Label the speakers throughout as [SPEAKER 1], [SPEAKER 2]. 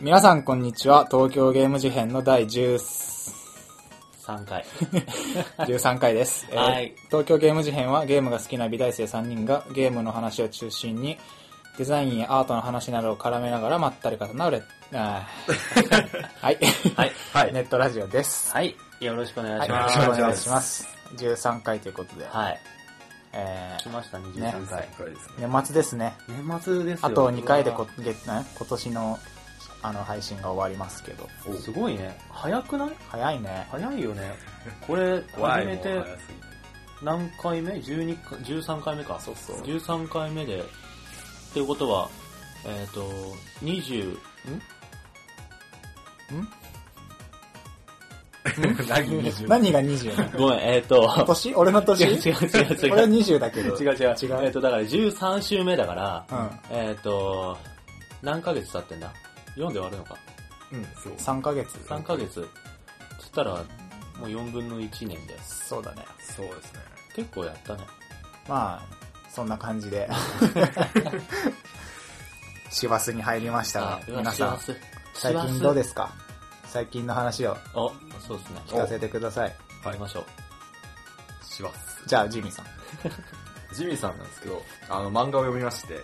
[SPEAKER 1] 皆さんこんにちは。東京ゲーム事変の第10
[SPEAKER 2] 3回。
[SPEAKER 1] 13回です。えー
[SPEAKER 2] はい
[SPEAKER 1] 東京ゲーム事変はゲームが好きな美大生3人がゲームの話を中心にデザインやアートの話などを絡めながらまったり方なるあ ーはい。
[SPEAKER 2] はい。
[SPEAKER 3] はい。
[SPEAKER 1] ネットラジオです。
[SPEAKER 2] はい。よろしくお願いし
[SPEAKER 1] よ
[SPEAKER 2] ま
[SPEAKER 1] ろし
[SPEAKER 2] す。
[SPEAKER 1] く
[SPEAKER 2] は
[SPEAKER 1] お
[SPEAKER 2] い。
[SPEAKER 1] 願いします。13回ということで、えー
[SPEAKER 2] 来ましたね、
[SPEAKER 1] ね
[SPEAKER 2] 13回。
[SPEAKER 3] 回ですね。
[SPEAKER 1] 年末ですね。
[SPEAKER 2] 年末ですよ。
[SPEAKER 1] あと2回でこ月な今年のあの配信が終わりますけど。
[SPEAKER 2] おすごいね。早くない
[SPEAKER 1] 早いね。
[SPEAKER 2] 早いよ ね。これ、
[SPEAKER 3] 怖
[SPEAKER 2] 初
[SPEAKER 3] いも
[SPEAKER 2] め
[SPEAKER 3] ん
[SPEAKER 2] て
[SPEAKER 3] 早すぎて
[SPEAKER 2] 何回目 ?12 か、13回目か。
[SPEAKER 1] そうそう
[SPEAKER 2] 13回目で、っていうことは、えっ、と、20、ん
[SPEAKER 3] 何 20
[SPEAKER 1] 何が 20? なの
[SPEAKER 2] ごめん、えっ、と、
[SPEAKER 1] 年俺の
[SPEAKER 2] 違
[SPEAKER 1] 年
[SPEAKER 2] う違う違う違う。
[SPEAKER 1] 俺は20だけど。
[SPEAKER 2] 違う違
[SPEAKER 1] 違
[SPEAKER 2] う。
[SPEAKER 1] う。
[SPEAKER 2] えっ、と、だから13週目だから、
[SPEAKER 1] うん。
[SPEAKER 2] えっ、と、何ヶ月経ってんだ ?4 で終わるのか。
[SPEAKER 1] うん。
[SPEAKER 3] そう。
[SPEAKER 1] 3ヶ月。
[SPEAKER 2] 3ヶ月。つったら、もう4分の1年で。
[SPEAKER 1] そうだね。
[SPEAKER 3] そうですね。
[SPEAKER 2] 結構やったね。
[SPEAKER 1] まあ、そんな感じ で。師走に入りましたが、皆さん、最近どうですすか最近の話を
[SPEAKER 2] お、そうですね。
[SPEAKER 1] 聞かせてください。
[SPEAKER 2] やりましょう。
[SPEAKER 3] します。
[SPEAKER 1] じゃあ、ジミーさん。
[SPEAKER 3] ジミーさんなんですけど、あの、漫画を読みまして、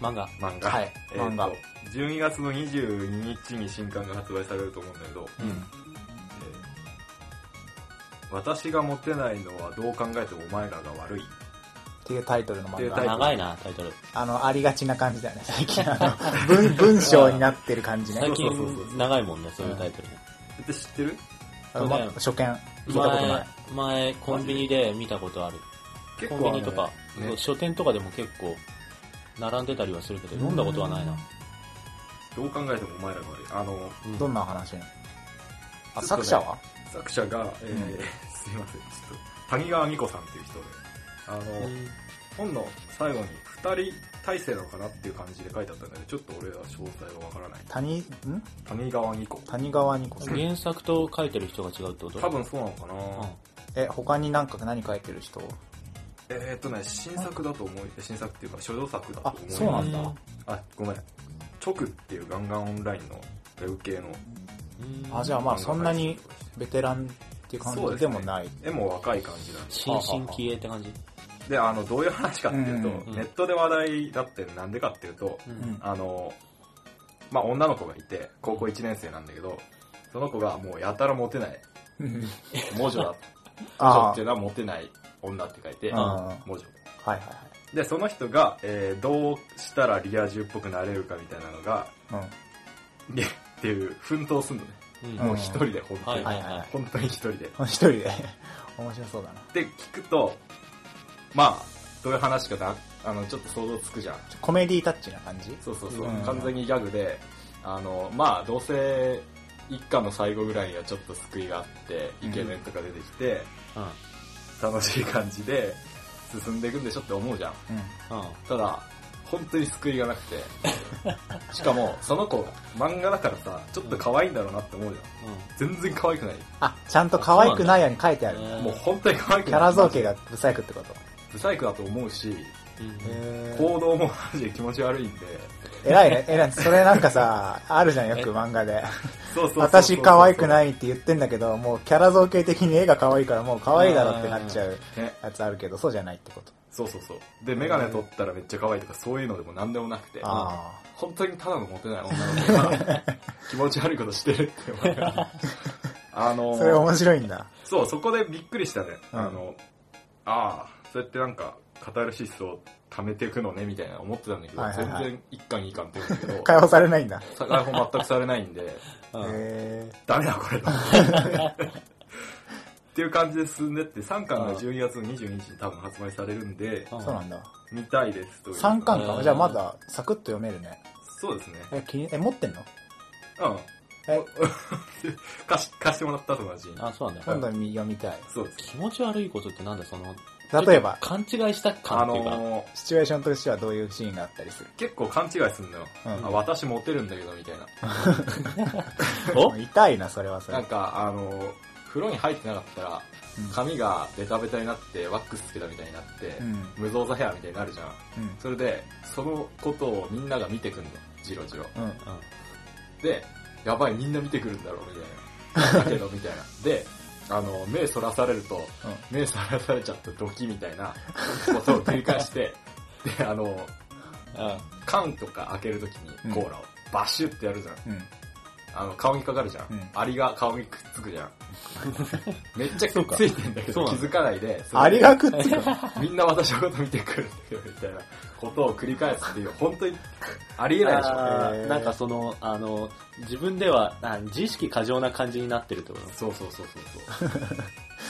[SPEAKER 2] 漫画。
[SPEAKER 3] 漫画。
[SPEAKER 1] はい
[SPEAKER 3] えーと
[SPEAKER 1] 漫画。
[SPEAKER 3] 12月の22日に新刊が発売されると思うんだけど、
[SPEAKER 2] うん。
[SPEAKER 3] えー私がモテないのはどう考えてもお前らが悪い。
[SPEAKER 1] っていうタイトルの
[SPEAKER 3] ってい
[SPEAKER 1] 漫
[SPEAKER 3] う
[SPEAKER 1] 画
[SPEAKER 3] タイ。トル
[SPEAKER 2] 長いな、タイトル。
[SPEAKER 1] あの、ありがちな感じだよね。最 近、あの、文、文章になってる感じね
[SPEAKER 2] 最。
[SPEAKER 3] そうそうそうそう
[SPEAKER 2] 近長いもんね、そういうタイトルね。
[SPEAKER 3] って知ってる
[SPEAKER 1] あのま初見、聞いたことな
[SPEAKER 2] 前
[SPEAKER 1] い。、
[SPEAKER 2] 前、コンビニで見たことある。
[SPEAKER 3] 結
[SPEAKER 2] コ
[SPEAKER 3] 構
[SPEAKER 2] ンビニとか、
[SPEAKER 3] あのね
[SPEAKER 2] そう書店とかでも結構、並んでたりはするけど、読んだことはないな。
[SPEAKER 3] どう考えてもお前らが悪い。あの、
[SPEAKER 2] うん
[SPEAKER 1] どんな話あ、
[SPEAKER 3] ちょっとね
[SPEAKER 1] 作者は
[SPEAKER 3] 作者が、えー
[SPEAKER 1] うん
[SPEAKER 3] すいません、ちょっと、谷川美子さんっていう人で、あの、
[SPEAKER 2] うん
[SPEAKER 3] 本の最後に2人体制なのかなっていう感じで書いてあったんだけど、ちょっと俺は詳細はわからない。
[SPEAKER 1] 谷、ん
[SPEAKER 3] 谷川美子。
[SPEAKER 1] 谷川にこさん。
[SPEAKER 2] 原作と書いてる人が違うってこと
[SPEAKER 3] 多分そうなのかな、
[SPEAKER 1] え、他になんか何書いてる人
[SPEAKER 3] えーっとね、新作だと思い、新作っていうか、書道作だと
[SPEAKER 1] あ
[SPEAKER 3] 思い、
[SPEAKER 1] そうなんだ。
[SPEAKER 2] う
[SPEAKER 1] うんん
[SPEAKER 3] あ、ごめん。直っていうガンガンオンラインのウェブ系の。
[SPEAKER 2] うん
[SPEAKER 1] あ、じゃあまあそんなに
[SPEAKER 3] 漫画配信とかして
[SPEAKER 1] ベテランっていう感
[SPEAKER 3] そう
[SPEAKER 1] じ
[SPEAKER 3] です
[SPEAKER 1] で
[SPEAKER 3] ね
[SPEAKER 1] もない。
[SPEAKER 3] 絵も若い感じなんで。
[SPEAKER 2] 新進気鋭って感じ。
[SPEAKER 3] で、あの、どういう話かっていうと、
[SPEAKER 1] うん
[SPEAKER 3] ネットで話題だってなんでかっていうと、
[SPEAKER 2] う
[SPEAKER 1] うんん。
[SPEAKER 3] あの、まあ、女の子がいて、高校1年生なんだけど、その子がもうやたらモテない。魔女だ。魔女
[SPEAKER 1] ああ、
[SPEAKER 3] っ
[SPEAKER 1] は
[SPEAKER 3] てい
[SPEAKER 1] いう
[SPEAKER 3] のはモテない女って書いて、
[SPEAKER 1] うん
[SPEAKER 3] 魔女。
[SPEAKER 1] はい
[SPEAKER 3] で、その人が、えーどうしたらリア充っぽくなれるかみたいなのが、
[SPEAKER 1] はい。
[SPEAKER 3] で、っていう、奮闘するのね。
[SPEAKER 2] うん
[SPEAKER 1] うん
[SPEAKER 3] もう一人で、本当
[SPEAKER 2] はい
[SPEAKER 3] に。
[SPEAKER 2] は
[SPEAKER 1] はいい
[SPEAKER 2] は
[SPEAKER 1] はいい。
[SPEAKER 3] 本当に一人で。
[SPEAKER 1] うん。 一人で。面白そうだな。
[SPEAKER 3] で、聞くと、まあ、どういう話かな、あの、ちょっと想像つくじゃん。
[SPEAKER 1] ちょコメディタッチな感じ
[SPEAKER 3] そうそうそう、
[SPEAKER 1] うん
[SPEAKER 3] 完全にギャグで、あの、まあ、どうせ、一家の最後ぐらいにはちょっと救いがあって、イケメンとか出てきて、楽しい感じで進んでいくんでしょって思うじゃん。
[SPEAKER 1] うん。
[SPEAKER 2] うん。うん。
[SPEAKER 3] ただ、本当に救いがなくて、しかも、その子、漫画だからさ、ちょっと可愛いんだろうなって思うじゃん。全然可愛くない。
[SPEAKER 1] あ、ちゃんと可愛くないように書いてある。
[SPEAKER 2] うん。
[SPEAKER 3] もう本当に可愛く
[SPEAKER 1] キ
[SPEAKER 3] ない。
[SPEAKER 1] ャラ造形がブサイクってこと。
[SPEAKER 3] 不細工だと思うし、
[SPEAKER 2] うん。
[SPEAKER 1] へー
[SPEAKER 3] 行動もマジで気持ち悪いんで、
[SPEAKER 1] 偉いね。偉い。それなんか さ、あるじゃん、よく漫画で。
[SPEAKER 3] そうそうそうそう。
[SPEAKER 1] 私可愛くないいって言ってんだけど、もうキャラ造形的に絵が可愛いからもう可愛いだろってなっちゃう
[SPEAKER 3] ね、
[SPEAKER 1] やつあるけど、そうじゃないってこと。
[SPEAKER 3] そうそうそう。で、メガネ取ったらめっちゃ可愛いとかそういうのでも何でもなくて、
[SPEAKER 1] あ
[SPEAKER 3] 本当にただのモテない女の 子が気持ち悪いことしてるって思いながらあ
[SPEAKER 1] あ。
[SPEAKER 3] の
[SPEAKER 1] それ面白いんだ。
[SPEAKER 3] そう、そこでびっくりしたね。
[SPEAKER 1] うん
[SPEAKER 3] あの、ああ、そうやってなんか、カタルシスを溜めていくのね、みたいな思ってたんだけど、
[SPEAKER 1] はいはいはい
[SPEAKER 3] 全然一巻二巻って言うん だけど、
[SPEAKER 1] 解放されないんだ。
[SPEAKER 3] 台本全くされないん で、
[SPEAKER 2] うん
[SPEAKER 1] へ
[SPEAKER 3] ダメだこれと思 って。っていう感じで進んでって、3巻が12月22日に多分発売されるんで、
[SPEAKER 1] え、そうなんだ。
[SPEAKER 3] 見たいですという。
[SPEAKER 1] 3巻
[SPEAKER 2] うん
[SPEAKER 1] か。じゃあまだサクッと読めるね。
[SPEAKER 3] そうですね。
[SPEAKER 1] え、気にえ、持ってんの
[SPEAKER 3] うん。
[SPEAKER 1] え、
[SPEAKER 3] 貸し、貸してもらった友達に。
[SPEAKER 2] あ、そうなんだ。
[SPEAKER 1] 今度読みたい。
[SPEAKER 3] そうです。
[SPEAKER 2] 気持ち悪いことってなんだ、その、
[SPEAKER 1] 例えば、
[SPEAKER 2] 勘違いした
[SPEAKER 3] あ
[SPEAKER 2] 感っていうか。
[SPEAKER 3] のー、
[SPEAKER 1] シチュエーションとしてはどういうシーンがあったりする
[SPEAKER 3] 結構勘違いするのよ。
[SPEAKER 1] うん
[SPEAKER 3] あ私モテるんだけど、みたいな。
[SPEAKER 2] お
[SPEAKER 1] 痛いな、それはそれ
[SPEAKER 3] なん。か、あの、風呂に入ってなかったら、
[SPEAKER 1] うん
[SPEAKER 3] 髪がベタベタになって、ワックスつけたみたいになって、
[SPEAKER 1] うん。
[SPEAKER 3] 無造作ヘアみたいになるじゃん。
[SPEAKER 1] うん。
[SPEAKER 3] それで、そのことをみんなが見てくんの、じろじろ。
[SPEAKER 1] うん。
[SPEAKER 2] うん
[SPEAKER 3] で、やばい、みんな見てくるんだろう、みたいな。だけ ど、みたいな。で、あの、目そらされると、目そらされちゃってドキみたいなことを繰り返して、で、あの、缶とか開けるとき
[SPEAKER 1] うん
[SPEAKER 3] にコーラをバシュってやるじゃん。
[SPEAKER 1] うん。
[SPEAKER 3] あの、顔にかかるじゃ
[SPEAKER 1] うん
[SPEAKER 3] ん。アリが顔にくっつくじ ゃん。めっちゃくっついてんだけ
[SPEAKER 2] そ
[SPEAKER 3] ど
[SPEAKER 2] うな
[SPEAKER 3] 気
[SPEAKER 2] んだ
[SPEAKER 3] づかないで、それ
[SPEAKER 1] ありがくっつく。
[SPEAKER 3] みんな私のこと見てくるんだけど、みたいなことを繰り返すっていう、本当にありえないでしょ。
[SPEAKER 2] あ
[SPEAKER 1] へ
[SPEAKER 2] ー
[SPEAKER 1] ー
[SPEAKER 2] なんかその、あの、自分では、あ自意識過剰な感じになってるってこと
[SPEAKER 3] そうそうそうそうそう。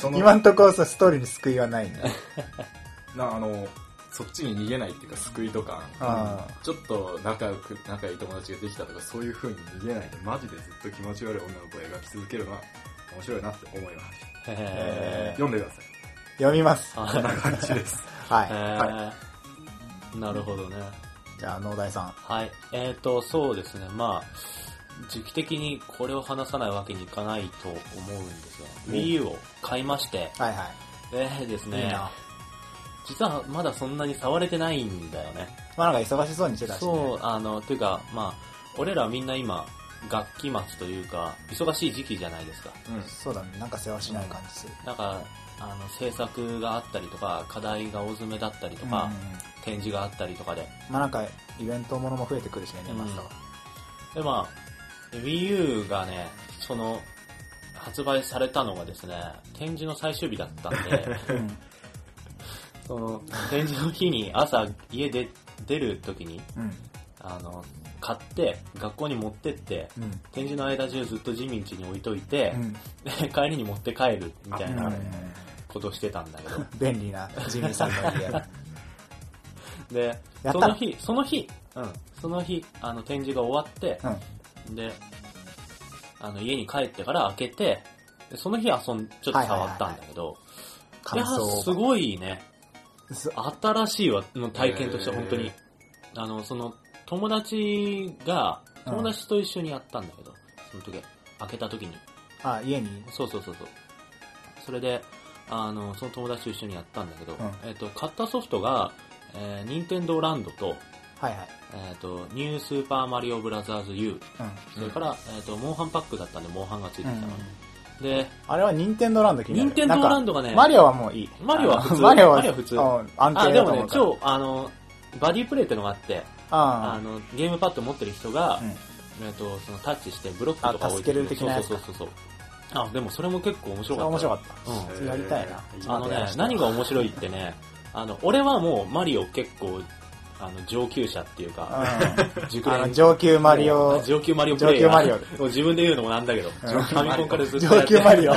[SPEAKER 3] その
[SPEAKER 1] 今んとこさ、ストーリーに救いはないね。
[SPEAKER 3] なあのそっちに逃げないっていうか救いとか
[SPEAKER 1] あ
[SPEAKER 3] ちょっと仲良く仲いい友達ができたとかそういう風に逃げないでマジでずっと気持ち悪い女の子を描き続けるのは面白いなって思いました
[SPEAKER 1] へ
[SPEAKER 2] へ
[SPEAKER 3] 読んでください
[SPEAKER 1] 読みます。
[SPEAKER 2] ー。
[SPEAKER 3] こんな感じです
[SPEAKER 1] はい。
[SPEAKER 2] へーなるほどね。
[SPEAKER 1] じゃあ、農大さん。
[SPEAKER 2] はい。えっ、ー、と、そうですね。まあ、時期的にこれを話さないわけにいかないと思うんですが、
[SPEAKER 1] うん
[SPEAKER 2] Wii U を買いまして、
[SPEAKER 1] はいは
[SPEAKER 2] えーで
[SPEAKER 1] い。
[SPEAKER 2] す
[SPEAKER 1] い
[SPEAKER 2] ね
[SPEAKER 1] いな。
[SPEAKER 2] 実はまだそんなに触れてないんだよね。
[SPEAKER 1] まあなんか忙しそうにしてたし、ね。
[SPEAKER 2] そう、あの、というか、まあ、俺らはみんな今、学期末というか、忙しい時期じゃないですか。
[SPEAKER 1] そうだね。なんか世話しない感じする。
[SPEAKER 2] なんか、あの、制作があったりとか、課題が大詰めだったりとか、
[SPEAKER 1] うん
[SPEAKER 2] 展示があったりとかで。
[SPEAKER 1] まあなんか、イベントものも増えてくるしね、年末とか。
[SPEAKER 2] で、まあ、Wii U がね、その、発売されたのがですね、展示の最終日だったん で、
[SPEAKER 1] うん。
[SPEAKER 2] その、展示の日に朝家で出る時に、
[SPEAKER 1] うん。
[SPEAKER 2] あの、買って、学校に持ってって、
[SPEAKER 1] うん。
[SPEAKER 2] 展示の間中ずっと地道に置いといて、
[SPEAKER 1] うん。
[SPEAKER 2] で 帰りに持って帰るみたい
[SPEAKER 1] うん
[SPEAKER 2] なことしてたんだ けど。
[SPEAKER 1] 便利なジミーさんの 家。
[SPEAKER 2] で、
[SPEAKER 1] やった
[SPEAKER 2] その日、その日、うん、その日、あの、展示が終わって、
[SPEAKER 1] うん。
[SPEAKER 2] で、あの、家に帰ってから開けて、でその日遊ん、ちょっと触ったんだけど、い
[SPEAKER 1] 感想
[SPEAKER 2] や、すごいね、
[SPEAKER 1] す
[SPEAKER 2] 新しいわ、の体験として
[SPEAKER 3] へー
[SPEAKER 2] 本当に、あの、その、友達が、
[SPEAKER 1] うん
[SPEAKER 2] 友達と一緒にやったんだけど、その時、開けた時に、
[SPEAKER 1] あ、家に
[SPEAKER 2] そうそうそうそう。それで、あの、その友達と一緒にやったんだけど、
[SPEAKER 1] ん
[SPEAKER 2] えっ、と、買ったソフトが、えー、任天堂ランドと、
[SPEAKER 1] はいはい。
[SPEAKER 2] えっ、と、ニュースーパーマリオブラザーズ U、
[SPEAKER 1] う
[SPEAKER 2] それから、えっ、と、モンハンパックだったんで、モンハンがついてき
[SPEAKER 1] ん。う
[SPEAKER 2] た
[SPEAKER 1] ん
[SPEAKER 2] の、で、
[SPEAKER 1] あれは任天堂ランド気になる。
[SPEAKER 2] 任天堂ラン
[SPEAKER 1] ド
[SPEAKER 2] ドがね、
[SPEAKER 1] マリオはもういい。
[SPEAKER 2] マリオは普通
[SPEAKER 1] マリオ
[SPEAKER 2] マ
[SPEAKER 1] は
[SPEAKER 2] リオは普通
[SPEAKER 1] うん安
[SPEAKER 2] あ、
[SPEAKER 1] 定
[SPEAKER 2] で
[SPEAKER 1] だと思
[SPEAKER 2] もね
[SPEAKER 1] う、から。
[SPEAKER 2] 超、あの、バディプレイってのがあって、あ
[SPEAKER 1] あ
[SPEAKER 2] の、ゲームパッド持ってる人が、
[SPEAKER 1] うん
[SPEAKER 2] えっ、と、そのタッチしてブロックとか
[SPEAKER 1] あ
[SPEAKER 2] 置いてくれる
[SPEAKER 1] 助ける的なやつ
[SPEAKER 2] そうそうそうそう。あ、でもそれも結構面
[SPEAKER 1] あ、
[SPEAKER 2] 白かった。
[SPEAKER 1] 面白かっ
[SPEAKER 2] うん
[SPEAKER 1] た。やりたいな。
[SPEAKER 2] あのね、何が面白いってね、あの、俺はもうマリオ結構、あの、上級者っていうか、
[SPEAKER 1] うん
[SPEAKER 2] 熟
[SPEAKER 1] あの、
[SPEAKER 2] 練
[SPEAKER 1] 上級マリオ、
[SPEAKER 2] 上級マリオプレイヤー。
[SPEAKER 1] 上級マリ
[SPEAKER 2] もう自分で言うのもなんだけど、
[SPEAKER 1] ん
[SPEAKER 2] ファミコンからずっとや
[SPEAKER 1] 上
[SPEAKER 2] って
[SPEAKER 1] 級マ リオ。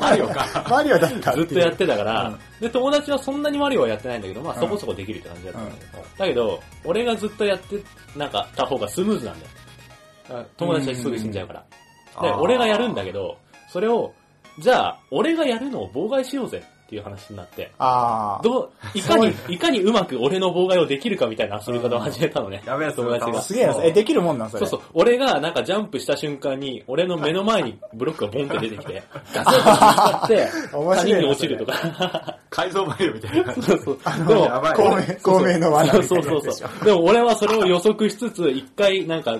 [SPEAKER 3] マリオ か
[SPEAKER 1] マリオだった
[SPEAKER 2] ずっとやっててたから、
[SPEAKER 1] うん
[SPEAKER 2] で、友達はそんなにマリオはやってないんだけど、ま
[SPEAKER 1] う
[SPEAKER 2] あ
[SPEAKER 1] ん
[SPEAKER 2] そこそこできるって感じだったんだけど、だけど、俺がずっとやって、なんか、た方がスムーズなんだよ。あ友達はすぐ死んじゃうから。で、
[SPEAKER 3] あー
[SPEAKER 2] 俺がやるんだけど、それを、じゃあ、俺がやるのを妨害しようぜっていう話になって、
[SPEAKER 1] ああ。
[SPEAKER 2] どう、いかに、いかにうまく俺の妨害をできるかみたいな遊び方を始めたのね。
[SPEAKER 3] やべえ
[SPEAKER 2] 友達が。
[SPEAKER 3] そ
[SPEAKER 1] す
[SPEAKER 2] そ
[SPEAKER 3] れ
[SPEAKER 1] げえな。え、できるもんなんそれ。
[SPEAKER 2] うそう。俺がなんかジャンプした瞬間に、俺の目の前にブロックがボンって出て きて、ガツンとぶつかって、
[SPEAKER 1] 面白いな
[SPEAKER 2] 谷に落ちるとか。
[SPEAKER 3] 改造マリオみたい な
[SPEAKER 2] そうそう。で
[SPEAKER 3] やばい
[SPEAKER 1] 公明、公明の罠
[SPEAKER 2] そう
[SPEAKER 1] みた
[SPEAKER 2] そ
[SPEAKER 1] いうなや
[SPEAKER 2] そう
[SPEAKER 1] つでし
[SPEAKER 2] そ
[SPEAKER 1] ょ。
[SPEAKER 2] う。でも俺はそれを予測しつつ、一回なんか、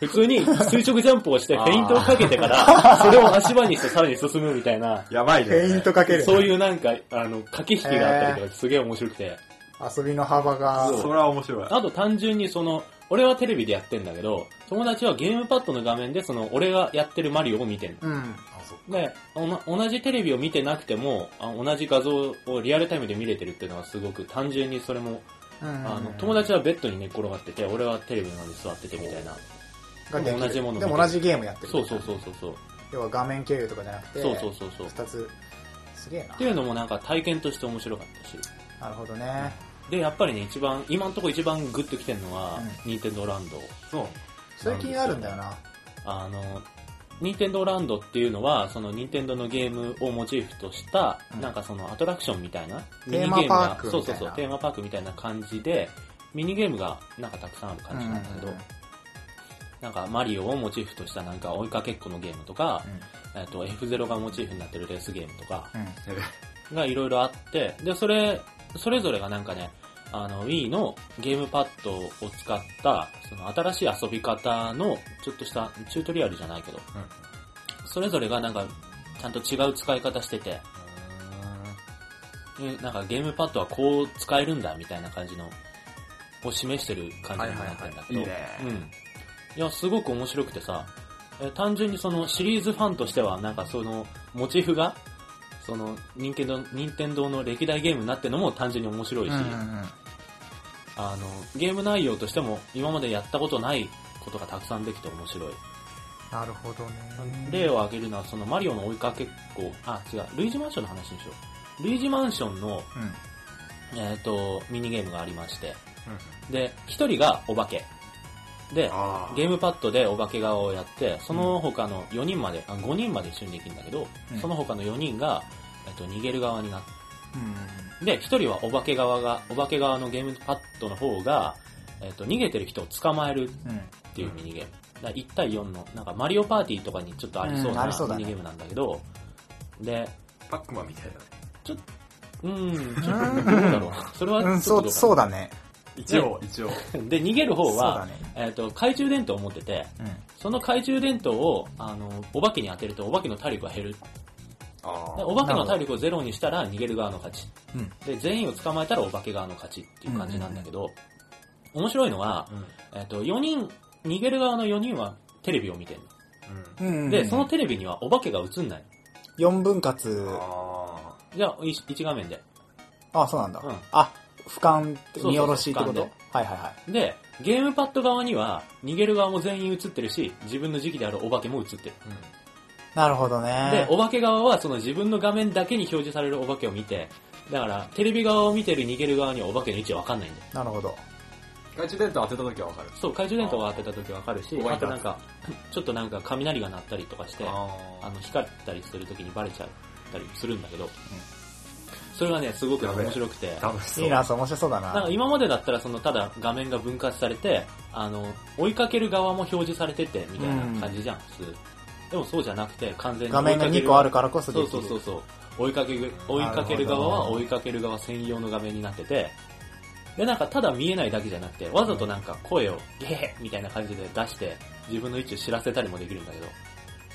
[SPEAKER 2] 普通に垂直ジャンプをしてフェイントをかけて から、それを足場にしてさらに進むみたいな、
[SPEAKER 3] やばいね
[SPEAKER 1] フェイントかける。
[SPEAKER 2] そういうなんか、あの、駆け引きがあったりとか、すげえ面白くて。
[SPEAKER 1] 遊びの幅が。
[SPEAKER 3] それは面白い
[SPEAKER 2] あと単純にその、俺はテレビでやってんだけど、友達はゲームパッドの画面でその、俺がやってるマリオを見てんの。
[SPEAKER 1] うん。
[SPEAKER 3] あそう
[SPEAKER 2] で、おな同じテレビを見てなくても、あ同じ画像をリアルタイムで見れてるっていうのはすごく単純にそれも、
[SPEAKER 1] うん
[SPEAKER 2] あの、友達はベッドに寝っ転がってて、俺はテレビの上に座っててみたいな。
[SPEAKER 1] ができる
[SPEAKER 2] でも同じもの
[SPEAKER 1] でも同じゲームやってる。
[SPEAKER 2] そうそうそうそうそう。
[SPEAKER 1] 要は画面共有とかじゃなくて、
[SPEAKER 2] そうそうそうそう。っ
[SPEAKER 1] 二つ。すげえな
[SPEAKER 2] て。いうのもなんか体験として面白かったし。
[SPEAKER 1] なるほどね。
[SPEAKER 2] で、やっぱりね、一番、今のところ一番グッときてるのは、任天堂ランド。
[SPEAKER 3] そう
[SPEAKER 1] それ気になるんだよな。
[SPEAKER 2] あの、ニンテンドーランドっていうのは、そのニンテンドーのゲームをモチーフとした、
[SPEAKER 1] うん
[SPEAKER 2] なんかそのアトラクションみたいな、
[SPEAKER 1] テーマ
[SPEAKER 2] ミニゲム
[SPEAKER 1] パー
[SPEAKER 2] が
[SPEAKER 1] ク、みた
[SPEAKER 2] そ
[SPEAKER 1] いうな
[SPEAKER 2] そうそう、テーマパークみたいな感じで、ミニゲームがなんかたくさんある感じなんだけど、
[SPEAKER 1] うんうん
[SPEAKER 2] なんかマリオをモチーフとしたなんか追いかけっこのゲームとか、
[SPEAKER 1] う
[SPEAKER 2] えっと F0 がモチーフになってるレースゲームとか
[SPEAKER 1] ん。うん
[SPEAKER 2] がいろいろあって、で、それ、それぞれがなんかね、あの Wii のゲームパッドを使った、その新しい遊び方の、ちょっとしたチュートリアルじゃないけど、それぞれがなんか、ちゃんと違う使い方してて、えなんかゲームパッドはこう使えるんだみたいな感じの、を示してる感じになってるんだけど、
[SPEAKER 3] はいはいはいいいね
[SPEAKER 2] うん。いや、すごく面白くてさ、え単純にそのシリーズファンとしては、なんかその、モチーフが、その、任天堂、任天堂の歴代ゲームになってるのも単純に面白いし、あの、ゲーム内容としても今までやったことないことがたくさんできて面白い。
[SPEAKER 1] なるほどね。
[SPEAKER 2] 例を挙げるのは、そのマリオの追いかけっこ、あ、違う、ルイージマンションの話にしよう。ルイージマンションの、
[SPEAKER 1] うん。
[SPEAKER 2] えっ、と、ミニゲームがありまして、で、一人がお化け。で、
[SPEAKER 3] あ
[SPEAKER 2] ゲームパッドでお化け顔をやって、その他の4人まで、あ5人まで一緒にできるんだけど、
[SPEAKER 1] うん
[SPEAKER 2] その他の4人が、えっと、逃げる側になっ
[SPEAKER 1] うん。
[SPEAKER 2] で、一人はお化け側が、お化け側のゲームパッドの方が、えっと、逃げてる人を捕まえる
[SPEAKER 1] うん。
[SPEAKER 2] っていうミニゲーム。だ1対4の、なんかマリオパーティーとかにちょっとありそう
[SPEAKER 1] うんありそう
[SPEAKER 2] な
[SPEAKER 1] だ
[SPEAKER 2] ミ
[SPEAKER 1] ね
[SPEAKER 2] ニゲームなんだけど、で、
[SPEAKER 3] パックマンみたいだね。
[SPEAKER 2] うん、ちょっとどうだろう。それはち
[SPEAKER 1] う
[SPEAKER 2] ょ
[SPEAKER 1] ん、
[SPEAKER 2] っとど
[SPEAKER 1] そう
[SPEAKER 2] か
[SPEAKER 1] う、
[SPEAKER 2] な
[SPEAKER 1] そうだね。
[SPEAKER 3] 一応、一 応。
[SPEAKER 2] で、逃げる方
[SPEAKER 1] そうだ
[SPEAKER 2] は、
[SPEAKER 1] ね。
[SPEAKER 2] えっと、懐中電灯を持ってて、
[SPEAKER 1] う
[SPEAKER 2] その懐中電灯を、あの、お化けに当てるとお化けの体力が減る。
[SPEAKER 3] あ
[SPEAKER 2] で
[SPEAKER 3] あ
[SPEAKER 2] お化けの体力をゼロにしたら逃げる側の勝ち。
[SPEAKER 1] ん。うん。
[SPEAKER 2] で、全員を捕まえたらお化け側の勝ちっていう感じなんだけど、面白いのは、えっと、4人、逃げる側の4人はテレビを見てる
[SPEAKER 3] う
[SPEAKER 1] うんうん
[SPEAKER 2] の。で、そのテレビにはお化けが映んない。
[SPEAKER 1] 4分割
[SPEAKER 3] ん。、あ
[SPEAKER 2] じゃあ、1画面で。
[SPEAKER 1] あ、そうなんだ
[SPEAKER 2] うん。
[SPEAKER 1] あ、俯瞰って、
[SPEAKER 2] そうそう
[SPEAKER 1] 見下ろしってこ
[SPEAKER 2] 俯瞰
[SPEAKER 1] と
[SPEAKER 2] で
[SPEAKER 1] はいはいはい。
[SPEAKER 2] で、ゲームパッド側には、逃げる側も全員映ってるし、自分の時期であるお化けも映ってる。
[SPEAKER 3] あ。うん。
[SPEAKER 1] なるほど
[SPEAKER 2] で
[SPEAKER 1] ね、。
[SPEAKER 2] お化け側はその自分の画面だけに表示されるお化けを見て、だから、テレビ側を見てる逃げる側にはお化けの位置わかんないんだよ。
[SPEAKER 1] なるほど。
[SPEAKER 3] 懐中電灯当てた時はわかる。
[SPEAKER 2] そう、懐中電灯を当てた時わかるし、
[SPEAKER 3] あー
[SPEAKER 2] あとなんか、ちょっとなんか雷が鳴ったりとかして、
[SPEAKER 3] あ
[SPEAKER 2] あの、光ったりする時にバレちゃったりするんだけど、それがね、すごくね
[SPEAKER 3] やべえ
[SPEAKER 2] 面白くて、
[SPEAKER 3] 楽しそう。
[SPEAKER 1] いいな、そう、面白そうだな。
[SPEAKER 2] なんか今までだったらそのただ画面が分割されて、あの、追いかける側も表示されてて、みたいな感じじゃん、普通。でもそうじゃなくて、完全に
[SPEAKER 1] 画面が
[SPEAKER 2] 追いかけ
[SPEAKER 1] 2個ある
[SPEAKER 2] か
[SPEAKER 1] からこそ
[SPEAKER 2] ら
[SPEAKER 1] で
[SPEAKER 2] そう
[SPEAKER 1] き
[SPEAKER 2] そう
[SPEAKER 1] る。
[SPEAKER 2] そうそう。追いかける、追いかける側は追いかける側専用の画面になってて、で、なんかただ見えないだけじゃなくて、わざとなんか声を、ゲヘッみたいな感じで出して、自分の位置を知らせたりもできるんだけど、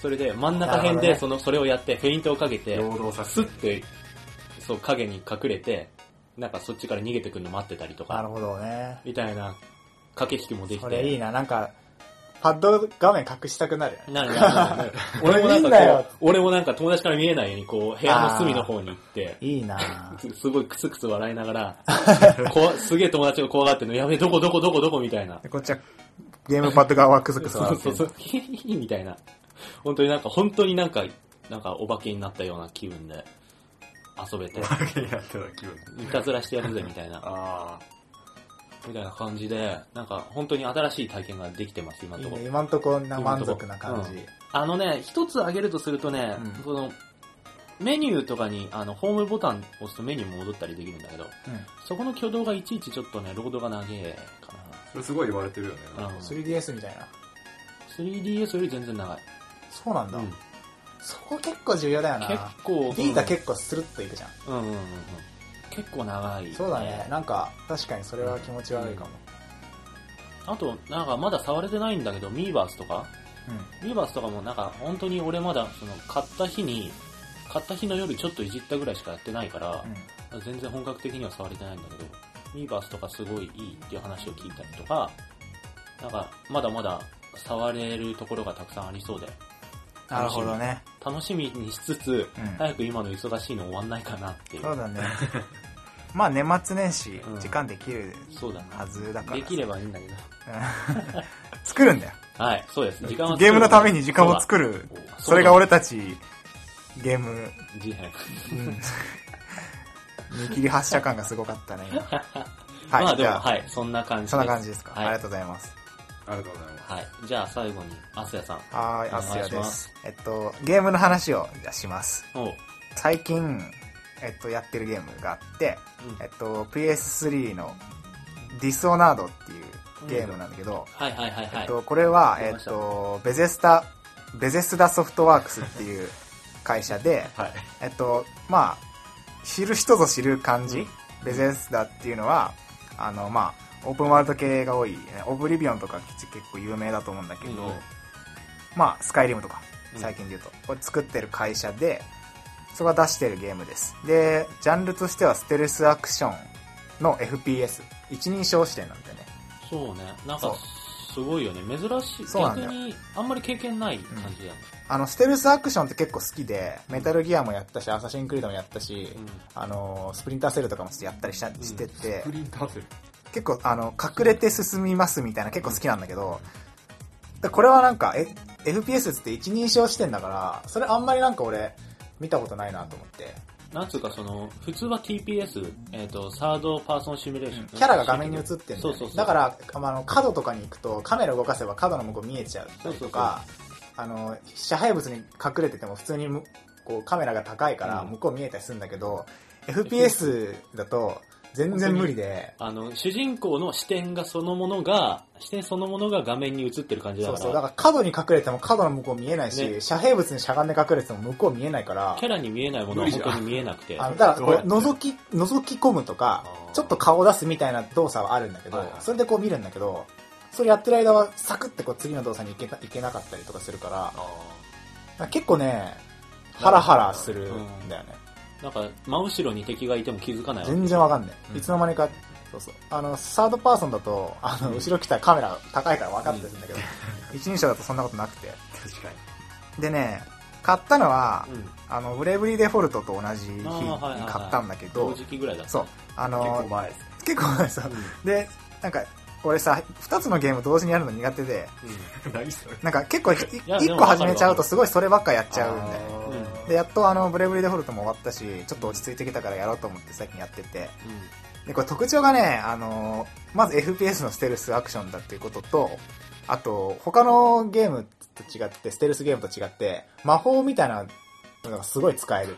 [SPEAKER 2] それで真ん中
[SPEAKER 1] なる
[SPEAKER 2] 辺
[SPEAKER 1] ほど
[SPEAKER 2] で
[SPEAKER 1] ね
[SPEAKER 2] その、それをやって、フェイントをかけて、
[SPEAKER 3] 労働
[SPEAKER 2] ス
[SPEAKER 3] 作
[SPEAKER 2] ッて、そう、影に隠れて、なんかそっちから逃げてくるの待ってたりと
[SPEAKER 1] なる
[SPEAKER 2] か、
[SPEAKER 1] ほどね。
[SPEAKER 2] みたいな駆け引きもでき
[SPEAKER 1] それいい
[SPEAKER 2] て。
[SPEAKER 1] な、なんか、パッド画面隠したくなるよね。
[SPEAKER 2] なるな るなる俺も
[SPEAKER 1] いいん
[SPEAKER 2] な
[SPEAKER 1] だ
[SPEAKER 2] んか
[SPEAKER 1] よ
[SPEAKER 2] こう、俺もなんか友達から見えないように、こう、部屋の隅の方に行って、
[SPEAKER 1] いいな
[SPEAKER 2] すごいクスクス笑いながら、こすげえ友達が怖がってるの、やべえ、どこどこどこどこみたいな。
[SPEAKER 1] でこっちは、ゲームパッド側はクスクス
[SPEAKER 2] そ
[SPEAKER 1] 笑
[SPEAKER 2] う
[SPEAKER 1] っ
[SPEAKER 2] そ
[SPEAKER 1] て
[SPEAKER 2] う
[SPEAKER 1] る
[SPEAKER 2] そう、ヒヒヒ みたいな。本当になんか、本当になんか、なんかお化けになったような気分で 遊べて、
[SPEAKER 3] 業になってた気分。
[SPEAKER 2] いたずらしてやるぜみたいな。
[SPEAKER 3] あ
[SPEAKER 2] みたいな感じで、なんか本当に新しい体験ができてます、今の
[SPEAKER 1] い
[SPEAKER 2] と
[SPEAKER 1] い
[SPEAKER 2] ころ。
[SPEAKER 1] ね、今んとこな満足な感
[SPEAKER 2] 今ん
[SPEAKER 1] じ。
[SPEAKER 2] あのね、一つ挙げるとするとね、
[SPEAKER 1] うん
[SPEAKER 2] その、メニューとかに、あの、ホームボタン押すとメニューも戻ったりできるんだけど、そこの挙動がいちいちちょっとね、ロードが長えか
[SPEAKER 3] あ。それすごい言われてるよね。
[SPEAKER 2] な。うん、
[SPEAKER 1] 3DS みたいな。
[SPEAKER 2] 3DS より全然長い。
[SPEAKER 1] そうなんだ。
[SPEAKER 2] うん
[SPEAKER 1] そこ結構重要だよ
[SPEAKER 2] 結
[SPEAKER 1] な。
[SPEAKER 2] 構、
[SPEAKER 1] ビータ結構スルッといくじゃん。
[SPEAKER 2] うんうんうんうん。結構長い、
[SPEAKER 1] そうだね。。なんか、確かにそれは気持ち悪いかも。
[SPEAKER 2] あと、なんかまだ触れてないんだけど、ミーバースとか
[SPEAKER 1] うん。
[SPEAKER 2] ミーバースとかもなんか本当に俺まだ、その、買った日に、買った日の夜ちょっといじったぐらいしかやってないから、全然本格的には触れてないんだけど、ミーバースとかすごいいいっていう話を聞いたりとか、なんか、まだまだ触れるところがたくさんありそうで、
[SPEAKER 1] なるほどね。
[SPEAKER 2] 楽しみにしつつ、
[SPEAKER 1] うん
[SPEAKER 2] 早く今の忙しいの終わんないかなっていう。
[SPEAKER 1] そうだね。 まあ年末年始
[SPEAKER 2] うん、
[SPEAKER 1] 時間できる
[SPEAKER 2] そうだな
[SPEAKER 1] はずだから。
[SPEAKER 2] できれ
[SPEAKER 1] ば。
[SPEAKER 2] ばいいんだけど。
[SPEAKER 1] 作るんだよ。
[SPEAKER 2] はい、そうです。時間は
[SPEAKER 1] ゲームのために時間を作
[SPEAKER 2] る。
[SPEAKER 1] る。
[SPEAKER 2] そうだ
[SPEAKER 1] それが俺たち、ゲーム、
[SPEAKER 2] 事変。
[SPEAKER 1] 見切り発車感がすごかったね。 今はい、
[SPEAKER 2] まあ
[SPEAKER 1] じ
[SPEAKER 2] でも、
[SPEAKER 1] ゃあ、
[SPEAKER 2] はい、そんな感じです。
[SPEAKER 1] そんな感じですか、
[SPEAKER 2] はい
[SPEAKER 1] ありがとうございます。
[SPEAKER 3] ありがとうございます。
[SPEAKER 2] はい。じゃあ最後に、アスヤさん。
[SPEAKER 1] はーい、
[SPEAKER 2] お
[SPEAKER 1] アス
[SPEAKER 2] 願い
[SPEAKER 1] ヤ
[SPEAKER 2] しま
[SPEAKER 1] ですす。えっと、ゲームの話をじゃあします。
[SPEAKER 2] おう。
[SPEAKER 1] 最近、えっと、やってるゲームがあって、
[SPEAKER 2] うん
[SPEAKER 1] えっと、PS3 のディスオナードっていうゲームなんだけど、
[SPEAKER 2] はいはいはいは
[SPEAKER 1] え
[SPEAKER 2] い
[SPEAKER 1] っ。と、これは、
[SPEAKER 2] 出
[SPEAKER 1] え
[SPEAKER 2] ま
[SPEAKER 1] っ
[SPEAKER 2] した
[SPEAKER 1] と、ベゼスタ、ベゼスダソフトワークスっていう会社で、
[SPEAKER 3] はい。
[SPEAKER 1] えっと、まあ、知る人ぞ知る感じ、
[SPEAKER 2] うん
[SPEAKER 1] ベゼスダっていうのは、あの、まあ、オープンワールド系が多い、オブリビオンとか結構有名だと思うんだけど、
[SPEAKER 2] うんうん
[SPEAKER 1] まあ、スカイリムとか、
[SPEAKER 2] うん
[SPEAKER 1] 最近で言うと、これ作ってる会社で、そこが出してるゲームです。で、ジャンルとしてはステルスアクションの FPS、一人称視点なんだよね。
[SPEAKER 2] そうね。なん
[SPEAKER 1] そう
[SPEAKER 2] か、すごいよね。珍しい。
[SPEAKER 1] そうなんだ
[SPEAKER 2] 逆
[SPEAKER 1] よ
[SPEAKER 2] に、あんまり経験ない感じだよね。
[SPEAKER 1] あの、ステルスアクションって結構好きで、メタルギアもやったし、アサシンクリードもやったし、
[SPEAKER 2] うん
[SPEAKER 1] あの、スプリンターセルとかもちょっとやったりしたしてて
[SPEAKER 3] プ、リンターセル。
[SPEAKER 1] 結構、あの、隠れて進みますみたいな結構好きなんだけど、でこれはなんか、え、FPS って一人称視点だから、それあんまりなんか俺、見たことないなと思って、
[SPEAKER 2] なんつうかその、普通は TPS、えっ、と、サードパーソンシミュレーション。
[SPEAKER 1] キャラが画面に映ってるんだよね
[SPEAKER 2] そうそうそう。
[SPEAKER 1] だから、あの、あの角とかに行くと、カメラ動かせば角の向こう見えちゃう
[SPEAKER 2] そう
[SPEAKER 1] と
[SPEAKER 2] そうそう
[SPEAKER 1] か、あの、遮蔽物に隠れてても普通にむこうカメラが高いから
[SPEAKER 2] うん
[SPEAKER 1] 向こう見えたりするんだけど、FPS だと全然無理で、
[SPEAKER 2] あの、主人公の視点がそのものが、視点そのものが画面に映ってる感じだ
[SPEAKER 1] そ
[SPEAKER 2] か
[SPEAKER 1] う
[SPEAKER 2] ら、
[SPEAKER 1] そう、だから角に隠れても角の向こう見えないし、
[SPEAKER 2] ね
[SPEAKER 1] 遮蔽物にしゃがんで隠れてても向こう見えないから
[SPEAKER 2] キ、ャラに見えないものは
[SPEAKER 3] 無理じ
[SPEAKER 2] 本
[SPEAKER 3] ゃん
[SPEAKER 2] 当に見えなくて。
[SPEAKER 1] あのだからこう
[SPEAKER 3] どうやって
[SPEAKER 1] 覗き、覗き込むとか
[SPEAKER 3] あー、
[SPEAKER 1] ちょっと顔を出すみたいな動作はあるんだけど、
[SPEAKER 3] はいはい
[SPEAKER 1] それでこう見るんだけど、それやってる間はサクってこう次の動作に行けた行けなかったりとかするから、
[SPEAKER 3] あ
[SPEAKER 1] なんか結構ね、ハラハラするんだよね。
[SPEAKER 2] なんか、真後ろに敵がいても気づかないわけ
[SPEAKER 1] 全然わかんない、
[SPEAKER 3] うん
[SPEAKER 1] いつの間にか、そうそう。あの、サードパーソンだと、あの、後ろ来たらカメラ高いから分かってるんだけど、一人称だとそんなことなくて。
[SPEAKER 3] あ、確かに。
[SPEAKER 1] でね、買ったのは、
[SPEAKER 2] うん。
[SPEAKER 1] あの、ブレイブリーデフォルトと同じ日に
[SPEAKER 2] あーはいはいはい
[SPEAKER 1] 買ったんだけど、
[SPEAKER 2] 同時期ぐらいだった。
[SPEAKER 1] そう、あ
[SPEAKER 3] 結構
[SPEAKER 1] の、
[SPEAKER 3] 前ですね。
[SPEAKER 1] 結構前さ、で、なんか、俺さ、二つのゲーム同時にやるの苦手で、
[SPEAKER 2] うん。
[SPEAKER 3] 何それ。
[SPEAKER 1] なんか結構ひ、
[SPEAKER 2] いや
[SPEAKER 1] 一
[SPEAKER 2] でも
[SPEAKER 1] 個始めちゃう
[SPEAKER 2] わかるわか
[SPEAKER 1] と
[SPEAKER 2] る
[SPEAKER 1] すごいそればっかやっちゃうんだよね。
[SPEAKER 3] あー
[SPEAKER 1] で、やっとあの、ブレイブリーデフォルトも終わったし、ちょっと落ち着いてきたからやろうと思って最近やってて。で、これ特徴がね、あのーまず FPS のステルスアクションだっていうことと、あと、他のゲームと違って、ステルスゲームと違って、魔法みたいなのがすごい使える。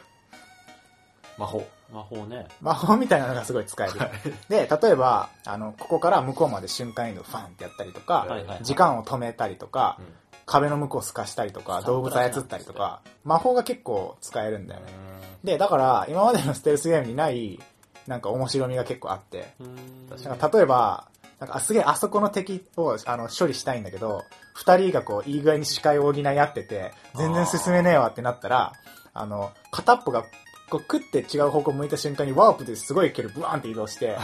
[SPEAKER 3] 魔法。
[SPEAKER 2] うん。魔法ね。
[SPEAKER 1] 魔法みたいなのがすごい使える。で、例えば、あの、ここから向こうまで瞬間移動ファンってやったりとか、
[SPEAKER 2] はいはいはい
[SPEAKER 1] 時間を止めたりとか、
[SPEAKER 3] うん
[SPEAKER 1] 壁の向こうを透かしたりとか、
[SPEAKER 2] サンプラ
[SPEAKER 1] 動物操ったりとか、魔法が結構使えるんだよね。
[SPEAKER 3] う
[SPEAKER 1] で、だから、今までのステルスゲームにない、なんか面白みが結構あって、
[SPEAKER 2] うん。
[SPEAKER 3] 確
[SPEAKER 1] なんか例えば、なんかあすげえあそこの敵をあの処理したいんだけど、二人がこういい具合に視界を補い合ってて、全然進めねえわってなったら、あの、片っぽがこう食って違う方向向いた瞬間にワープですごい距離ブワーンって移動 して、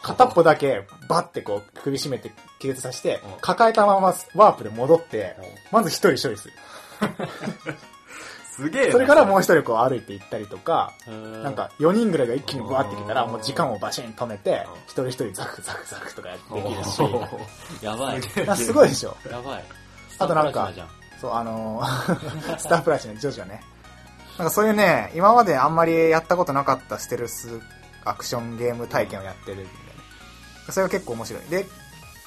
[SPEAKER 1] 片っぽだけバッてこう首絞めて気絶させて
[SPEAKER 3] うん、
[SPEAKER 1] 抱えたままワープで戻って
[SPEAKER 3] うん、
[SPEAKER 1] まず一人処理する。
[SPEAKER 3] んすげえな。
[SPEAKER 1] それからもう一人こう歩いて行ったりとか、
[SPEAKER 2] な
[SPEAKER 1] なん、か4人ぐらいが一気にバーってきたら、
[SPEAKER 3] うん
[SPEAKER 1] もう時間をバシン止めて
[SPEAKER 3] うん、
[SPEAKER 1] 一人一人ザクザクザクとかやって
[SPEAKER 3] お
[SPEAKER 1] できるし、
[SPEAKER 2] そう
[SPEAKER 3] ー
[SPEAKER 2] やばい。
[SPEAKER 1] あすごいでしょ。
[SPEAKER 2] やばい。
[SPEAKER 1] あとなんか
[SPEAKER 2] スタ
[SPEAKER 1] そ
[SPEAKER 2] ープラチナじゃん
[SPEAKER 1] う、あのー スタープラチナ、ジョジョね。なんかそういうね、今まであんまりやったことなかったステルスアクションゲーム体験をやってるんで、ね、それが結構面白い。で、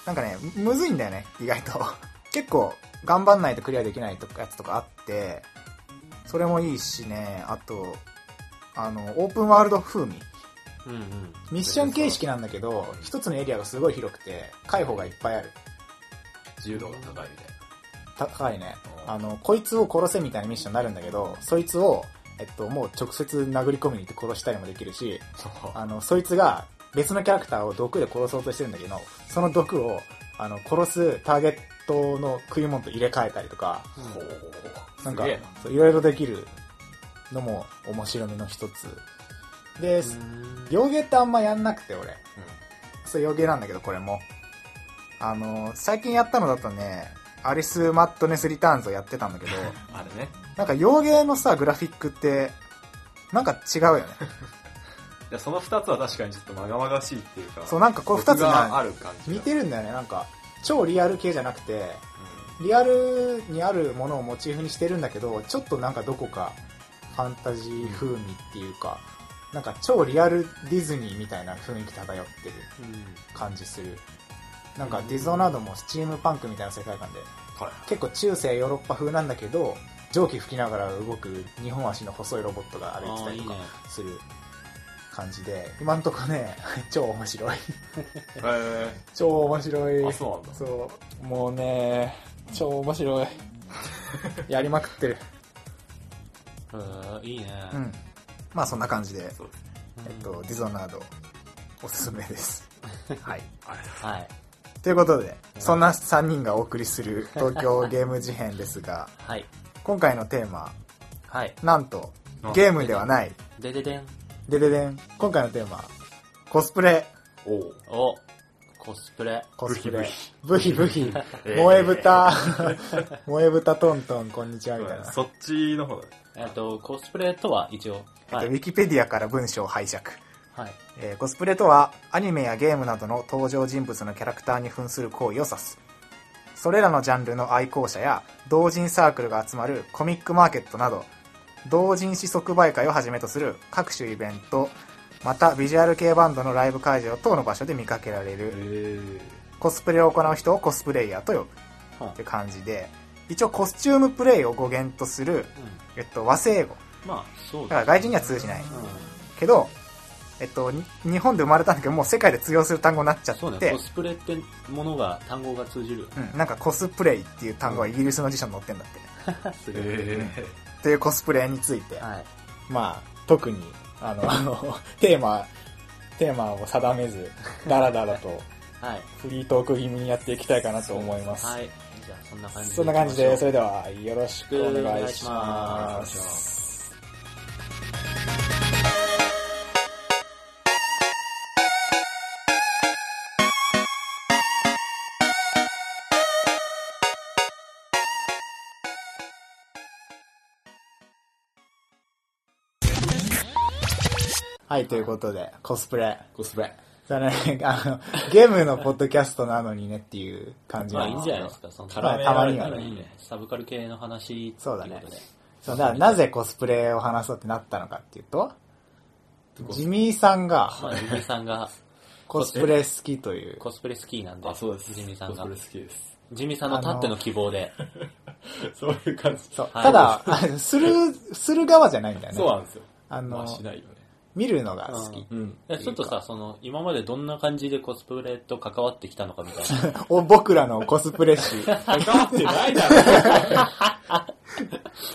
[SPEAKER 1] なんかね、むむずいんだよね、意外と。 結構、頑張んないとクリアできないとかやつとかあって、それもいいしね、あと、あの、オープンワールド風味。
[SPEAKER 2] うんうん。
[SPEAKER 1] ミッション形式なんだけど、一つのエリアがすごい広くて、解放がいっぱいある。
[SPEAKER 3] 柔道が高いみたい
[SPEAKER 1] 高いね。
[SPEAKER 3] な。
[SPEAKER 1] あの、こいつを殺せみたいなミッションになるんだけど、そいつを、えっと、もう直接殴り込みに行って殺したりもできるし、あの、そいつが別のキャラクターを毒で殺そうとしてるんだけど、その毒を、あの、殺すターゲットの食い物と入れ替えたりとか、
[SPEAKER 3] ほう
[SPEAKER 1] なん
[SPEAKER 3] す
[SPEAKER 1] か
[SPEAKER 3] げえな、
[SPEAKER 1] そういろいろできるのも面白みの一つ。で、
[SPEAKER 2] うん
[SPEAKER 1] 洋芸ってあんまやんなくて、俺。そう、洋芸なんだけど、これも。あの、最近やったのだとね、アリス・マットネス・リターンズをやってたんだけど、
[SPEAKER 3] あれね。
[SPEAKER 1] なんか洋芸のさ、グラフィックって、なんか違う よね。
[SPEAKER 3] いやその二つは確かにちょっとまがまがしいっていうか。
[SPEAKER 1] そう、なんかこれ二つ
[SPEAKER 3] 欲があ
[SPEAKER 1] ね、
[SPEAKER 3] る感じが。
[SPEAKER 1] 似てるんだよね。なんか、超リアル系じゃなくて、
[SPEAKER 3] う
[SPEAKER 1] リアルにあるものをモチーフにしてるんだけど、ちょっとなんかどこかファンタジー風味っていうか、なんか超リアルディズニーみたいな雰囲気漂ってる感じする。なんかディゾナードもスチームパンクみたいな世界観で、
[SPEAKER 3] ん。はい。
[SPEAKER 1] 結構中世ヨーロッパ風なんだけど、蒸気吹きながら動く2本足の細いロボットが
[SPEAKER 2] あ
[SPEAKER 1] 歩いてた
[SPEAKER 2] ー
[SPEAKER 1] り
[SPEAKER 2] い
[SPEAKER 1] と
[SPEAKER 2] い
[SPEAKER 1] か
[SPEAKER 2] ね。
[SPEAKER 1] する感じで、今んとこね、 超面白い。
[SPEAKER 3] え
[SPEAKER 1] 超面白い。
[SPEAKER 3] ー、あ、そうなんだ。
[SPEAKER 1] そう。もうね、超面白い。やりまくってる。
[SPEAKER 2] へーいいね。
[SPEAKER 1] うん。まあそんな感じで、
[SPEAKER 3] そうですね。
[SPEAKER 1] えっと、ディゾナード、おすすめです。はい。
[SPEAKER 2] はい。
[SPEAKER 1] ということで、そんな3人がお送りする東京ゲーム事変ですが、
[SPEAKER 2] はい。
[SPEAKER 1] 今回のテーマ、
[SPEAKER 2] はい。
[SPEAKER 1] なんと、ゲームではない、
[SPEAKER 2] でででん。
[SPEAKER 1] でででん。今回のテーマ、コスプレ。
[SPEAKER 3] おう
[SPEAKER 2] お、コスプレ。
[SPEAKER 1] コスプレ。ブ
[SPEAKER 3] ブ
[SPEAKER 1] ヒ
[SPEAKER 3] ヒ
[SPEAKER 1] ブ
[SPEAKER 3] ブ
[SPEAKER 1] ヒ。
[SPEAKER 3] えー
[SPEAKER 1] 萌え豚。萌え豚トントン、こんにちは、みたいな。
[SPEAKER 3] そっちの方だね。
[SPEAKER 2] えっと、コスプレとは一応。
[SPEAKER 1] えっ
[SPEAKER 2] は
[SPEAKER 1] とウ
[SPEAKER 2] い。
[SPEAKER 1] ィキペディアから文章を拝借。
[SPEAKER 2] はい。
[SPEAKER 1] えーコスプレとはアニメやゲームなどの登場人物のキャラクターに扮する行為を指すそれらのジャンルの愛好者や同人サークルが集まるコミックマーケットなど同人誌即売会をはじめとする各種イベントまたビジュアル系バンドのライブ会場等の場所で見かけられる
[SPEAKER 3] え
[SPEAKER 1] コスプレを行う人をコスプレイヤーと呼ぶ
[SPEAKER 2] ほん
[SPEAKER 1] って感じで一応コスチュームプレイを語源とする、
[SPEAKER 2] う
[SPEAKER 1] えっと、和製英語
[SPEAKER 2] ん。まあ、そう
[SPEAKER 1] だか
[SPEAKER 2] だ。
[SPEAKER 1] ら外人には通じない
[SPEAKER 2] うん。
[SPEAKER 1] けど、えっと、に日本で生まれたんだけど、もう世界で通用する単語になっちゃっ
[SPEAKER 2] そう
[SPEAKER 1] て、
[SPEAKER 2] ね、コスプレってものが、単語が通 じるよね。
[SPEAKER 1] うん、なんかコスプレイっていう単語はイギリスの辞書に載ってんだってね。
[SPEAKER 2] す
[SPEAKER 3] え
[SPEAKER 2] ごい
[SPEAKER 1] というコスプレについて、
[SPEAKER 2] はい。
[SPEAKER 1] まあ、特に、あの、あ の、テーマ、テーマを定めず、ダラダラと
[SPEAKER 2] はい。
[SPEAKER 1] フリートーク気味にやっていきたいかなと思います。
[SPEAKER 2] はい。じゃあ、そんな感じで。
[SPEAKER 1] そんな感じで、それではよろしくお願いし
[SPEAKER 2] お願
[SPEAKER 1] ま。
[SPEAKER 2] いします
[SPEAKER 1] はい、ということで、コスプレ。
[SPEAKER 3] コスプレ。
[SPEAKER 1] だね、あの、ゲームのポッドキャストなのにねっていう感じ
[SPEAKER 2] まあ、
[SPEAKER 1] ない
[SPEAKER 2] い
[SPEAKER 1] ん
[SPEAKER 2] ん
[SPEAKER 1] です
[SPEAKER 2] じ
[SPEAKER 1] け
[SPEAKER 2] ゃな
[SPEAKER 1] ど
[SPEAKER 2] いです。か、その、
[SPEAKER 3] 絡
[SPEAKER 1] まあたまにはね
[SPEAKER 3] 絡め合いながら
[SPEAKER 2] いいねサブカル系の話。
[SPEAKER 1] そうだね
[SPEAKER 2] っていことで
[SPEAKER 1] そうだからなぜコスプレを話そうってなったのかっていうと、
[SPEAKER 3] コス
[SPEAKER 1] ジミーさん
[SPEAKER 2] ま
[SPEAKER 1] が
[SPEAKER 2] あ、ジミーさんが、
[SPEAKER 1] コスプレ好きという、
[SPEAKER 2] コスプレ好きなんで、
[SPEAKER 3] あ、そうです。
[SPEAKER 2] ジミーさんが
[SPEAKER 3] コ。スプレ好きです。
[SPEAKER 2] ジミーさんのたっての希望で。
[SPEAKER 3] そういう感じ。
[SPEAKER 1] そう、
[SPEAKER 2] はい
[SPEAKER 1] ただ、あのする、する側じゃないんだよね。
[SPEAKER 3] そうなんですよ。
[SPEAKER 1] あ
[SPEAKER 3] ま
[SPEAKER 1] の
[SPEAKER 3] あ、しないよね。
[SPEAKER 1] 見るのが好き。
[SPEAKER 3] うん。
[SPEAKER 2] えちょっとさ、その、今までどんな感じでコスプレと関わってきたのかみたいな。
[SPEAKER 1] お僕らのコスプレ集。
[SPEAKER 3] 関わってないだろ。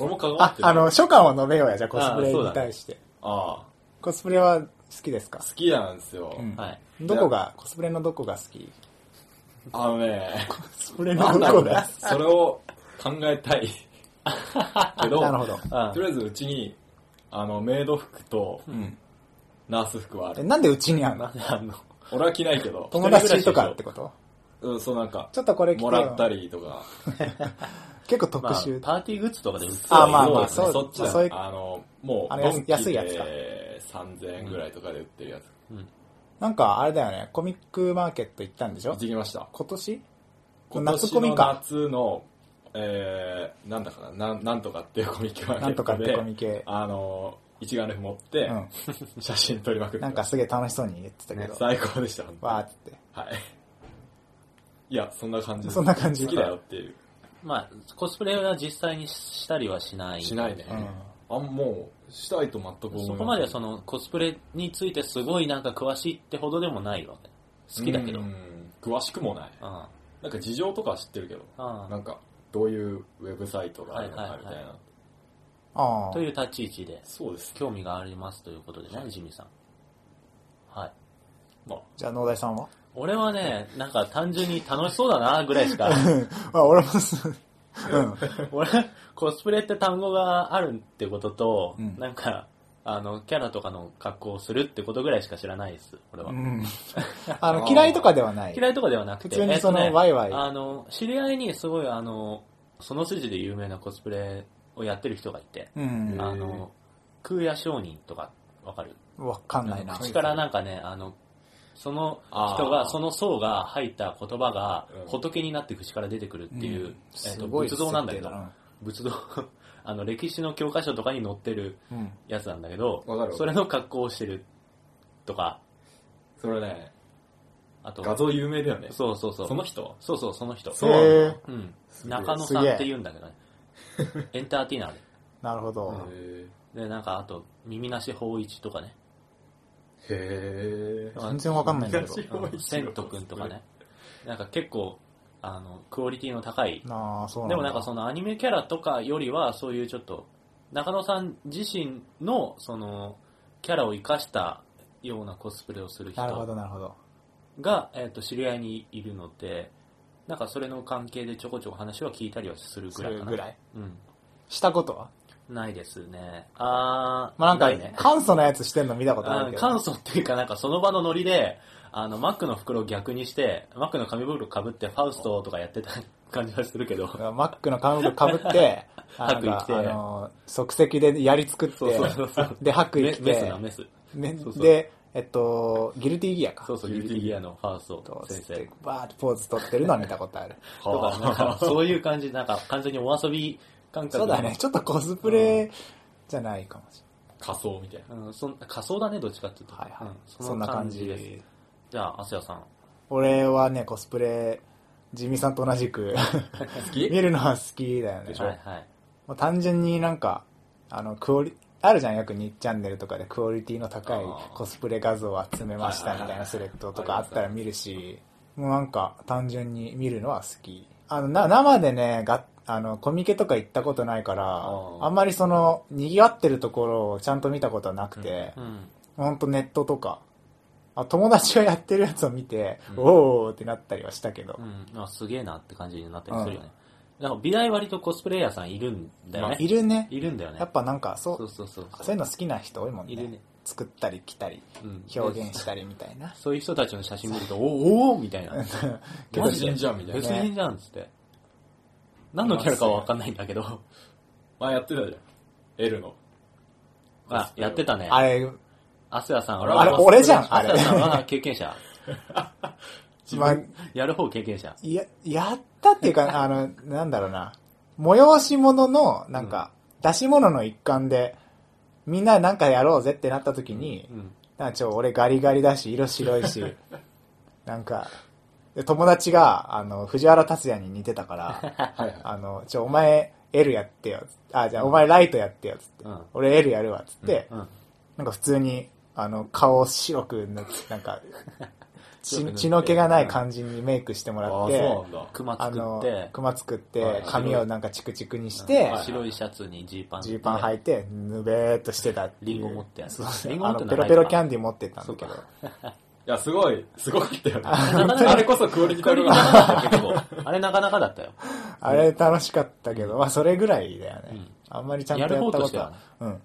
[SPEAKER 3] 俺も関わ
[SPEAKER 1] あ
[SPEAKER 3] っ、てない。
[SPEAKER 1] あの、初感を述べようや、じゃあコスプレに対して。
[SPEAKER 3] ああ
[SPEAKER 1] コスプレは好きですか
[SPEAKER 3] 好きなんですよ。
[SPEAKER 1] うん
[SPEAKER 2] はい。
[SPEAKER 1] どこが、コスプレのどこが好き
[SPEAKER 3] あのね、
[SPEAKER 1] コスプレ
[SPEAKER 3] な
[SPEAKER 1] のど
[SPEAKER 3] んだろ
[SPEAKER 1] こ
[SPEAKER 3] うね
[SPEAKER 1] が。
[SPEAKER 3] それを考えたい。けど、
[SPEAKER 1] なるほど。
[SPEAKER 2] うん
[SPEAKER 3] とりあえずうちに、あの、メイド服と、ナース服はあ
[SPEAKER 1] え
[SPEAKER 3] る。
[SPEAKER 1] なんでうちにあんの
[SPEAKER 2] あの、
[SPEAKER 3] 俺は着ないけど。
[SPEAKER 1] 友達とかって
[SPEAKER 3] と
[SPEAKER 1] こと
[SPEAKER 3] うん、そうなんか、
[SPEAKER 1] ちょっとこれ着てよ
[SPEAKER 3] もらったりとか。
[SPEAKER 1] 結構特
[SPEAKER 2] まあ、パ
[SPEAKER 1] 殊。
[SPEAKER 2] ーティーグッズとかで売ってた
[SPEAKER 1] あ
[SPEAKER 2] り
[SPEAKER 1] まあまあ
[SPEAKER 2] する
[SPEAKER 1] そう
[SPEAKER 2] よね
[SPEAKER 3] そっちだ
[SPEAKER 1] そういう
[SPEAKER 3] あの、も
[SPEAKER 1] あ
[SPEAKER 3] う、
[SPEAKER 1] の
[SPEAKER 3] ドンキ
[SPEAKER 1] 安いやつか
[SPEAKER 3] で3000円ぐらいとかで売ってるやつ。
[SPEAKER 1] なんかあれだよね、コミックマーケット行ったんでし
[SPEAKER 3] 行
[SPEAKER 1] ょ
[SPEAKER 3] ってきました。
[SPEAKER 1] 今年
[SPEAKER 3] 今
[SPEAKER 1] 夏
[SPEAKER 3] 年
[SPEAKER 1] コミ
[SPEAKER 3] の
[SPEAKER 1] か。
[SPEAKER 3] 夏の、えー、なんだかな、なんなんとかっていうコミケマーケットで
[SPEAKER 1] なんとかってコミケ
[SPEAKER 3] あの、一眼レフ持って、 写真撮りまく
[SPEAKER 1] う
[SPEAKER 3] って
[SPEAKER 1] ん。なんかすげえ楽しそうに言ってたけ
[SPEAKER 3] ね
[SPEAKER 1] ど。
[SPEAKER 3] 最高でした、本当に
[SPEAKER 1] わーっつって。
[SPEAKER 3] はい。いや、そんな感じです
[SPEAKER 1] そんな感じ
[SPEAKER 3] 好きだよっていう。
[SPEAKER 2] まあ、コスプレは実際にしたりはしない。
[SPEAKER 3] しないね。あ、もう、したいと全く思い
[SPEAKER 2] そこまではその、コスプレについてすごいなんか詳しいってほどでもないわけ。好きだけど。
[SPEAKER 3] う
[SPEAKER 2] うんん。。
[SPEAKER 3] 詳しくもない。
[SPEAKER 2] あ
[SPEAKER 3] なんか事情とかは知ってるけど、な
[SPEAKER 2] あ
[SPEAKER 3] んか、どういうウェブサイトがあるの
[SPEAKER 2] はいは
[SPEAKER 3] か
[SPEAKER 2] い
[SPEAKER 3] み
[SPEAKER 2] は
[SPEAKER 3] た
[SPEAKER 2] い
[SPEAKER 3] いな。
[SPEAKER 1] ああ。
[SPEAKER 2] という立ち位置で、
[SPEAKER 3] そうです。
[SPEAKER 2] 興味がありますということでね、ジミーさん。はい。
[SPEAKER 3] まあ、
[SPEAKER 1] じゃあ、農大さんは
[SPEAKER 2] 俺はね、なんか単純に楽しそうだな、ぐら いしか。
[SPEAKER 1] あ、俺もす、うん。
[SPEAKER 2] 俺、コスプレって単語があるってことと、
[SPEAKER 1] うん
[SPEAKER 2] なんか、あの、キャラとかの格好をするってことぐらいしか知らないです、俺は。
[SPEAKER 1] うん。 あの、
[SPEAKER 3] あー
[SPEAKER 1] 嫌いとかではない。
[SPEAKER 2] 嫌いとかではなくて、
[SPEAKER 1] 普通にその
[SPEAKER 2] えっとね
[SPEAKER 1] ワイワイ
[SPEAKER 2] あの、知り合いにすごい、あの、その筋で有名なコスプレをやってる人がいて、
[SPEAKER 1] うん。
[SPEAKER 2] あの、空也商人とか、わかる
[SPEAKER 1] わかんないな。
[SPEAKER 2] 口からなんかね、あの、その人
[SPEAKER 3] あ
[SPEAKER 2] が、
[SPEAKER 3] ー
[SPEAKER 2] その層が入った言葉が
[SPEAKER 3] うん
[SPEAKER 2] 仏になって口から出てくるっていう、
[SPEAKER 1] うん
[SPEAKER 2] えっ
[SPEAKER 1] す
[SPEAKER 2] と
[SPEAKER 1] ごい
[SPEAKER 2] 仏像なんだけ
[SPEAKER 1] 設
[SPEAKER 2] ど
[SPEAKER 1] 定、な
[SPEAKER 2] 仏像、 あの、歴史の教科書とかに載ってる
[SPEAKER 1] うん。
[SPEAKER 2] やつなんだけど
[SPEAKER 3] わか、る
[SPEAKER 2] それの格好をしてるとか、
[SPEAKER 3] それね、
[SPEAKER 2] あと、
[SPEAKER 3] 画像有名だよね。
[SPEAKER 2] そうそうそう。
[SPEAKER 3] その人
[SPEAKER 2] そうそう、その人。
[SPEAKER 3] そうなの
[SPEAKER 1] へー
[SPEAKER 2] うん。
[SPEAKER 3] げえ
[SPEAKER 2] 中野さんって言うん だけどね。エンターテイナー
[SPEAKER 1] なるほど。
[SPEAKER 3] へ
[SPEAKER 2] で。で、なんか、あと、耳なし法一と かね。
[SPEAKER 3] え。へえ。
[SPEAKER 1] 全然わかんないんだけ
[SPEAKER 3] 難しい
[SPEAKER 1] ど。
[SPEAKER 3] 法一
[SPEAKER 2] セント君とかね。なんか結構、あの、クオリティの高い。
[SPEAKER 1] なあ、そうなんだ。
[SPEAKER 2] でもなんかそのアニメキャラとかよりは、そういうちょっと、中野さん自身の、その、キャラを生かしたようなコスプレをする人
[SPEAKER 1] なるほど、なるほど。
[SPEAKER 2] が、えっと知り合いにいるのでなんかそれの関係でちょこちょこ話は聞いたりはするぐ
[SPEAKER 1] す
[SPEAKER 2] らい
[SPEAKER 1] る
[SPEAKER 2] かな
[SPEAKER 1] ぐらい。
[SPEAKER 2] うん
[SPEAKER 1] したことは
[SPEAKER 2] ないですねあー
[SPEAKER 1] まあなんか
[SPEAKER 2] いね、
[SPEAKER 1] 簡素なやつしてんの見たことあ
[SPEAKER 2] あ
[SPEAKER 1] るけど。
[SPEAKER 2] 簡素っていうか、なんかその場のノリで、あの、マックの袋を逆にして、マックの紙袋被って、ファウストとかやってた感じはするけど、
[SPEAKER 1] マックのカウンかぶって、あ
[SPEAKER 2] 白衣着て
[SPEAKER 1] なんかあの、即席で槍作って、
[SPEAKER 2] そうそうそう
[SPEAKER 1] で、白衣
[SPEAKER 2] メ
[SPEAKER 1] 着
[SPEAKER 2] メス
[SPEAKER 1] て
[SPEAKER 2] な、メス。
[SPEAKER 1] ね
[SPEAKER 2] そうそう
[SPEAKER 1] で、えっと、ギルティギアか。
[SPEAKER 2] そうそう、ギルティギアのファウス
[SPEAKER 1] と
[SPEAKER 2] ト先
[SPEAKER 1] つっ
[SPEAKER 2] 生
[SPEAKER 1] て。バーってポーズ取ってるのは見たことある。
[SPEAKER 2] とか、なんか そういう感じ、なんか完全にお遊び感 覚
[SPEAKER 1] そうだね、ちょっとコスプレじゃないかもし
[SPEAKER 3] 仮装みたいな。
[SPEAKER 2] うん、そん仮想だね、どっちかっていうと。
[SPEAKER 1] れない。はいは
[SPEAKER 2] う
[SPEAKER 1] い
[SPEAKER 2] ん。
[SPEAKER 1] そんな感じ
[SPEAKER 2] です。じゃあ、アスヤさん。
[SPEAKER 1] 俺はね、コスプレ、ジミさんと同じく
[SPEAKER 3] 好
[SPEAKER 1] 見
[SPEAKER 3] き
[SPEAKER 1] るのは好きだよね。
[SPEAKER 2] はいはい。
[SPEAKER 1] もう単純になんか、あの、クオリ、あるじゃん、よく2チャンネルとかでクオリティの高い
[SPEAKER 3] あー
[SPEAKER 1] コスプレ画像を集めましたみたいなスレッドとかあったら見るし、もうなんか単純に見るのは好き。あの、な生でね、があの、コミケとか行ったことないから、
[SPEAKER 3] あー
[SPEAKER 1] あんまりその、賑わってるところをちゃんと見たことはなくて、
[SPEAKER 2] うん。
[SPEAKER 1] ほんとネットとか、あ友達がやってるやつを見て、
[SPEAKER 3] うん
[SPEAKER 1] おーってなったりはしたけど、
[SPEAKER 2] うん。まあ、すげえなって感じになったりするよね。なんか美大割とコスプレイヤーさんいるんだよね。
[SPEAKER 1] いるね。
[SPEAKER 2] いるんだよね。
[SPEAKER 1] やっぱなんか、そう
[SPEAKER 2] そう、そうそう
[SPEAKER 1] そういうの好きな人多いもんね。
[SPEAKER 2] いるね
[SPEAKER 1] 作ったり着たり、
[SPEAKER 2] うん
[SPEAKER 1] 表現したりみたいな。
[SPEAKER 2] そういう人たちの写真見ると、おおー みたいな。
[SPEAKER 3] 別人じゃんみたいな
[SPEAKER 2] 別。人じゃんっつって。何のキャラかはわかんないんだ けど。
[SPEAKER 3] 前やってたじゃん。L の。
[SPEAKER 2] あ、やってたね。
[SPEAKER 1] あれ、
[SPEAKER 2] アスヤさん
[SPEAKER 3] あれ
[SPEAKER 1] 俺じゃん
[SPEAKER 2] アスヤさん
[SPEAKER 1] あ
[SPEAKER 2] は経験者。
[SPEAKER 1] まあ、
[SPEAKER 2] やる方経験者。
[SPEAKER 1] や、やったっていう か、あの、なんだろうな。催し物の、なんか、出し物の一環で、みんななんかやろうぜってなった時に、
[SPEAKER 2] うん。
[SPEAKER 1] なんかちょ、俺ガリガリだし、色白いし、 なんか、で友達が、あの、藤原達也に似てた から、
[SPEAKER 3] はいはい。
[SPEAKER 1] あの、ちょ、お前 L やってよ。あ、じゃあお前ライトやってよ、つって。
[SPEAKER 2] うん
[SPEAKER 1] 俺 L やるわ、つって、
[SPEAKER 2] うん。
[SPEAKER 1] なんか普通に、あの、顔を白く塗って、なん か、
[SPEAKER 3] 白
[SPEAKER 1] 血
[SPEAKER 3] く塗って
[SPEAKER 1] 血の気がない感じにメイクしてもらっ
[SPEAKER 3] あ
[SPEAKER 1] て、
[SPEAKER 3] そうなんだ
[SPEAKER 2] 熊
[SPEAKER 1] あ
[SPEAKER 2] 作っ
[SPEAKER 1] の
[SPEAKER 2] て、、
[SPEAKER 1] 熊作っ
[SPEAKER 3] は
[SPEAKER 1] て
[SPEAKER 3] い、
[SPEAKER 1] 髪をなんかチクチクにして、
[SPEAKER 2] 白いシャツにジーパン。
[SPEAKER 1] ジーパン履いて、ぬべーっとしてたっていう。
[SPEAKER 2] リンゴ持ってやる
[SPEAKER 1] そうそう
[SPEAKER 2] リンゴ
[SPEAKER 1] あ
[SPEAKER 2] 持って
[SPEAKER 1] の、
[SPEAKER 2] ん
[SPEAKER 1] ペ
[SPEAKER 2] の
[SPEAKER 1] ロペロキャンディー持ってったんだけど
[SPEAKER 2] そう。
[SPEAKER 3] いや、すごい、すごかったよね。あれこそクオリティ高か っ
[SPEAKER 2] あれなかなかだったよ。
[SPEAKER 1] あれ楽しかったけど、まあそれぐらいだよね。
[SPEAKER 2] うん
[SPEAKER 1] あんまりちゃんとやったこ
[SPEAKER 2] やる方とし
[SPEAKER 1] と
[SPEAKER 2] ては
[SPEAKER 1] は
[SPEAKER 2] ね。
[SPEAKER 1] うん。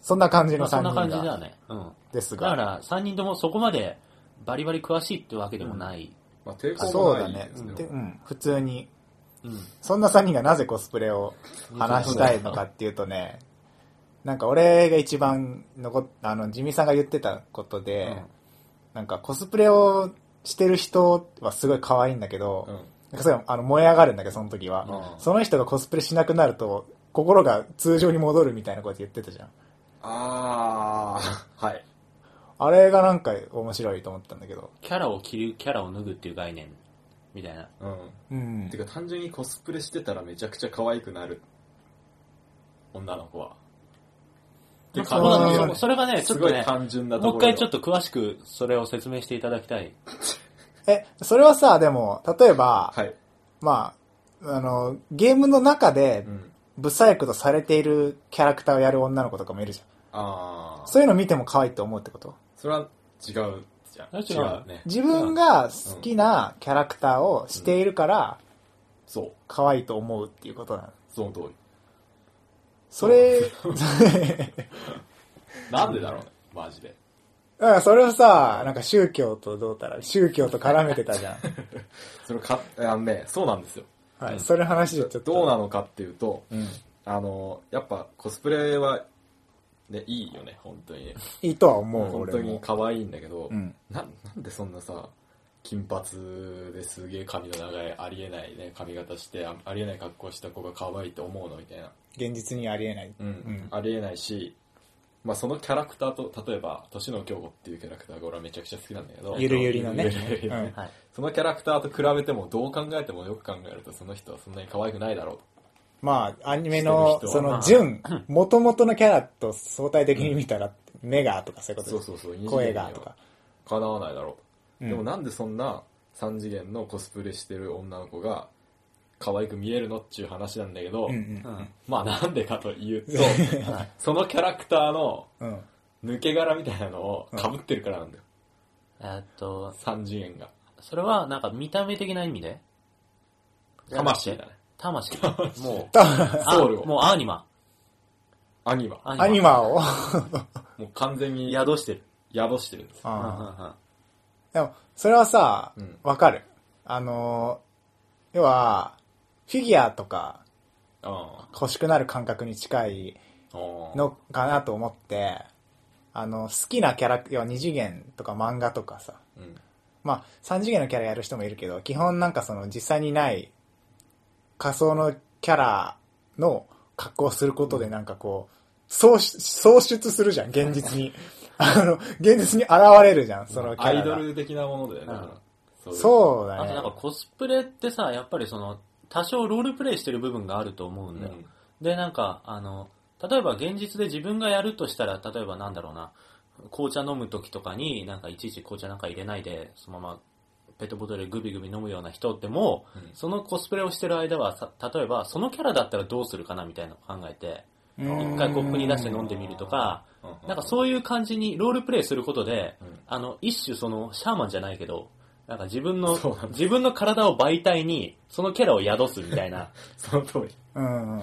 [SPEAKER 1] そんな感じ
[SPEAKER 2] ま
[SPEAKER 1] の
[SPEAKER 2] あそ
[SPEAKER 1] 3
[SPEAKER 2] んな
[SPEAKER 1] 人
[SPEAKER 2] 感じだ
[SPEAKER 1] が
[SPEAKER 2] ね。うん。
[SPEAKER 1] です
[SPEAKER 2] だ
[SPEAKER 1] が。
[SPEAKER 2] から、3人ともそこまでバリバリ詳しいってわけでもない。
[SPEAKER 3] た。まあ、抵抗
[SPEAKER 1] そう
[SPEAKER 3] も
[SPEAKER 1] だ
[SPEAKER 3] ない
[SPEAKER 1] ね
[SPEAKER 3] です。ね。
[SPEAKER 1] でうん、普通に
[SPEAKER 2] うん。
[SPEAKER 1] そんな3人がなぜコスプレを話したいのかっていうとね、なんか俺が一番残っあの、地味さんが言ってたことで、
[SPEAKER 2] うん
[SPEAKER 1] なんかコスプレをしてる人はすごい可愛いんだけど、
[SPEAKER 3] うん
[SPEAKER 1] なんかそれあの燃え上がるんだけど、その時は。
[SPEAKER 3] うん
[SPEAKER 1] その人がコスプレしなくなると、心が通常に戻るみたいなこと言ってたじゃん。
[SPEAKER 3] あー、はい。
[SPEAKER 1] あれがなんか面白いと思ったんだけど。
[SPEAKER 2] キャラを着る、キャラを脱ぐっていう概念、みたいな。
[SPEAKER 3] うん。
[SPEAKER 1] うん
[SPEAKER 3] て。か単純にコスプレしてたらめちゃくちゃ可愛くなる女の子はって
[SPEAKER 1] そ
[SPEAKER 3] 感
[SPEAKER 1] う
[SPEAKER 3] じ
[SPEAKER 1] な
[SPEAKER 3] る
[SPEAKER 1] んだ
[SPEAKER 3] よ
[SPEAKER 2] ま
[SPEAKER 3] ね
[SPEAKER 2] あそれがね、ち
[SPEAKER 3] す
[SPEAKER 2] ょっ
[SPEAKER 3] ご
[SPEAKER 2] と
[SPEAKER 3] い
[SPEAKER 2] ね、
[SPEAKER 3] 単純なと
[SPEAKER 2] もう
[SPEAKER 3] ころ
[SPEAKER 2] 一回ちょっと詳しくそれを説明していただきたい。
[SPEAKER 1] え、それはさ、でも、例えば、
[SPEAKER 3] はい、
[SPEAKER 1] まあ、あの、ゲームの中で
[SPEAKER 3] うん、
[SPEAKER 1] ブサイクとされているキャラクターをやる女の子とかもいるじゃん。
[SPEAKER 3] ああ
[SPEAKER 1] そういうの見ても可愛いと思うってこと
[SPEAKER 3] それは違うじゃん
[SPEAKER 2] それは違う
[SPEAKER 3] ね
[SPEAKER 1] 自分が好きなキャラクターをしているから、
[SPEAKER 3] そう
[SPEAKER 1] 可愛いと思うっていうことなの。
[SPEAKER 3] その通り
[SPEAKER 1] それ、
[SPEAKER 3] なんでだろうねマジで
[SPEAKER 1] だからそれをさ、なんか宗教とどうたら、宗教と絡めてたじゃん。
[SPEAKER 3] それかあのねそうなんですよ
[SPEAKER 1] はい、それ話でちょっと。
[SPEAKER 3] どうなのかっていうと
[SPEAKER 1] うん。
[SPEAKER 3] あのやっぱコスプレはねいいよね本当にね
[SPEAKER 1] いいとは思う、
[SPEAKER 3] 本
[SPEAKER 1] 俺
[SPEAKER 3] 当に
[SPEAKER 1] も。
[SPEAKER 3] 可愛いんだけど、
[SPEAKER 1] うん
[SPEAKER 3] ななんでそんなさ金髪ですげえ髪の長いありえない、ね、髪型してあありえない格好した子が可愛いと思うのみたいな、
[SPEAKER 1] 現実にはありえない。
[SPEAKER 3] うん
[SPEAKER 1] ん
[SPEAKER 3] ありえないし、まあ、そのキャラクターと例えば年野京子っていうキャラクターが俺はめちゃくちゃ好きなんだけど
[SPEAKER 1] ゆるゆりのね
[SPEAKER 3] ゆるゆりのね
[SPEAKER 1] うん
[SPEAKER 2] はい。
[SPEAKER 3] そのキャラクターと比べてもどう考えてもよく考えるとその人はそんなに可愛くないだろう
[SPEAKER 1] まあ、アニメの
[SPEAKER 3] し、てる人
[SPEAKER 1] そ
[SPEAKER 3] はま
[SPEAKER 1] の、
[SPEAKER 3] あ
[SPEAKER 1] 純、元々のキャラと相対的に見たら、目がとかそういうこと
[SPEAKER 3] そう
[SPEAKER 1] です
[SPEAKER 3] そうそう二次元
[SPEAKER 1] 声
[SPEAKER 3] には
[SPEAKER 1] がとか。
[SPEAKER 3] かなわないだろう、
[SPEAKER 1] うん
[SPEAKER 3] でもなんでそんな3次元のコスプレしてる女の子が可愛く見えるのっていう話なんだけど、
[SPEAKER 1] うんうん
[SPEAKER 2] うん。
[SPEAKER 3] まあなんでかというとそのキャラクターの
[SPEAKER 1] うん。
[SPEAKER 3] 抜け殻みたいなのを被ってるからなんだよ、
[SPEAKER 2] えーっと、
[SPEAKER 3] 三次元が。
[SPEAKER 2] それはなんか見た目的な意味で
[SPEAKER 3] 魂だね。
[SPEAKER 2] 魂。もう、
[SPEAKER 1] た
[SPEAKER 2] あ
[SPEAKER 3] ソウルを
[SPEAKER 2] もうアニマ。
[SPEAKER 3] アニマ。
[SPEAKER 1] アニマを。
[SPEAKER 3] もう完全に
[SPEAKER 2] 宿
[SPEAKER 3] 宿
[SPEAKER 2] してる。
[SPEAKER 3] してるんです。
[SPEAKER 2] うんうんう
[SPEAKER 1] あ
[SPEAKER 2] ん
[SPEAKER 1] ーでも、それはさ
[SPEAKER 3] うん、
[SPEAKER 1] わかる。あのー、要は、フィギュアとか
[SPEAKER 3] あ
[SPEAKER 1] 欲しくなる感覚に近い
[SPEAKER 3] あー。
[SPEAKER 1] のかなと思って、あの、好きなキャラ、要は二次元とか漫画とかさ、
[SPEAKER 3] うん
[SPEAKER 1] まあ、3次元のキャラやる人もいるけど、基本なんかその実際にない仮想のキャラの格好をすることでなんかこう、創出創出するじゃん、現実に。あの、現実に現れるじゃん、そのキ
[SPEAKER 3] ア
[SPEAKER 1] ャ
[SPEAKER 3] イ
[SPEAKER 1] ラ
[SPEAKER 3] ド
[SPEAKER 1] が。
[SPEAKER 3] ル的なものだよね。
[SPEAKER 2] うん
[SPEAKER 3] だから
[SPEAKER 1] そうだ
[SPEAKER 2] あとなんか
[SPEAKER 1] ね。
[SPEAKER 2] コスプレってさ、やっぱりその、多少ロールプレイしてる部分があると思う
[SPEAKER 3] うん
[SPEAKER 2] だよ。
[SPEAKER 3] ん
[SPEAKER 2] で、なんか、あの、例えば現実で自分がやるとしたら、例えばなんだろうな、紅茶飲む時とかに、なんかいちいち紅茶なんか入れないで、そのままペットボトルでグビグビ飲むような人っても、
[SPEAKER 3] うん
[SPEAKER 2] そのコスプレをしてる間はさ、例えばそのキャラだったらどうするかなみたいなのを考えて、
[SPEAKER 1] うん
[SPEAKER 2] 一回コップに出して飲んでみるとか、
[SPEAKER 3] うん
[SPEAKER 2] なんかそういう感じにロールプレイすることで、
[SPEAKER 3] うん
[SPEAKER 2] あの、一種その、シャーマンじゃないけど、なんか自分の
[SPEAKER 3] そうなんだ、
[SPEAKER 2] 自分の体を媒体に、そのキャラを宿すみたいな。
[SPEAKER 3] その通り。
[SPEAKER 1] うんうん。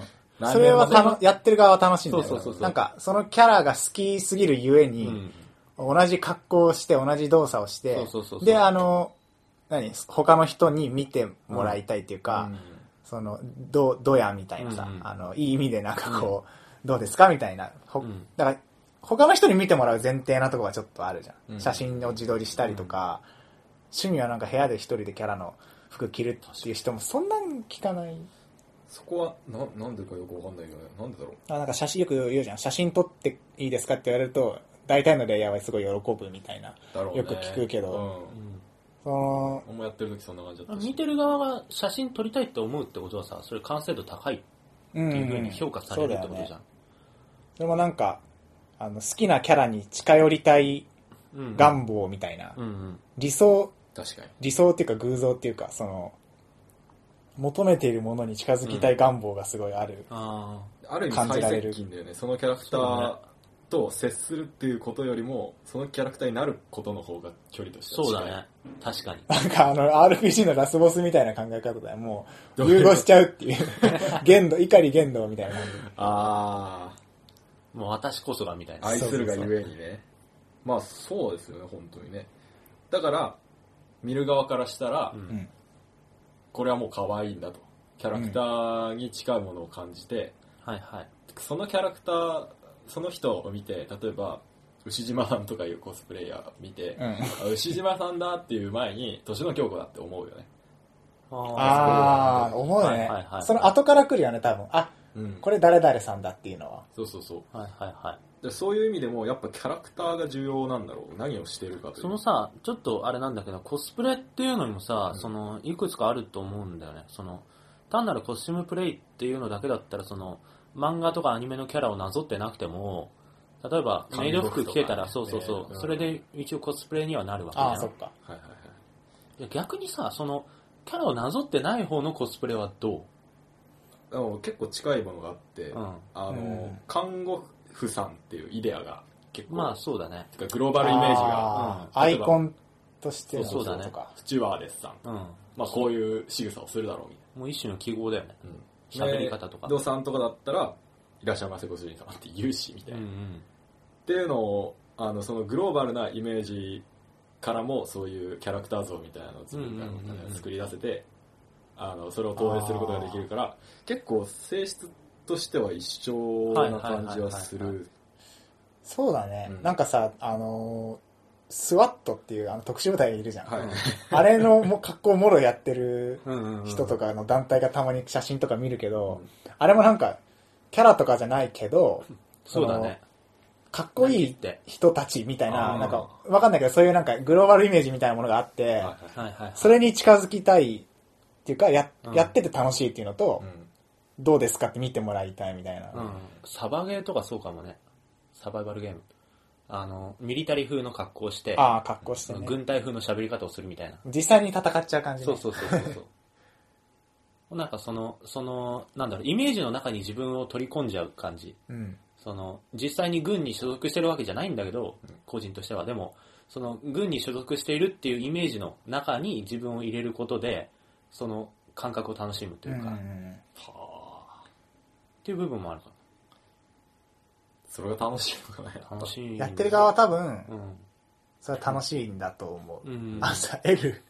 [SPEAKER 1] それはたのやってる側は楽しいんだよ
[SPEAKER 2] そうそうそうそう
[SPEAKER 1] なんか、そのキャラが好きすぎるゆえに、
[SPEAKER 2] うん
[SPEAKER 1] 同じ格好をして、同じ動作をして、
[SPEAKER 2] そうそうそうそう
[SPEAKER 1] で、あの、何他の人に見てもらいたいっていうか、その、ど、どやみたいなさ、
[SPEAKER 2] うんうん
[SPEAKER 1] あの、いい意味でなんかこう、どうですかみたいな。ほ
[SPEAKER 2] うん
[SPEAKER 1] だから、他の人に見てもらう前提なとこがちょっとあるじゃん。
[SPEAKER 3] うん
[SPEAKER 1] 写真を自撮りしたりとか、趣味はなんか部屋で一人でキャラの服着るっていう人もそんなに聞かない。
[SPEAKER 3] そこは、な、なんでかよくわかんないけどね。なんでだろう。
[SPEAKER 1] あなんか写真よく言うじゃん。写真撮っていいですかって言われると、大体のレイヤーはすごい喜ぶみたいな。
[SPEAKER 3] だろうね。
[SPEAKER 1] よく聞くけど
[SPEAKER 3] うん。
[SPEAKER 1] その、
[SPEAKER 3] 俺もやってる時そんな感じだったし。
[SPEAKER 2] 見てる側が写真撮りたいって思うってことはさ、それ完成度高いっ
[SPEAKER 1] うん
[SPEAKER 2] て
[SPEAKER 1] うん
[SPEAKER 2] いうふうに評価されるってこと
[SPEAKER 1] そうだ
[SPEAKER 2] じ
[SPEAKER 1] よ
[SPEAKER 2] ゃ
[SPEAKER 1] ね
[SPEAKER 2] ん。
[SPEAKER 1] それもなんか、あの、好きなキャラに近寄りたい
[SPEAKER 2] うん
[SPEAKER 1] 願望みたいな、
[SPEAKER 2] うんうん。
[SPEAKER 1] 理想、
[SPEAKER 3] 確かに。
[SPEAKER 1] 理想っていうか偶像っていうか、その、求めているものに近づきたい願望がすごいある。
[SPEAKER 2] あ
[SPEAKER 3] ある意味
[SPEAKER 1] 感じられ
[SPEAKER 3] 最
[SPEAKER 1] る
[SPEAKER 3] 接近だよね。そのキャラクターと接するっていうことよりも、そのキャラクターになることの方が距離と
[SPEAKER 2] ー
[SPEAKER 3] して
[SPEAKER 2] そ
[SPEAKER 3] は
[SPEAKER 2] う
[SPEAKER 3] 近い。
[SPEAKER 2] だね。確かに。
[SPEAKER 1] なんかあの、RPG のラスボスみたいな考え方でも
[SPEAKER 3] ど
[SPEAKER 1] う、
[SPEAKER 3] ういう
[SPEAKER 1] 融合しちゃうっていう。 限度、怒り限度みたいな感
[SPEAKER 3] あ
[SPEAKER 2] もう私こそがみたい
[SPEAKER 3] あ、
[SPEAKER 2] な。
[SPEAKER 3] 愛するがゆえにね。まあそうですよね、本当にね。だから、見る側からしたら、
[SPEAKER 2] う
[SPEAKER 1] じ。うんん。
[SPEAKER 3] これはもう可愛いんだと。キャラクターに近いものを感じて、
[SPEAKER 2] はいはい。
[SPEAKER 3] そのキャラクター、その人を見て、例えば、牛島さんとかいうコスプレイヤーを見て、
[SPEAKER 1] うん。
[SPEAKER 3] あ牛島さんだっていう前に、年の京子だって思うよね。
[SPEAKER 1] あ
[SPEAKER 2] あ
[SPEAKER 1] ー、思う
[SPEAKER 2] はい
[SPEAKER 1] ね
[SPEAKER 2] はいはい。
[SPEAKER 1] その後から来るよね、多分。あ、
[SPEAKER 3] うん
[SPEAKER 1] これ誰々さんだっていうのは。
[SPEAKER 3] そうそうそ
[SPEAKER 2] あ。はいはいはい。
[SPEAKER 3] う。でそういう意味でも、やっぱキャラクターが重要なんだろう。何をしているかという。
[SPEAKER 2] そのさ、ちょっとあれなんだけど、コスプレっていうのにもさ、
[SPEAKER 3] うん
[SPEAKER 2] その、いくつかあると思うんだよね。その、単なるコスチュームプレイっていうのだけだったら、その、漫画とかアニメのキャラをなぞってなくても、例えば、メイド服着てたら、
[SPEAKER 3] 韓
[SPEAKER 2] そう
[SPEAKER 3] 国
[SPEAKER 2] そ
[SPEAKER 3] と
[SPEAKER 2] う
[SPEAKER 3] かね
[SPEAKER 2] そう、
[SPEAKER 3] うん
[SPEAKER 2] それで一応コスプレにはなるわけ
[SPEAKER 1] ああ、そ
[SPEAKER 2] ね
[SPEAKER 1] っか。
[SPEAKER 3] はいはいはい。
[SPEAKER 2] いや逆にさ、その、キャラをなぞってない方のコスプレはど
[SPEAKER 3] でも結構近いものがあって、
[SPEAKER 2] ううん。
[SPEAKER 3] あの、
[SPEAKER 1] うん
[SPEAKER 3] 看護婦さんっていうイデアが結構、
[SPEAKER 2] まあ、そうだね。
[SPEAKER 3] てかグローバルイメージが、
[SPEAKER 1] あー
[SPEAKER 3] うん
[SPEAKER 1] アイコンとしての
[SPEAKER 2] そうそうだね
[SPEAKER 1] とか
[SPEAKER 3] スチュワーデスさん。
[SPEAKER 2] うん。
[SPEAKER 3] まあこういう仕草をするだろうみ
[SPEAKER 2] もう一種の記号だよね。
[SPEAKER 3] たいな。
[SPEAKER 2] 喋り方とか
[SPEAKER 3] で不動産とかだったら、いらっしゃいませご主人様って言うし、みた
[SPEAKER 2] う
[SPEAKER 3] い
[SPEAKER 2] ん
[SPEAKER 3] な。
[SPEAKER 2] う
[SPEAKER 3] っ
[SPEAKER 2] ん。
[SPEAKER 3] ていうのを、あの、そのグローバルなイメージからも、そういうキャラクター像みたいなのを自分から
[SPEAKER 2] うんうんうんうん
[SPEAKER 3] 作り出せて、あの、それを投影することができるから、結構性質としては一緒な感じはす
[SPEAKER 2] はいは
[SPEAKER 3] る。
[SPEAKER 1] そうだね、
[SPEAKER 3] うん
[SPEAKER 1] なんかさあのースワットっていうあの特殊部隊いるじゃん、
[SPEAKER 3] はい。
[SPEAKER 1] あれのもう格好もろやってる
[SPEAKER 2] うんうんうん。
[SPEAKER 1] 人とかの団体がたまに写真とか見るけど、
[SPEAKER 3] うん
[SPEAKER 1] あれもなんかキャラとかじゃないけど
[SPEAKER 2] そうだね。
[SPEAKER 1] かっこい
[SPEAKER 2] 何
[SPEAKER 1] い
[SPEAKER 2] って
[SPEAKER 1] 人たちみたいな
[SPEAKER 3] あー
[SPEAKER 1] なんかわかんないけどそういうなんかグローバルイメージみたいなものがあって、
[SPEAKER 3] はいはい
[SPEAKER 2] はいはい。
[SPEAKER 1] それに近づきたいっていうかや,、
[SPEAKER 2] うん
[SPEAKER 1] やってて楽しいっていうのと、
[SPEAKER 3] うん
[SPEAKER 1] どうですかって見てもらいたいみたいな、
[SPEAKER 2] うん、サバゲーとかそうかもね。サバイバルゲーム。あの、ミリタリー風の格好をして、
[SPEAKER 1] ああ格好してね
[SPEAKER 2] 軍隊風の喋り方をするみたいな。
[SPEAKER 1] 実際に戦っちゃう感じね
[SPEAKER 2] そうそうそうそうそう。 なんかその、その、なんだろう、イメージの中に自分を取り込んじゃう感じ。
[SPEAKER 1] うん
[SPEAKER 2] その、実際に軍に所属してるわけじゃないんだけど、個人としては。でも、その軍に所属しているっていうイメージの中に自分を入れることでその感覚を楽しむというか、
[SPEAKER 1] うんうん
[SPEAKER 2] は
[SPEAKER 1] うん
[SPEAKER 2] あっていう部分もあるか
[SPEAKER 3] それが楽しいのかな、やっ
[SPEAKER 2] な
[SPEAKER 3] ぱ
[SPEAKER 2] 楽しい
[SPEAKER 1] やってる側は多分
[SPEAKER 2] う、ん
[SPEAKER 1] それは楽しいんだと思う。
[SPEAKER 2] うん
[SPEAKER 1] あ、さ、L。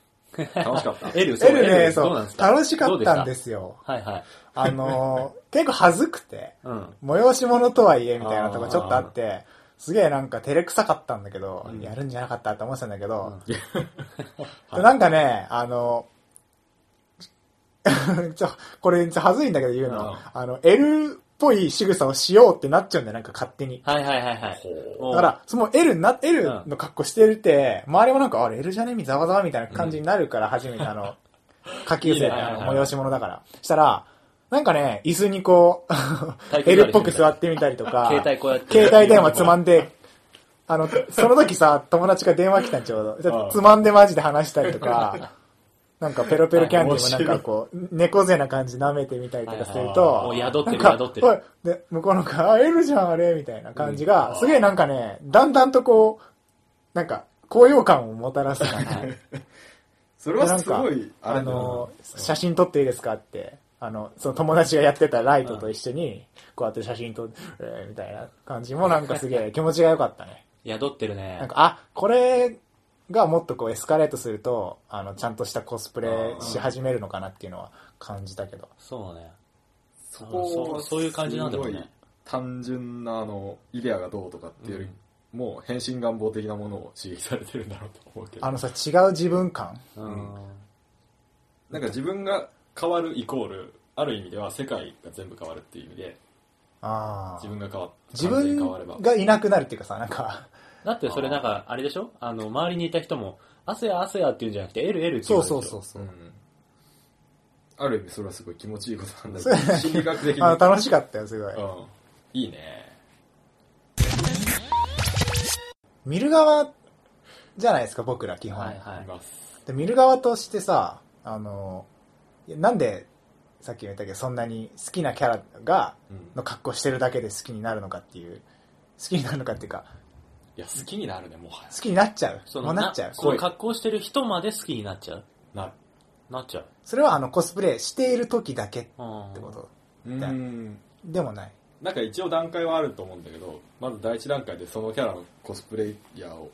[SPEAKER 3] 楽しかった。
[SPEAKER 2] L そう
[SPEAKER 1] L ね、
[SPEAKER 2] どう
[SPEAKER 1] そ
[SPEAKER 2] なん
[SPEAKER 1] う
[SPEAKER 2] です、か
[SPEAKER 1] 楽しかったんですすよ。
[SPEAKER 2] はいはい
[SPEAKER 1] あのー、結構恥ずくて、
[SPEAKER 2] うん
[SPEAKER 1] 催し物とはいえみたいなとこちょっとあって、すげえなんか照れくさかったんだけど、
[SPEAKER 2] うん
[SPEAKER 1] やるんじゃなかったって思ってたんだけど、
[SPEAKER 2] うん
[SPEAKER 1] でなんかね、あの、 ちょ、これ、ちょっと恥ずいんだけど言うの。
[SPEAKER 3] うん
[SPEAKER 1] あの、L っぽい仕草をしようってなっちゃうんだよ、なんか勝手に。
[SPEAKER 2] はいはいはいはい
[SPEAKER 3] ほ
[SPEAKER 2] お
[SPEAKER 1] だ
[SPEAKER 2] う
[SPEAKER 1] から、その L な、L
[SPEAKER 2] うん
[SPEAKER 1] の格好してるって、周りもなんか、あれ L じゃねみざわざわみたいな感じになるから、初めてあ の、下級生の
[SPEAKER 2] いいねはいはいはい
[SPEAKER 1] 催し物だから。したら、なんかね、椅子にこう、
[SPEAKER 2] 体
[SPEAKER 1] L
[SPEAKER 2] 育
[SPEAKER 1] っぽく座
[SPEAKER 2] 座
[SPEAKER 1] ってみたりとか、
[SPEAKER 2] 携帯こうやって
[SPEAKER 1] 携帯電話つまんで、あの、その時さ、友達が電話来たんちょう
[SPEAKER 3] あ
[SPEAKER 1] ど。
[SPEAKER 3] あ
[SPEAKER 1] つまんでマジで話したりと か、なんかペロペロキャンディーもなんかこう、猫背な感じ舐めてみたりとかする
[SPEAKER 2] もう
[SPEAKER 1] と、
[SPEAKER 2] 宿って
[SPEAKER 1] なん
[SPEAKER 2] る
[SPEAKER 1] か
[SPEAKER 2] 宿って、る
[SPEAKER 1] おいで、向こうの子が、あ、L じゃん、あれ、みたいな感じが、すげえなんかね、だんだんとこう、なんか、高揚感をもたらす 感じ。
[SPEAKER 3] それ
[SPEAKER 1] でな
[SPEAKER 3] は
[SPEAKER 1] ん
[SPEAKER 3] す
[SPEAKER 1] か
[SPEAKER 3] ごい、、あ
[SPEAKER 1] あ
[SPEAKER 3] れだな
[SPEAKER 1] の、写真撮っていいですかって、あの、その友達がやってたライトと一緒に、こうやって写真撮って、えーみたいな感じもなんかすげえ気持ちが良かったね。
[SPEAKER 2] 宿ってるね
[SPEAKER 1] なんか、あ、これがもっとこうエスカレートすると、あの、ちゃんとしたコスプレし始めるのかなっていうのは感じたけど。
[SPEAKER 2] そうね
[SPEAKER 3] そ
[SPEAKER 2] そうそういう感じなんだもんね
[SPEAKER 3] すごい単純な、あの、イデアがどうとかっていうより、もう変身願望的なものを刺激されてるんだろうと思うけど。
[SPEAKER 1] あ
[SPEAKER 3] なん
[SPEAKER 1] のさ、違う自分感
[SPEAKER 2] うん
[SPEAKER 3] か自分が変わるイコール、ある意味では世界が全部変わるっていう意味で、
[SPEAKER 1] あ
[SPEAKER 3] 自
[SPEAKER 1] あ。
[SPEAKER 3] 分が変わって、
[SPEAKER 1] 自
[SPEAKER 3] 完全に変われば
[SPEAKER 1] 分。がいなくなるっていうかさ、なんか、
[SPEAKER 2] だってそれなんかあれでしょあの周りにいた人も汗や汗やっていうんじゃなくて LL って言
[SPEAKER 1] そううそうそう
[SPEAKER 2] う
[SPEAKER 1] そうう。
[SPEAKER 3] ん。ある意味それはすごい気持ちいいことなんだけど、心理学的 に。
[SPEAKER 1] あの、楽しかったよ、すごい。
[SPEAKER 3] うん。いいね。
[SPEAKER 1] 見る側じゃないですか、僕ら基本。
[SPEAKER 2] はい
[SPEAKER 3] あ
[SPEAKER 2] は
[SPEAKER 3] り
[SPEAKER 2] い
[SPEAKER 3] ます。
[SPEAKER 1] で見る側としてさあのいやなんでさっきも言ったけどそんなに好きなキャラが
[SPEAKER 3] うん。
[SPEAKER 1] の格好してるだけで好きになるのかっていう好きになるのかっていうか
[SPEAKER 3] いや、好きになるね、もはや。
[SPEAKER 1] 好きになっちゃう
[SPEAKER 2] そ
[SPEAKER 1] も
[SPEAKER 2] の
[SPEAKER 1] うなっちゃう
[SPEAKER 2] その格好してる人まで好きになっちゃう
[SPEAKER 3] なる。
[SPEAKER 2] なっちゃう
[SPEAKER 1] それはあのコスプレしている時だけっ
[SPEAKER 2] うん
[SPEAKER 1] てこと
[SPEAKER 3] う
[SPEAKER 1] だ
[SPEAKER 3] ん。
[SPEAKER 1] でもない
[SPEAKER 3] なんか一応段階はあると思うんだけど、まず第一段階でそのキャラのコスプレイヤーを、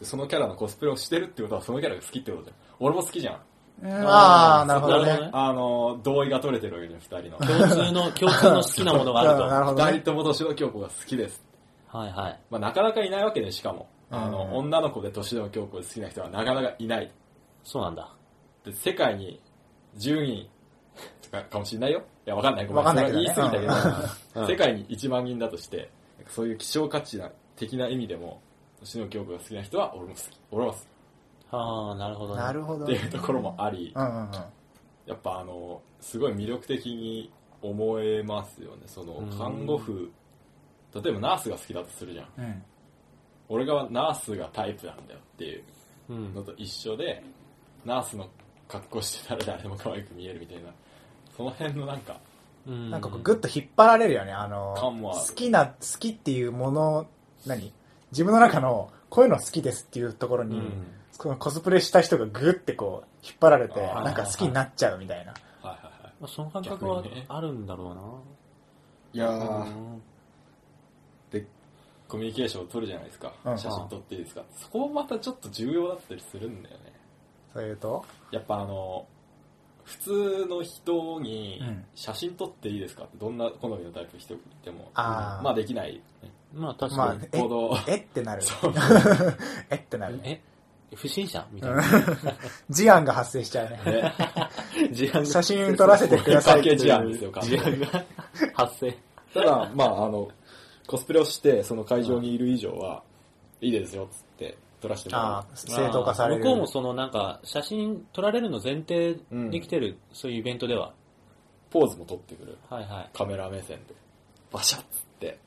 [SPEAKER 3] でそのキャラのコスプレをしてるってことはそのキャラが好きってことじゃん。俺も好きじゃん。
[SPEAKER 1] うんああ
[SPEAKER 2] ー
[SPEAKER 1] なるほど
[SPEAKER 2] なるほど
[SPEAKER 1] ね
[SPEAKER 2] ね
[SPEAKER 3] あの、同意が取れてるわけじゃん、二 人の。
[SPEAKER 2] 共通の共通の好きなものがあると
[SPEAKER 1] うんなるほど
[SPEAKER 3] 二人
[SPEAKER 1] ね
[SPEAKER 3] とも年の京子が好きです。
[SPEAKER 2] はいはい
[SPEAKER 3] まあなかなかいないわけで、しかも。あ
[SPEAKER 1] う
[SPEAKER 3] の、
[SPEAKER 1] ん
[SPEAKER 3] 女の子で年の京子が好きな人はなかなかいない。
[SPEAKER 2] そうなんだ
[SPEAKER 3] で、世界に10人とかかもしれないよ。いや、わかんない。ごめ
[SPEAKER 1] わかんない
[SPEAKER 3] それは言い過ぎ
[SPEAKER 1] けどね
[SPEAKER 3] たけ
[SPEAKER 2] う
[SPEAKER 3] ど、
[SPEAKER 2] ん
[SPEAKER 3] 世界に1万人だとして、そういう希少価値な的な意味でも、星野京子が好きな人は俺も好き。俺は好き。
[SPEAKER 2] ああなるほどね
[SPEAKER 1] なるほど
[SPEAKER 3] って
[SPEAKER 1] ね
[SPEAKER 3] いうところもあり
[SPEAKER 1] う、んうんうん
[SPEAKER 3] やっぱあの、すごい魅力的に思えますよね。その
[SPEAKER 2] うん、
[SPEAKER 3] 看護婦、例えばナースが好きだとするじゃん。
[SPEAKER 1] うん
[SPEAKER 3] 俺がナースがタイプなんだよっていう
[SPEAKER 2] うん
[SPEAKER 3] のと一緒で、ナースの格好してたら誰でも可愛く見えるみたいな、その辺のなんか、
[SPEAKER 2] うん
[SPEAKER 1] なんかこうグッと引っ張られるよねあの
[SPEAKER 3] 感もあ
[SPEAKER 1] 好
[SPEAKER 3] る
[SPEAKER 1] きな好きっていうもの何自分の中のこういうの好きですっていうところに、
[SPEAKER 3] うん
[SPEAKER 1] このコスプレした人がグッてこう引っ張られて
[SPEAKER 3] あー
[SPEAKER 1] なんか好きになっちゃうみたいな
[SPEAKER 3] はいはいはい。
[SPEAKER 2] まあその感覚は
[SPEAKER 3] 逆にね
[SPEAKER 2] あるんだろ
[SPEAKER 3] いや
[SPEAKER 2] うな
[SPEAKER 3] ー
[SPEAKER 2] うん
[SPEAKER 3] で、コミュニケーションを取るじゃないですか。
[SPEAKER 1] うん
[SPEAKER 3] 写真撮っていいですか。そこもまたちょっと重要だったりするんだよね。
[SPEAKER 1] そういうと
[SPEAKER 3] やっぱあの、普通の人に
[SPEAKER 1] うん
[SPEAKER 3] 写真撮っていいですかってどんな好みのタイプの人に言っても、
[SPEAKER 1] あー
[SPEAKER 3] まあできない、ね。
[SPEAKER 2] まあ確
[SPEAKER 1] ま
[SPEAKER 2] か
[SPEAKER 1] あ
[SPEAKER 2] に
[SPEAKER 1] え
[SPEAKER 3] 行動。
[SPEAKER 1] えってなるえってなるね
[SPEAKER 2] え不審者みたいな
[SPEAKER 1] 事案が発生しちゃう ね
[SPEAKER 3] ね、
[SPEAKER 2] 事案
[SPEAKER 1] 写
[SPEAKER 2] が
[SPEAKER 1] 真撮らせてくださいって
[SPEAKER 3] 関係事案
[SPEAKER 1] い
[SPEAKER 3] です
[SPEAKER 1] う
[SPEAKER 3] よ、完
[SPEAKER 2] 事
[SPEAKER 3] 全 に
[SPEAKER 2] 案が発生
[SPEAKER 3] ただ、まああの、コスプレをして、その会場にいる以上は、いいですよ、つって撮らせても
[SPEAKER 1] あ
[SPEAKER 3] ら
[SPEAKER 1] あ正当化される
[SPEAKER 2] 向こうもそのなんか写真撮られるの前提できてる、そういうイベントでは
[SPEAKER 3] う。ポーズも撮ってくる。
[SPEAKER 2] はいはい
[SPEAKER 3] カメラ目線で。バシャッつって、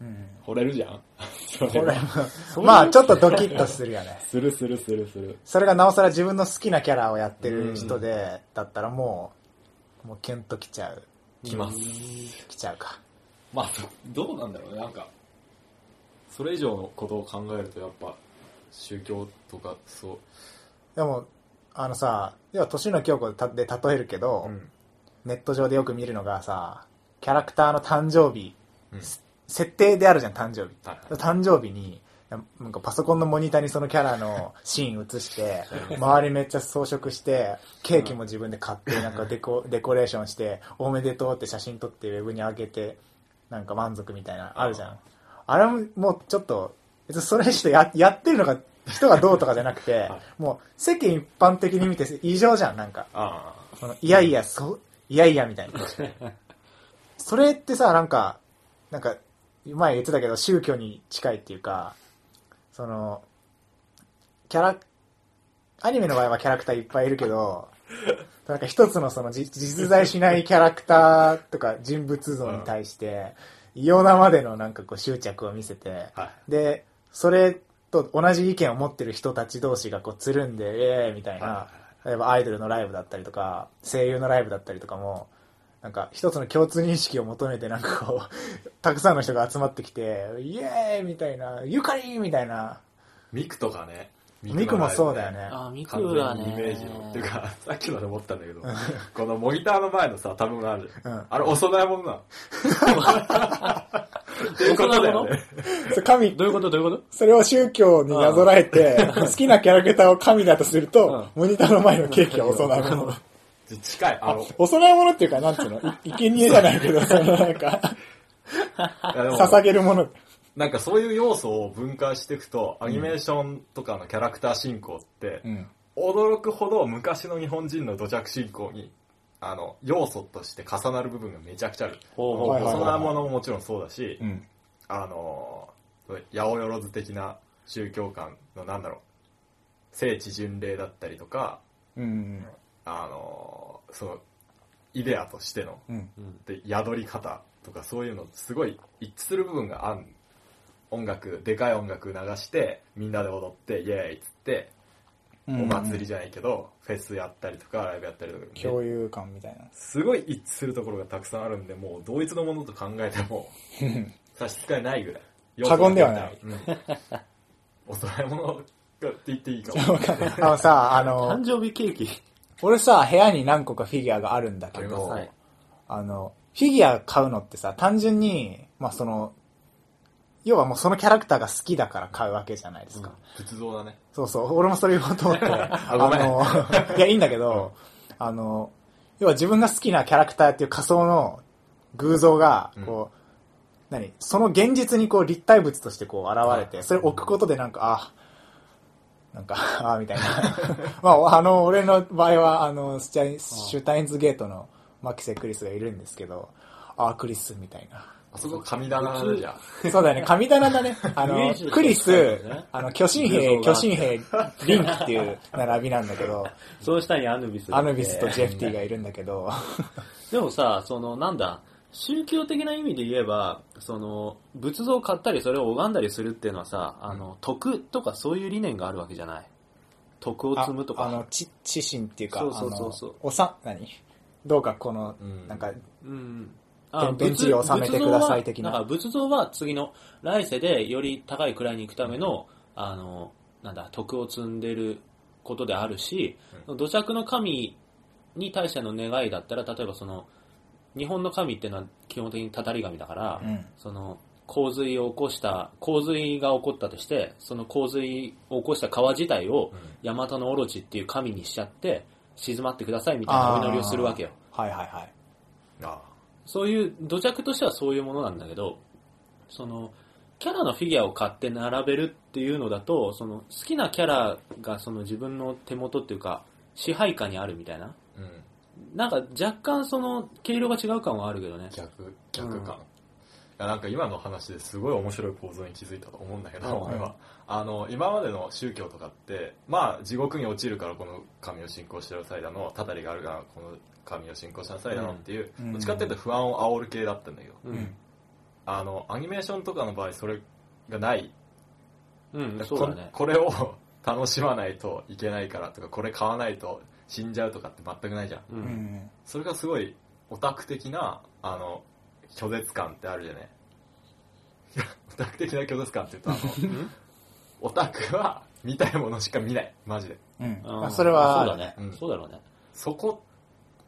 [SPEAKER 1] うん
[SPEAKER 3] 惚れるじゃん そ
[SPEAKER 1] こ
[SPEAKER 3] れ
[SPEAKER 1] れ
[SPEAKER 3] は
[SPEAKER 1] もまあちょっとドキッとするよね
[SPEAKER 3] するするするする。
[SPEAKER 1] それがなおさら自分の好きなキャラをやってる人でだったらもうもうキュンときちゃう
[SPEAKER 3] 来ます。
[SPEAKER 1] きちゃうか
[SPEAKER 3] まあ、どどうなんだろうね、なんか。それ以上のことを考えると、やっぱ、宗教とか、そう。
[SPEAKER 1] でも、あのさ、要は年の京子で例えるけど、
[SPEAKER 3] うん
[SPEAKER 1] ネット上でよく見るのがさ、キャラクターの誕生日、
[SPEAKER 3] うん
[SPEAKER 1] せ設定であるじゃん、誕生日。
[SPEAKER 3] はいはい
[SPEAKER 1] 誕生日に、なんかパソコンのモニターにそのキャラ のシーン映して、周りめっちゃ装飾して、ケーキも自分で買って、なんかデコデコレーションして、おめでとうって写真撮ってウェブに上げて、なんか満足みたいな、あるじゃん。あれももうちょっと、別にそれしてややってるのが、人がどうとかじゃなくて、もう世間一般的に見て異常じゃん、なんか。
[SPEAKER 3] あ
[SPEAKER 1] このいやいや、そう、いやいやみた いな。それってさ、なんか、なんか、前言ってたけど、宗教に近いっていうか、その、キャラ、アニメの場合はキャラクターいっぱいいるけど、なんか一つのそのじ実在しないキャラクターとか人物像に対して、異様なまでのなんかこう執着を見せて、
[SPEAKER 3] あ。は
[SPEAKER 1] で、それと同じ意見を持ってる人たち同士がこうつるんで、ええー、みたいな
[SPEAKER 3] は、
[SPEAKER 1] 例えばアイドルのライブだったりとか、声優のライブだったりとかも、なんか一つの共通認識を求めてなんかこう、 たくさんの人が集まってきて、イエーイみたいな、ゆかりーみたいな、
[SPEAKER 3] い。ミクとかね。
[SPEAKER 1] ミクもそうだよ。ね。
[SPEAKER 2] あ、ミク
[SPEAKER 3] 完
[SPEAKER 2] は
[SPEAKER 3] 全
[SPEAKER 2] ね。
[SPEAKER 3] にイメージの。っていうか、さっきまで思ったんだけど、このモニターの前のさ、食べ物ある。
[SPEAKER 1] うん
[SPEAKER 3] あれ、お供え物なの。っていうことだよね。
[SPEAKER 1] それ神
[SPEAKER 2] ど、ういうことどういうこと
[SPEAKER 1] それを宗教になぞらえて、好きなキャラクターを神だとすると、モニターの前のケーキはお供え物。
[SPEAKER 3] 近い。あの、
[SPEAKER 1] お供え物っていうか、なんつうの、い生贄じゃないけど、そのなんか、
[SPEAKER 3] いやでも
[SPEAKER 1] 捧げるもの。
[SPEAKER 3] なんかそういう要素を分解していくと、アニメーションとかのキャラクター進行って、
[SPEAKER 1] ん。
[SPEAKER 3] 驚くほど昔の日本人の土着信仰に、あの、要素として重なる部分がめちゃくちゃある。
[SPEAKER 2] ほうほう
[SPEAKER 1] はいはい
[SPEAKER 3] そんなものももちろんそうだし、
[SPEAKER 1] ん。
[SPEAKER 3] あの、八百万的な宗教観のなんだろう、聖地巡礼だったりとか、
[SPEAKER 1] うん。
[SPEAKER 3] あの、その、イデアとしての、
[SPEAKER 1] うん。
[SPEAKER 2] うん
[SPEAKER 3] で宿り方とかそういうのすごい一致する部分があん音楽でかい音楽流してみんなで踊ってイエーイっつって
[SPEAKER 1] お
[SPEAKER 3] お祭りじゃないけど、フェスやったりとかライブやったりとか、
[SPEAKER 1] 共有感みたいな。
[SPEAKER 3] すごい一致するところがたくさんあるんでもう同一のものと考えて も差し支えないぐらい
[SPEAKER 1] 過言ではない
[SPEAKER 3] うんお供え物がって言っていいかも
[SPEAKER 1] あのさ、あの
[SPEAKER 2] 誕、生日ケーキ。
[SPEAKER 1] 俺さ、部屋に何個かフィギュアがあるんだけ
[SPEAKER 3] あります
[SPEAKER 1] ど、
[SPEAKER 3] は
[SPEAKER 1] あ
[SPEAKER 3] い
[SPEAKER 1] の、フィギュア買うのってさ、単純に、まあその、要はもうそのキャラクターが好きだから買うわけじゃないですか。
[SPEAKER 3] 仏像だね
[SPEAKER 1] そうそう、俺もそれ言おうと思って、 あ
[SPEAKER 3] ごめん
[SPEAKER 1] の、いや、いいんだけど、あの、要は自分が好きなキャラクターっていう仮想の偶像が、こう、何その現実にこう立体物としてこう現れて、それ置くことでなんか、あ、なんか、あ、みたいな。 まあ、あの、俺の場合は、あの、スチャインシュタインズゲートのマキセ・クリスがいるんですけど、あ、クリスみたいな。
[SPEAKER 3] あそこ神棚なんじゃん
[SPEAKER 1] そうだよね、神棚だ ね。あ
[SPEAKER 2] イメ
[SPEAKER 1] の
[SPEAKER 2] ージ、
[SPEAKER 1] クリ
[SPEAKER 2] そ
[SPEAKER 1] ス
[SPEAKER 2] う だよね、
[SPEAKER 1] あの、巨神兵、巨神兵、リンキっていう並びなんだけ ど、
[SPEAKER 2] そうしたにアヌビス。
[SPEAKER 1] アヌビスと JFT がいるんだけど、
[SPEAKER 2] でもさ、その、なんだ、宗教的な意味で言えば、その、仏像を買ったり、それを拝んだりするっていうのはさ、あの、徳とかそういう理念があるわけじゃない。徳を
[SPEAKER 1] あ
[SPEAKER 2] 積むと
[SPEAKER 1] あの
[SPEAKER 2] か。、
[SPEAKER 1] ち、知心っていうか、あ
[SPEAKER 2] そうそうそうそう
[SPEAKER 1] の、おさ、何どうかこの
[SPEAKER 3] う ん、
[SPEAKER 1] なんか、
[SPEAKER 2] うん。
[SPEAKER 1] 天変地異を治めてください的な
[SPEAKER 2] 仏像はんか仏像は次の来世でより高い位に行くための、あの、なんだ、徳を積んでることであるし、土着の神に対しての願いだったら、例えばその、日本の神っていうのは基本的にたたり神だから、
[SPEAKER 1] うん
[SPEAKER 2] その洪水を起こした洪水が起こったとしてその洪水を起こした川自体をヤマタノオロチっていう神にしちゃって静まってくださいみたいなお祈りをするわけよ
[SPEAKER 1] はいはいはい。
[SPEAKER 3] あ
[SPEAKER 2] そういう土着としてはそういうものなんだけどそのキャラのフィギュアを買って並べるっていうのだとその好きなキャラがその自分の手元っていうか支配下にあるみたいな
[SPEAKER 3] うん
[SPEAKER 2] なんか若干その毛色が違う感はあるけどね
[SPEAKER 3] 逆逆か、いやなんか今の話ですごい面白い構造に気づいたと思うんだけど、
[SPEAKER 1] うん
[SPEAKER 3] 俺はあの今までの宗教とかってまあ地獄に落ちるからこの神を信仰してる際だのたたりがあるからこの神を信仰しなさいだのっていう、
[SPEAKER 1] うん
[SPEAKER 3] どっちかっていうと不安を煽る系だったんだけど、
[SPEAKER 2] うん
[SPEAKER 3] あのアニメーションとかの場合それがない、
[SPEAKER 2] うん、
[SPEAKER 3] こ
[SPEAKER 2] そうだね
[SPEAKER 3] これを楽しまないといけないからとかこれ買わないと死んじゃうとかって全くないじゃん
[SPEAKER 2] う
[SPEAKER 1] うんん。
[SPEAKER 3] それがすごいオタク的なあの拒絶感ってあるじ ゃねオタク的な拒絶感って言うとあのオタクは見たいものしか見ない。マジで。
[SPEAKER 1] うん。
[SPEAKER 2] うん
[SPEAKER 1] まあそれは、
[SPEAKER 2] そうだね、
[SPEAKER 3] うん
[SPEAKER 2] そうだろうね。
[SPEAKER 3] そこ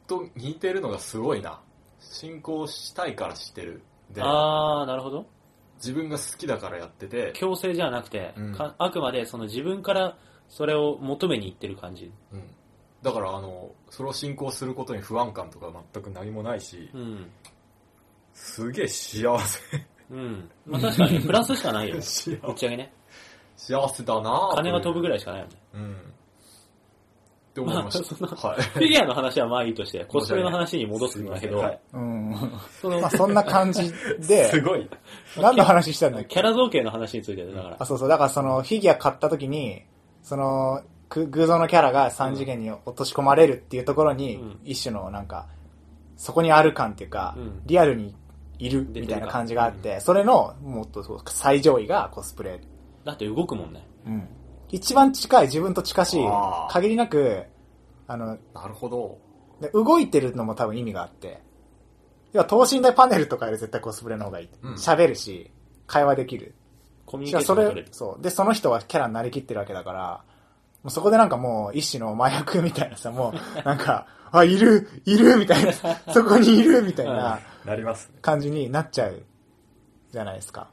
[SPEAKER 3] と似てるのがすごいな。進行したいからしてる。で、
[SPEAKER 2] あー、なるほど。
[SPEAKER 3] 自分が好きだからやってて、
[SPEAKER 2] 強制じゃなくて、
[SPEAKER 3] うん
[SPEAKER 2] かあくまでその自分からそれを求めに行ってる感じ。
[SPEAKER 3] うん。だから、あの、それを進行することに不安感とか全く何もないし、
[SPEAKER 2] うん。
[SPEAKER 3] すげえ幸せ。。
[SPEAKER 2] うん。まあ確かに、プラスしかないよ 打ち上げね。
[SPEAKER 3] 幸せだなぁ
[SPEAKER 2] 金が飛ぶぐら
[SPEAKER 3] らい
[SPEAKER 2] いしかないよね。
[SPEAKER 3] う。うん。って思いました。
[SPEAKER 2] まあ
[SPEAKER 3] はい。
[SPEAKER 2] フィギュアの話はまあいいとして、コスプレの話に戻すんだけど、
[SPEAKER 3] はい
[SPEAKER 1] うん。
[SPEAKER 2] その
[SPEAKER 1] まあ、そんな感じ
[SPEAKER 3] す
[SPEAKER 1] で、
[SPEAKER 3] ごい。
[SPEAKER 1] 何の話したんだっけ
[SPEAKER 2] キャラ造形の話についてだから。
[SPEAKER 1] あ、そうそう。だからその、フィギュア買った時に、その、く偶像のキャラが三次元に落とし込まれるっていうところに、
[SPEAKER 2] うん
[SPEAKER 1] 一種のなんか、そこにある感っていうか、
[SPEAKER 2] うん
[SPEAKER 1] リアルにいるみたいな感じがあって、それの、もっとそう最上位がコスプレ。
[SPEAKER 2] だって動くもんね。
[SPEAKER 1] うん。一番近い、自分と近しい
[SPEAKER 3] あ、ー
[SPEAKER 1] 限りなく、あの、
[SPEAKER 3] なるほど。
[SPEAKER 1] で動いてるのも多分意味があって。要は等身大パネルとかより絶対コスプレの方がいい。
[SPEAKER 3] うん
[SPEAKER 1] 喋、るし、会話できる。
[SPEAKER 2] コミュ
[SPEAKER 1] し
[SPEAKER 2] ニ
[SPEAKER 1] か
[SPEAKER 2] ケ
[SPEAKER 1] もそ
[SPEAKER 2] ーションが取
[SPEAKER 1] れ
[SPEAKER 2] れる、。
[SPEAKER 1] そう。で、その人はキャラになりきってるわけだから、もうそこでなんかもう一種の麻薬みたいなさ、もうなんか、あ、いる、いるみたいな、そこにいるみたいな
[SPEAKER 3] なります。
[SPEAKER 1] 感じになっちゃうじゃないですか。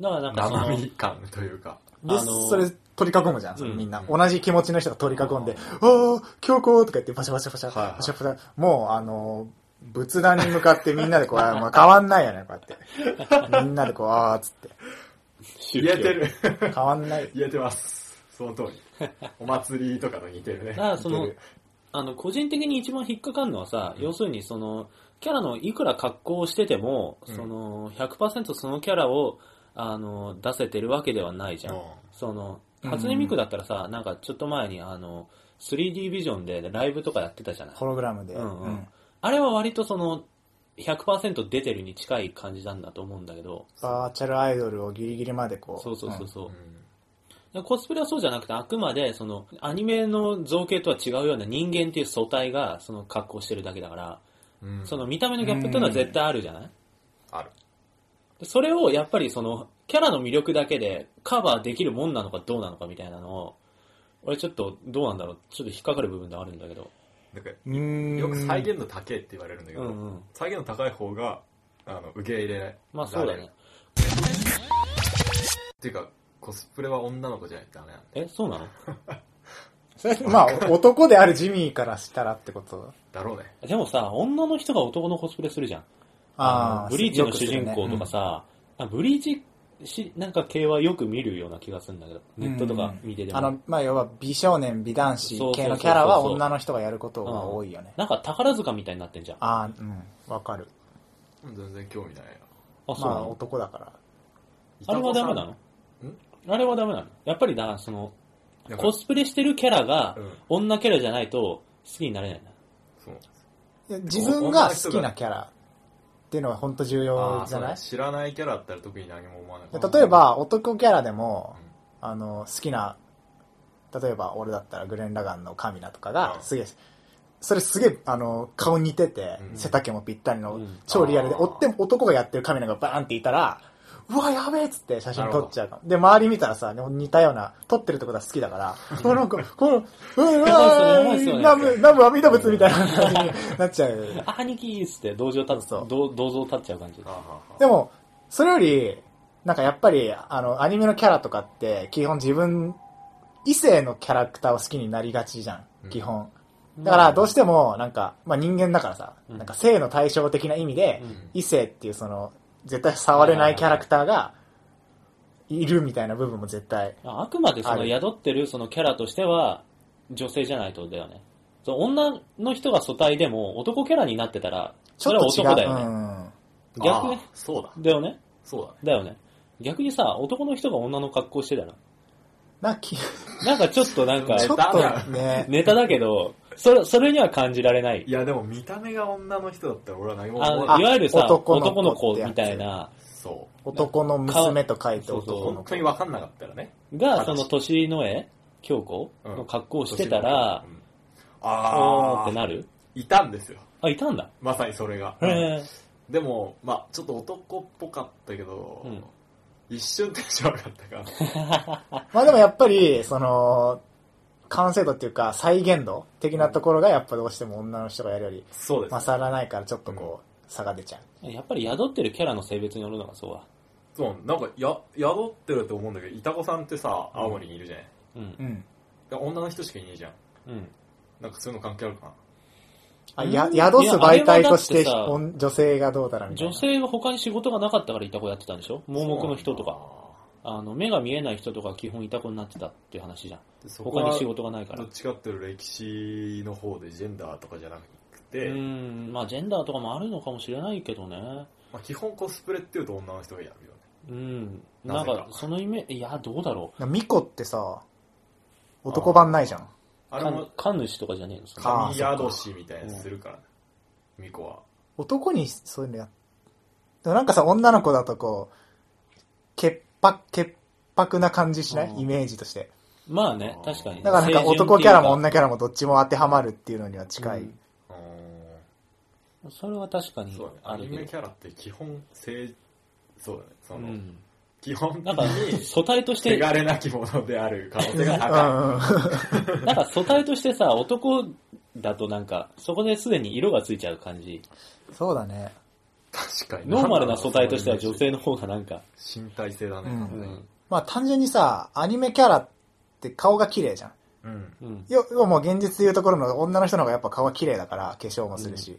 [SPEAKER 2] だからなんかそ
[SPEAKER 3] 生
[SPEAKER 2] の、
[SPEAKER 3] 身感というか。
[SPEAKER 1] で、
[SPEAKER 2] あの
[SPEAKER 1] それ取り囲むじゃん、それみんな。同じ気持ちの人が取り囲んで、あー、強行とか言ってバシャバシャバシャ、
[SPEAKER 3] はいはい
[SPEAKER 1] バシャバシャ。もう、あのー、仏壇に向かってみんなでこう、あーまあ、変わんないよね、こうやって。みんなでこう、あーっつって。
[SPEAKER 2] 宗
[SPEAKER 3] 言
[SPEAKER 2] 教
[SPEAKER 3] えてる。
[SPEAKER 1] 変わんない。
[SPEAKER 3] 言えてます。その通り。お祭りとかと似てるね。
[SPEAKER 2] だからその
[SPEAKER 3] 似てる
[SPEAKER 2] あの、個人的に一番引っかかるのはさ、要するにその、キャラのいくら格好をしてても、
[SPEAKER 3] うん
[SPEAKER 2] その、100%そのキャラを、あの、出せてるわけではないじゃん。
[SPEAKER 3] うん
[SPEAKER 2] その、
[SPEAKER 1] うん
[SPEAKER 2] 初音ミクだったらさ、なんかちょっと前にあの、3D ビジョンでライブとかやってたじゃない。
[SPEAKER 1] ホログラムで。
[SPEAKER 2] うんうん。あれは割とその、100%出てるに近い感じなんだと思うんだけど、
[SPEAKER 1] バーチャルアイドルをギリギリまでこう。
[SPEAKER 2] そうそうそうそう。
[SPEAKER 3] うん
[SPEAKER 2] でコスプレはそうじゃなくて、あくまで、その、アニメの造形とは違うような人間っていう素体が、その格好してるだけだから、
[SPEAKER 3] うん
[SPEAKER 2] その見た目のギャップっていうのは絶対あるじゃない
[SPEAKER 3] ある。
[SPEAKER 2] でそれをやっぱりその、キャラの魅力だけでカバーできるもんなのかどうなのかみたいなのを、俺ちょっとどうなんだろう、ちょっと引っかかる部分ではあるんだけど。
[SPEAKER 3] なんか、
[SPEAKER 1] う。うん。
[SPEAKER 3] よく再現度高いって言われるんだけ
[SPEAKER 2] う
[SPEAKER 3] ど、
[SPEAKER 2] んうん。
[SPEAKER 3] 再現度高い方が、あの、受け入れられる。
[SPEAKER 2] まあそうだね。
[SPEAKER 3] っていうか、コスプレは女の子じゃないとダメなんだ。
[SPEAKER 2] え、そうなの
[SPEAKER 1] それまあ、お男であるジミーからしたらってこと。
[SPEAKER 3] だろうね。
[SPEAKER 2] でもさ、女の人が男のコスプレするじゃん。
[SPEAKER 1] ああ。
[SPEAKER 2] ブリーチの
[SPEAKER 1] よく
[SPEAKER 2] 主
[SPEAKER 1] する
[SPEAKER 2] 人
[SPEAKER 1] ね
[SPEAKER 2] 公とかさ、あブリーチし、なんか系はよく見るような気がするんだけど、ネットとか見てても。
[SPEAKER 1] あの、まあ、要は美少年、美男子
[SPEAKER 2] そうそうそうそう
[SPEAKER 1] 系のキャラは女の人がやることが多いよね。
[SPEAKER 2] なんか宝塚みたいになってんじゃん。あ、
[SPEAKER 1] ああ、うん、わかる。
[SPEAKER 3] 全然興味ない
[SPEAKER 2] そ
[SPEAKER 3] な。
[SPEAKER 2] う
[SPEAKER 1] ま
[SPEAKER 2] な
[SPEAKER 1] あ、
[SPEAKER 2] の、
[SPEAKER 1] 男だから。
[SPEAKER 2] あ、れはダメなのあれはダメなのやっぱりだ、その、
[SPEAKER 3] なんか
[SPEAKER 2] コスプレしてるキャラが
[SPEAKER 3] うん、
[SPEAKER 2] 女キャラじゃないと好きになれないんだ。
[SPEAKER 3] そうなんです
[SPEAKER 1] いや自分が好きなキャラっていうのは本当重
[SPEAKER 3] あ
[SPEAKER 1] 要
[SPEAKER 3] ー
[SPEAKER 1] じゃない
[SPEAKER 3] そうね知らないキャラだったら特に何も思わない。
[SPEAKER 1] 例えば、男キャラでも、あの、好きな、例えば俺だったらグレン・ラガンのカミナとか
[SPEAKER 3] う
[SPEAKER 1] が、
[SPEAKER 3] ん
[SPEAKER 1] すげえ、それすげえ、あの、顔似てて、
[SPEAKER 3] うん
[SPEAKER 1] 背丈もぴったりの、
[SPEAKER 2] うん
[SPEAKER 1] 超リアルで、
[SPEAKER 3] あ
[SPEAKER 1] 追
[SPEAKER 3] ー
[SPEAKER 1] っても男がやってるカミナがバーンっていたら、うわ、やべえっつって写真
[SPEAKER 3] なるほ
[SPEAKER 1] 撮
[SPEAKER 3] ど
[SPEAKER 1] っちゃうかも。で、周り見たらさ、でも似たような、撮ってるってことは好きだから、このなんか、この、うん、うわ
[SPEAKER 2] そうですよ
[SPEAKER 1] ー、
[SPEAKER 2] ね
[SPEAKER 1] ナム、ナム阿弥陀仏みたいな感じになっちゃう。
[SPEAKER 2] あ兄貴っつって同情立つ、
[SPEAKER 1] そう
[SPEAKER 2] 同同情立っちゃう感じ
[SPEAKER 3] あ。ーはーはー
[SPEAKER 1] でも、それより、なんかやっぱり、あの、アニメのキャラとかって、基本自分、異性のキャラクターを好きになりがちじゃ
[SPEAKER 3] うん
[SPEAKER 1] ん、基本。だから、どうしても、なんか、まあ人間だからさ、
[SPEAKER 2] うん
[SPEAKER 1] なんか性の対照的な意味で
[SPEAKER 2] う、ん
[SPEAKER 1] 異性っていうその、絶対触れないキャラクターが、いるみたいな部分も絶対。
[SPEAKER 2] ああくまでそ
[SPEAKER 1] あ
[SPEAKER 2] の
[SPEAKER 1] る
[SPEAKER 2] 宿ってるそのキャラとしては、女性じゃないとだよね。その女の人が素体でも男キャラになってたら、
[SPEAKER 1] ちょ
[SPEAKER 2] そ
[SPEAKER 1] っ
[SPEAKER 2] れは
[SPEAKER 1] と違う。う
[SPEAKER 2] 男だよね。
[SPEAKER 1] ん。
[SPEAKER 2] 逆
[SPEAKER 3] あーそうだ。
[SPEAKER 2] だよね
[SPEAKER 3] そうだね。
[SPEAKER 2] だよね。逆にさ、男の人が女の格好してたら、
[SPEAKER 1] なん かき、ち
[SPEAKER 2] なんかちょっとなんか、
[SPEAKER 1] ょっ
[SPEAKER 3] だ
[SPEAKER 1] と ね、
[SPEAKER 2] ネタだけど、それ、それには感じられない
[SPEAKER 3] い。や、でも見た目が女の人だったら俺は何も
[SPEAKER 2] あ
[SPEAKER 3] 思
[SPEAKER 2] の
[SPEAKER 3] わない。
[SPEAKER 2] いわゆるさ、
[SPEAKER 1] 男の子
[SPEAKER 2] 男の子
[SPEAKER 1] ってやつ
[SPEAKER 2] みたいな、
[SPEAKER 3] そ
[SPEAKER 1] 男の娘と書いて
[SPEAKER 2] そうそう
[SPEAKER 1] 男
[SPEAKER 3] う。
[SPEAKER 1] の
[SPEAKER 3] 本
[SPEAKER 1] 子
[SPEAKER 3] 当。に分かんなかったらね。
[SPEAKER 2] が、その、年の絵、京子
[SPEAKER 3] うん
[SPEAKER 2] の格好をしてたら
[SPEAKER 3] う、ん
[SPEAKER 2] おー
[SPEAKER 3] あ
[SPEAKER 2] って
[SPEAKER 3] ー、
[SPEAKER 2] なる
[SPEAKER 3] いたんですよ。
[SPEAKER 2] あ、いたんだ。
[SPEAKER 3] まさにそれが。
[SPEAKER 2] へえ。
[SPEAKER 3] でも、まあちょっと男っぽかったけど、
[SPEAKER 2] うん
[SPEAKER 3] 一瞬テンション上がったか
[SPEAKER 1] まあでもやっぱり、その、完成度っていうか再現度的なところがやっぱどうしても女の人がやるより
[SPEAKER 3] そうです、
[SPEAKER 1] 勝らないからちょっとこう、差が出ちゃう。
[SPEAKER 2] やっぱり宿ってるキャラの性別によるのがそうだ。
[SPEAKER 3] そうなんかや宿ってると思うんだけどイタコさんってさ青森にいるじゃない、
[SPEAKER 2] うん
[SPEAKER 1] う。ん。
[SPEAKER 3] で女の人しかいねえじゃん
[SPEAKER 2] うん。
[SPEAKER 3] なんかそういうの関係あるかな
[SPEAKER 1] あ、
[SPEAKER 2] うん
[SPEAKER 1] や、宿す媒体とし
[SPEAKER 2] い
[SPEAKER 1] て、
[SPEAKER 2] やあれはだってさ
[SPEAKER 1] 女女性がどうだらみたいな。
[SPEAKER 2] 女性が他に仕事がなかったからいた子やってたんでしょ盲目の人とか。あの、目が見えない人とか基本いた子になってたっていう話じゃん。
[SPEAKER 3] でそこ
[SPEAKER 2] 他に
[SPEAKER 3] は
[SPEAKER 2] 仕事がないから
[SPEAKER 3] どっ。ちかっていうと歴史の方でジェンダーとかじゃなく
[SPEAKER 2] う
[SPEAKER 3] て、
[SPEAKER 2] ん、まあジェンダーとかもあるのかもしれないけどね。
[SPEAKER 3] まあ、基本コスプレっていうと女の人がやるよね
[SPEAKER 2] うん。な
[SPEAKER 3] なんぜか
[SPEAKER 2] か、そのイメージ、いや、どうだろ
[SPEAKER 1] ミコってさ、男版ないじゃん。
[SPEAKER 3] あ
[SPEAKER 2] う。
[SPEAKER 3] れ
[SPEAKER 2] か
[SPEAKER 3] も
[SPEAKER 2] 神主とかじゃねえのそれ
[SPEAKER 1] か
[SPEAKER 3] 神宿しみたいにするからね巫女は
[SPEAKER 1] 男にそういうのやっ、でもなんかさ、女の子だとこう、潔白、潔白な感じしない
[SPEAKER 2] うん
[SPEAKER 1] イメージとして。
[SPEAKER 2] まあね、確かに。
[SPEAKER 1] だからなんか
[SPEAKER 2] 清純
[SPEAKER 1] 男キャラも
[SPEAKER 2] っていう
[SPEAKER 1] 女キャラもどっちも当てはまるっていうのには近い。
[SPEAKER 2] うん
[SPEAKER 3] う
[SPEAKER 2] かそれは確か
[SPEAKER 3] ーん
[SPEAKER 2] に
[SPEAKER 3] そうだね
[SPEAKER 2] あ
[SPEAKER 3] アニ
[SPEAKER 2] るけ
[SPEAKER 3] メキ
[SPEAKER 2] ど。
[SPEAKER 3] ャラって基本性そうだねその、
[SPEAKER 2] うん。
[SPEAKER 3] 基本
[SPEAKER 2] なん
[SPEAKER 3] 的
[SPEAKER 2] か
[SPEAKER 3] に、
[SPEAKER 2] 素体として、
[SPEAKER 3] 汚れなきものである可能性が
[SPEAKER 1] う
[SPEAKER 3] 高い、
[SPEAKER 1] ん うん。
[SPEAKER 2] なんか素体としてさ、男だとなんか、そこですでに色がついちゃう感じ。
[SPEAKER 1] そうだね。
[SPEAKER 3] 確かに
[SPEAKER 2] ノーマルな素体としては女
[SPEAKER 3] そのイメ
[SPEAKER 2] 性の方がなんか、
[SPEAKER 3] ージ身体性だね、
[SPEAKER 1] うん
[SPEAKER 2] うん。
[SPEAKER 1] まあ単純にさ、アニメキャラって顔が綺麗じゃん。
[SPEAKER 3] うん
[SPEAKER 2] うん。
[SPEAKER 1] 要要はもう現実でいうところの女の人の方がやっぱ顔が綺麗だから化粧もするし、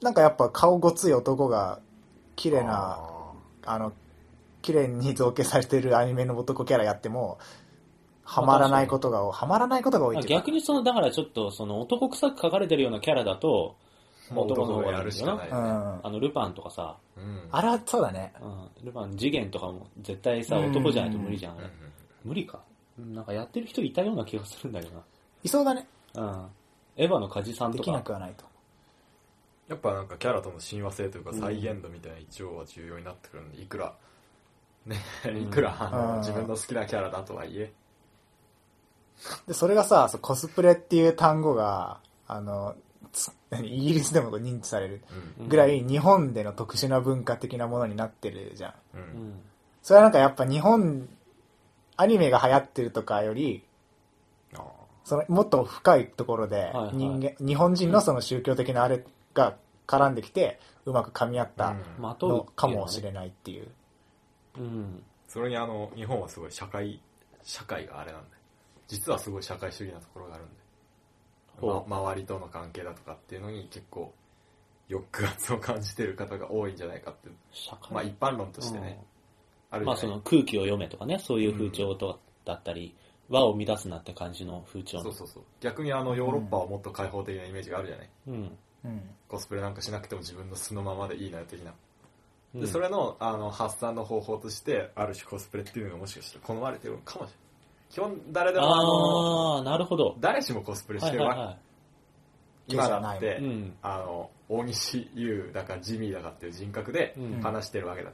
[SPEAKER 1] なんかやっぱ顔ごつい男が綺麗な
[SPEAKER 3] あ
[SPEAKER 1] あの綺麗に造形されてるアニメの男キャラやってもハマらないことが多いハマらないことが多い
[SPEAKER 2] まあ
[SPEAKER 1] っていうか
[SPEAKER 2] 逆にその、だからちょっと、その男臭く描かれてるようなキャラだと、
[SPEAKER 3] ーもう男の方がやるしかないうよね、
[SPEAKER 1] ん
[SPEAKER 2] あの、ルパンとかさ、
[SPEAKER 3] うん
[SPEAKER 1] あれはそうだね
[SPEAKER 2] うん、ルパン、次元とかも絶対さ、
[SPEAKER 1] うん
[SPEAKER 2] 男じゃないと無理じゃん、あ
[SPEAKER 3] うん
[SPEAKER 2] れ。無理か。うんなんかやってる人いたような気がするんだけど
[SPEAKER 1] いそうだね
[SPEAKER 2] な。うん。エヴァの梶さん
[SPEAKER 1] で
[SPEAKER 2] と
[SPEAKER 1] きな
[SPEAKER 2] か。
[SPEAKER 1] くはないと
[SPEAKER 3] やっぱなんかキャラとの親和性というか再現度みたいな一応は重要になってくるんでいくらね
[SPEAKER 2] ん
[SPEAKER 3] いくら
[SPEAKER 1] うん
[SPEAKER 3] あの自分の好きなキャラだとはいえ
[SPEAKER 1] でそれがさそうコスプレっていう単語があのつ 何イギリスでもこう認知される
[SPEAKER 3] うん
[SPEAKER 1] ぐらい日本での特殊な文化的なものになってるじゃん
[SPEAKER 2] う
[SPEAKER 3] う
[SPEAKER 2] んん。
[SPEAKER 1] それはなんかやっぱ日本アニメが流行ってるとかより
[SPEAKER 3] あ
[SPEAKER 1] そのもっと深いところで
[SPEAKER 2] いはい
[SPEAKER 1] 人間、日本人のその宗教的なあれが絡んできてうまく噛み合っ
[SPEAKER 3] ー
[SPEAKER 1] た
[SPEAKER 3] うん
[SPEAKER 2] まとうっていう
[SPEAKER 1] の
[SPEAKER 2] の
[SPEAKER 1] かもし
[SPEAKER 2] ね。
[SPEAKER 1] れないっていう、
[SPEAKER 2] うん。
[SPEAKER 3] それにあの日本はすごい社会社会があれなんで実はすごい社会主義なところがあるんで、
[SPEAKER 2] ほう
[SPEAKER 3] ま周りとの関係だとかっていうのに結構抑圧を感じてる方が多いんじゃないかって
[SPEAKER 2] 社会
[SPEAKER 3] まあ一般論としてね、あ
[SPEAKER 2] う
[SPEAKER 3] る
[SPEAKER 2] ん
[SPEAKER 3] じゃ
[SPEAKER 2] まあそ
[SPEAKER 3] ない
[SPEAKER 2] の空気を読めとかね、そういう風潮とだったり、和を乱すなって感じの風潮。
[SPEAKER 3] そうそうそう逆にあのヨーロッパはもっと開放的なイメージがあるじゃない、
[SPEAKER 2] うん。
[SPEAKER 1] うん、
[SPEAKER 3] コスプレなんかしなくても自分の素のままでいいな的な、
[SPEAKER 2] うん。
[SPEAKER 3] でそれのあの発散の方法としてある種コスプレっていうのがもしかしたら好まれてるのかもしれない基本誰でもあの
[SPEAKER 2] あー、なるほど。
[SPEAKER 3] 誰しもコスプレし
[SPEAKER 2] は
[SPEAKER 3] て
[SPEAKER 2] い
[SPEAKER 3] るわ
[SPEAKER 2] は
[SPEAKER 3] け、
[SPEAKER 2] いは
[SPEAKER 3] 今だっ
[SPEAKER 1] じゃ
[SPEAKER 3] て、
[SPEAKER 2] い。うん。
[SPEAKER 3] あの大西優だかジミーだかっていう人格で
[SPEAKER 2] うん
[SPEAKER 3] 話してるわけだ、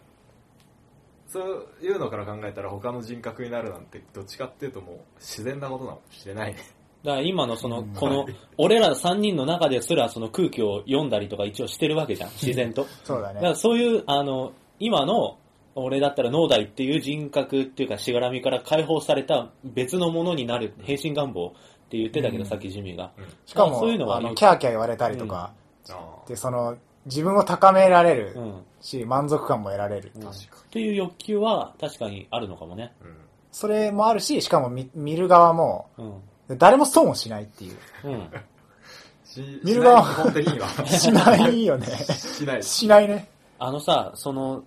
[SPEAKER 3] そういうのから考えたら他の人格になるなんてどっちかっていうともう自然なことなのかもしれないね
[SPEAKER 2] だから今のその、
[SPEAKER 1] うん
[SPEAKER 2] この、俺ら3人の中ですらその空気を読んだりとか一応してるわけじゃん、自然と。
[SPEAKER 1] そうだ
[SPEAKER 2] だから
[SPEAKER 1] ね
[SPEAKER 2] そういう、あの、今の、俺だったら脳内っていう人格っていうかしがらみから解放された別のものになる変身願望って言ってたけど、
[SPEAKER 1] うん
[SPEAKER 2] さっきジミーが。
[SPEAKER 1] しか
[SPEAKER 2] あ
[SPEAKER 1] も
[SPEAKER 2] そういうのは
[SPEAKER 1] あ
[SPEAKER 2] いい
[SPEAKER 1] のキャーキャー言われたりとか、
[SPEAKER 3] あ
[SPEAKER 1] でその自分を高められ
[SPEAKER 2] う
[SPEAKER 1] る
[SPEAKER 2] ん。
[SPEAKER 1] し、満足感も得られる、
[SPEAKER 2] うん
[SPEAKER 3] 確か
[SPEAKER 2] っていう欲求は確かにあるのかもね。
[SPEAKER 3] に、うん
[SPEAKER 1] それもあるししかも見見る側も
[SPEAKER 2] うん。
[SPEAKER 1] 誰も損をしないっていう
[SPEAKER 2] うん。
[SPEAKER 3] し
[SPEAKER 1] 見る側
[SPEAKER 3] しない基本的には
[SPEAKER 1] しない よね
[SPEAKER 3] しないです
[SPEAKER 1] しないね
[SPEAKER 2] あのさ、その、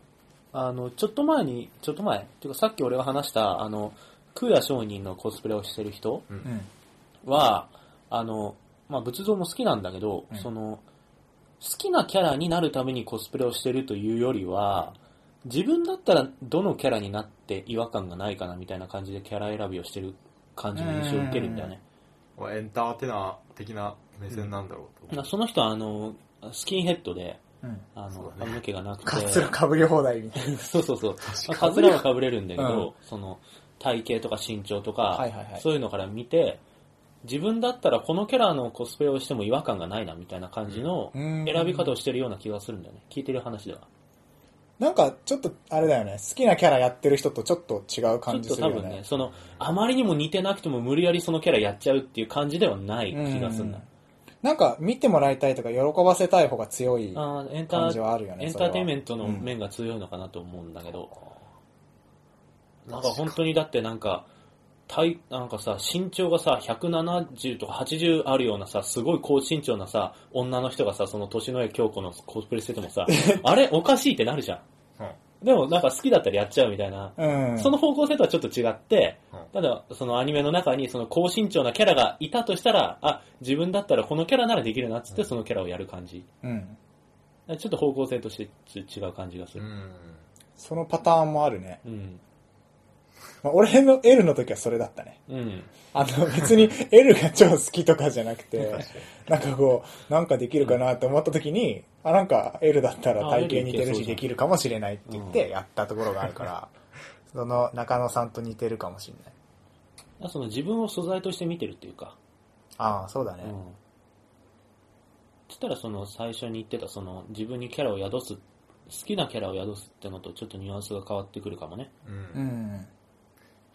[SPEAKER 2] あの、ちょっと前に、ちょっと前、っていうかさっき俺が話した、あの、空也商人のコスプレをしてる人
[SPEAKER 1] うん
[SPEAKER 2] は、あの、まあ、仏像も好きなんだけど、
[SPEAKER 1] うん
[SPEAKER 2] その、好きなキャラになるためにコスプレをしてるというよりは、自分だったらどのキャラになって違和感がないかなみたいな感じでキャラ選びをしてる感じの印象を受けるんだよね。
[SPEAKER 3] まあエンターテイナー的な目線なんだろうと、
[SPEAKER 2] まあその人は、あの、スキンヘッドで、
[SPEAKER 1] うん
[SPEAKER 2] あ
[SPEAKER 3] そう
[SPEAKER 2] の、
[SPEAKER 3] だね
[SPEAKER 2] 髪の毛がなくて、
[SPEAKER 1] カツラかぶり放題みたい
[SPEAKER 2] そうそ うそう。まあカズラは被れるんだけど、その、体型とか身長とか、
[SPEAKER 1] はいはいはい
[SPEAKER 2] そういうのから見て、自分だったらこのキャラのコスプレをしても違和感がないなみたいな感じの
[SPEAKER 1] うん
[SPEAKER 2] 選び方をしてるような気がするんだよね。聞いてる話では。
[SPEAKER 1] なんか、ちょっと、あれだよね。好きなキャラやってる人とちょっと違う感じ
[SPEAKER 2] ちょっ
[SPEAKER 1] す
[SPEAKER 2] と
[SPEAKER 1] る
[SPEAKER 2] 多
[SPEAKER 1] よ
[SPEAKER 2] 分
[SPEAKER 1] ね
[SPEAKER 2] ね、。その、あまりにも似てなくても無理やりそのキャラやっちゃうっていう感じではない気がするな。
[SPEAKER 1] なんか、見てもらいたいとか、喜ばせたい方が強い。
[SPEAKER 2] あーエンタ
[SPEAKER 1] 感じはあるよ
[SPEAKER 2] ー、
[SPEAKER 1] ね
[SPEAKER 2] エン
[SPEAKER 1] そ
[SPEAKER 2] タ
[SPEAKER 1] れは
[SPEAKER 2] ーテインメントの面が強いのかなと思うんだけど、なんか本当にだってなんか、体なんかさ、身長がさ、170とか80あるようなさ、すごい高身長なさ、女の人がさ、その年の江京子のコスプレしてても さ、あれおかしいってなるじゃん。でもなんか好きだったらやっちゃうみたいな。
[SPEAKER 1] うん。
[SPEAKER 2] その方向性とはちょっと違って
[SPEAKER 3] うん、
[SPEAKER 2] ただ、そのアニメの中に、その高身長なキャラがいたとしたら、あ、自分だったらこのキャラならできるなっつって、そのキャラをやる感じ。
[SPEAKER 1] うん。
[SPEAKER 2] ちょっと方向性としてち違う感じがす
[SPEAKER 3] う
[SPEAKER 2] る。
[SPEAKER 3] ん。
[SPEAKER 1] そのパターンもあるね。
[SPEAKER 2] うん。
[SPEAKER 1] まあ、俺の L の時はそれだったね。
[SPEAKER 2] うん。
[SPEAKER 1] あの、別に L が超好きとかじゃなく て、なんかこう、なんかできるかなって思った時に、あ、なんか L だったら体型似てる
[SPEAKER 2] あ L いけそうじ
[SPEAKER 1] し、
[SPEAKER 2] ゃん
[SPEAKER 1] できるかもしれないって言ってやったところがある から、その中野さんと似てるかもしれない。
[SPEAKER 2] その自分を素材として見てるっていうか、
[SPEAKER 1] ああ、そうだね
[SPEAKER 2] う。ん。つったら、その最初に言ってた、その自分にキャラを宿す、好きなキャラを宿すってのと、ちょっとニュアンスが変わってくるかもね。
[SPEAKER 3] う。
[SPEAKER 1] うんん。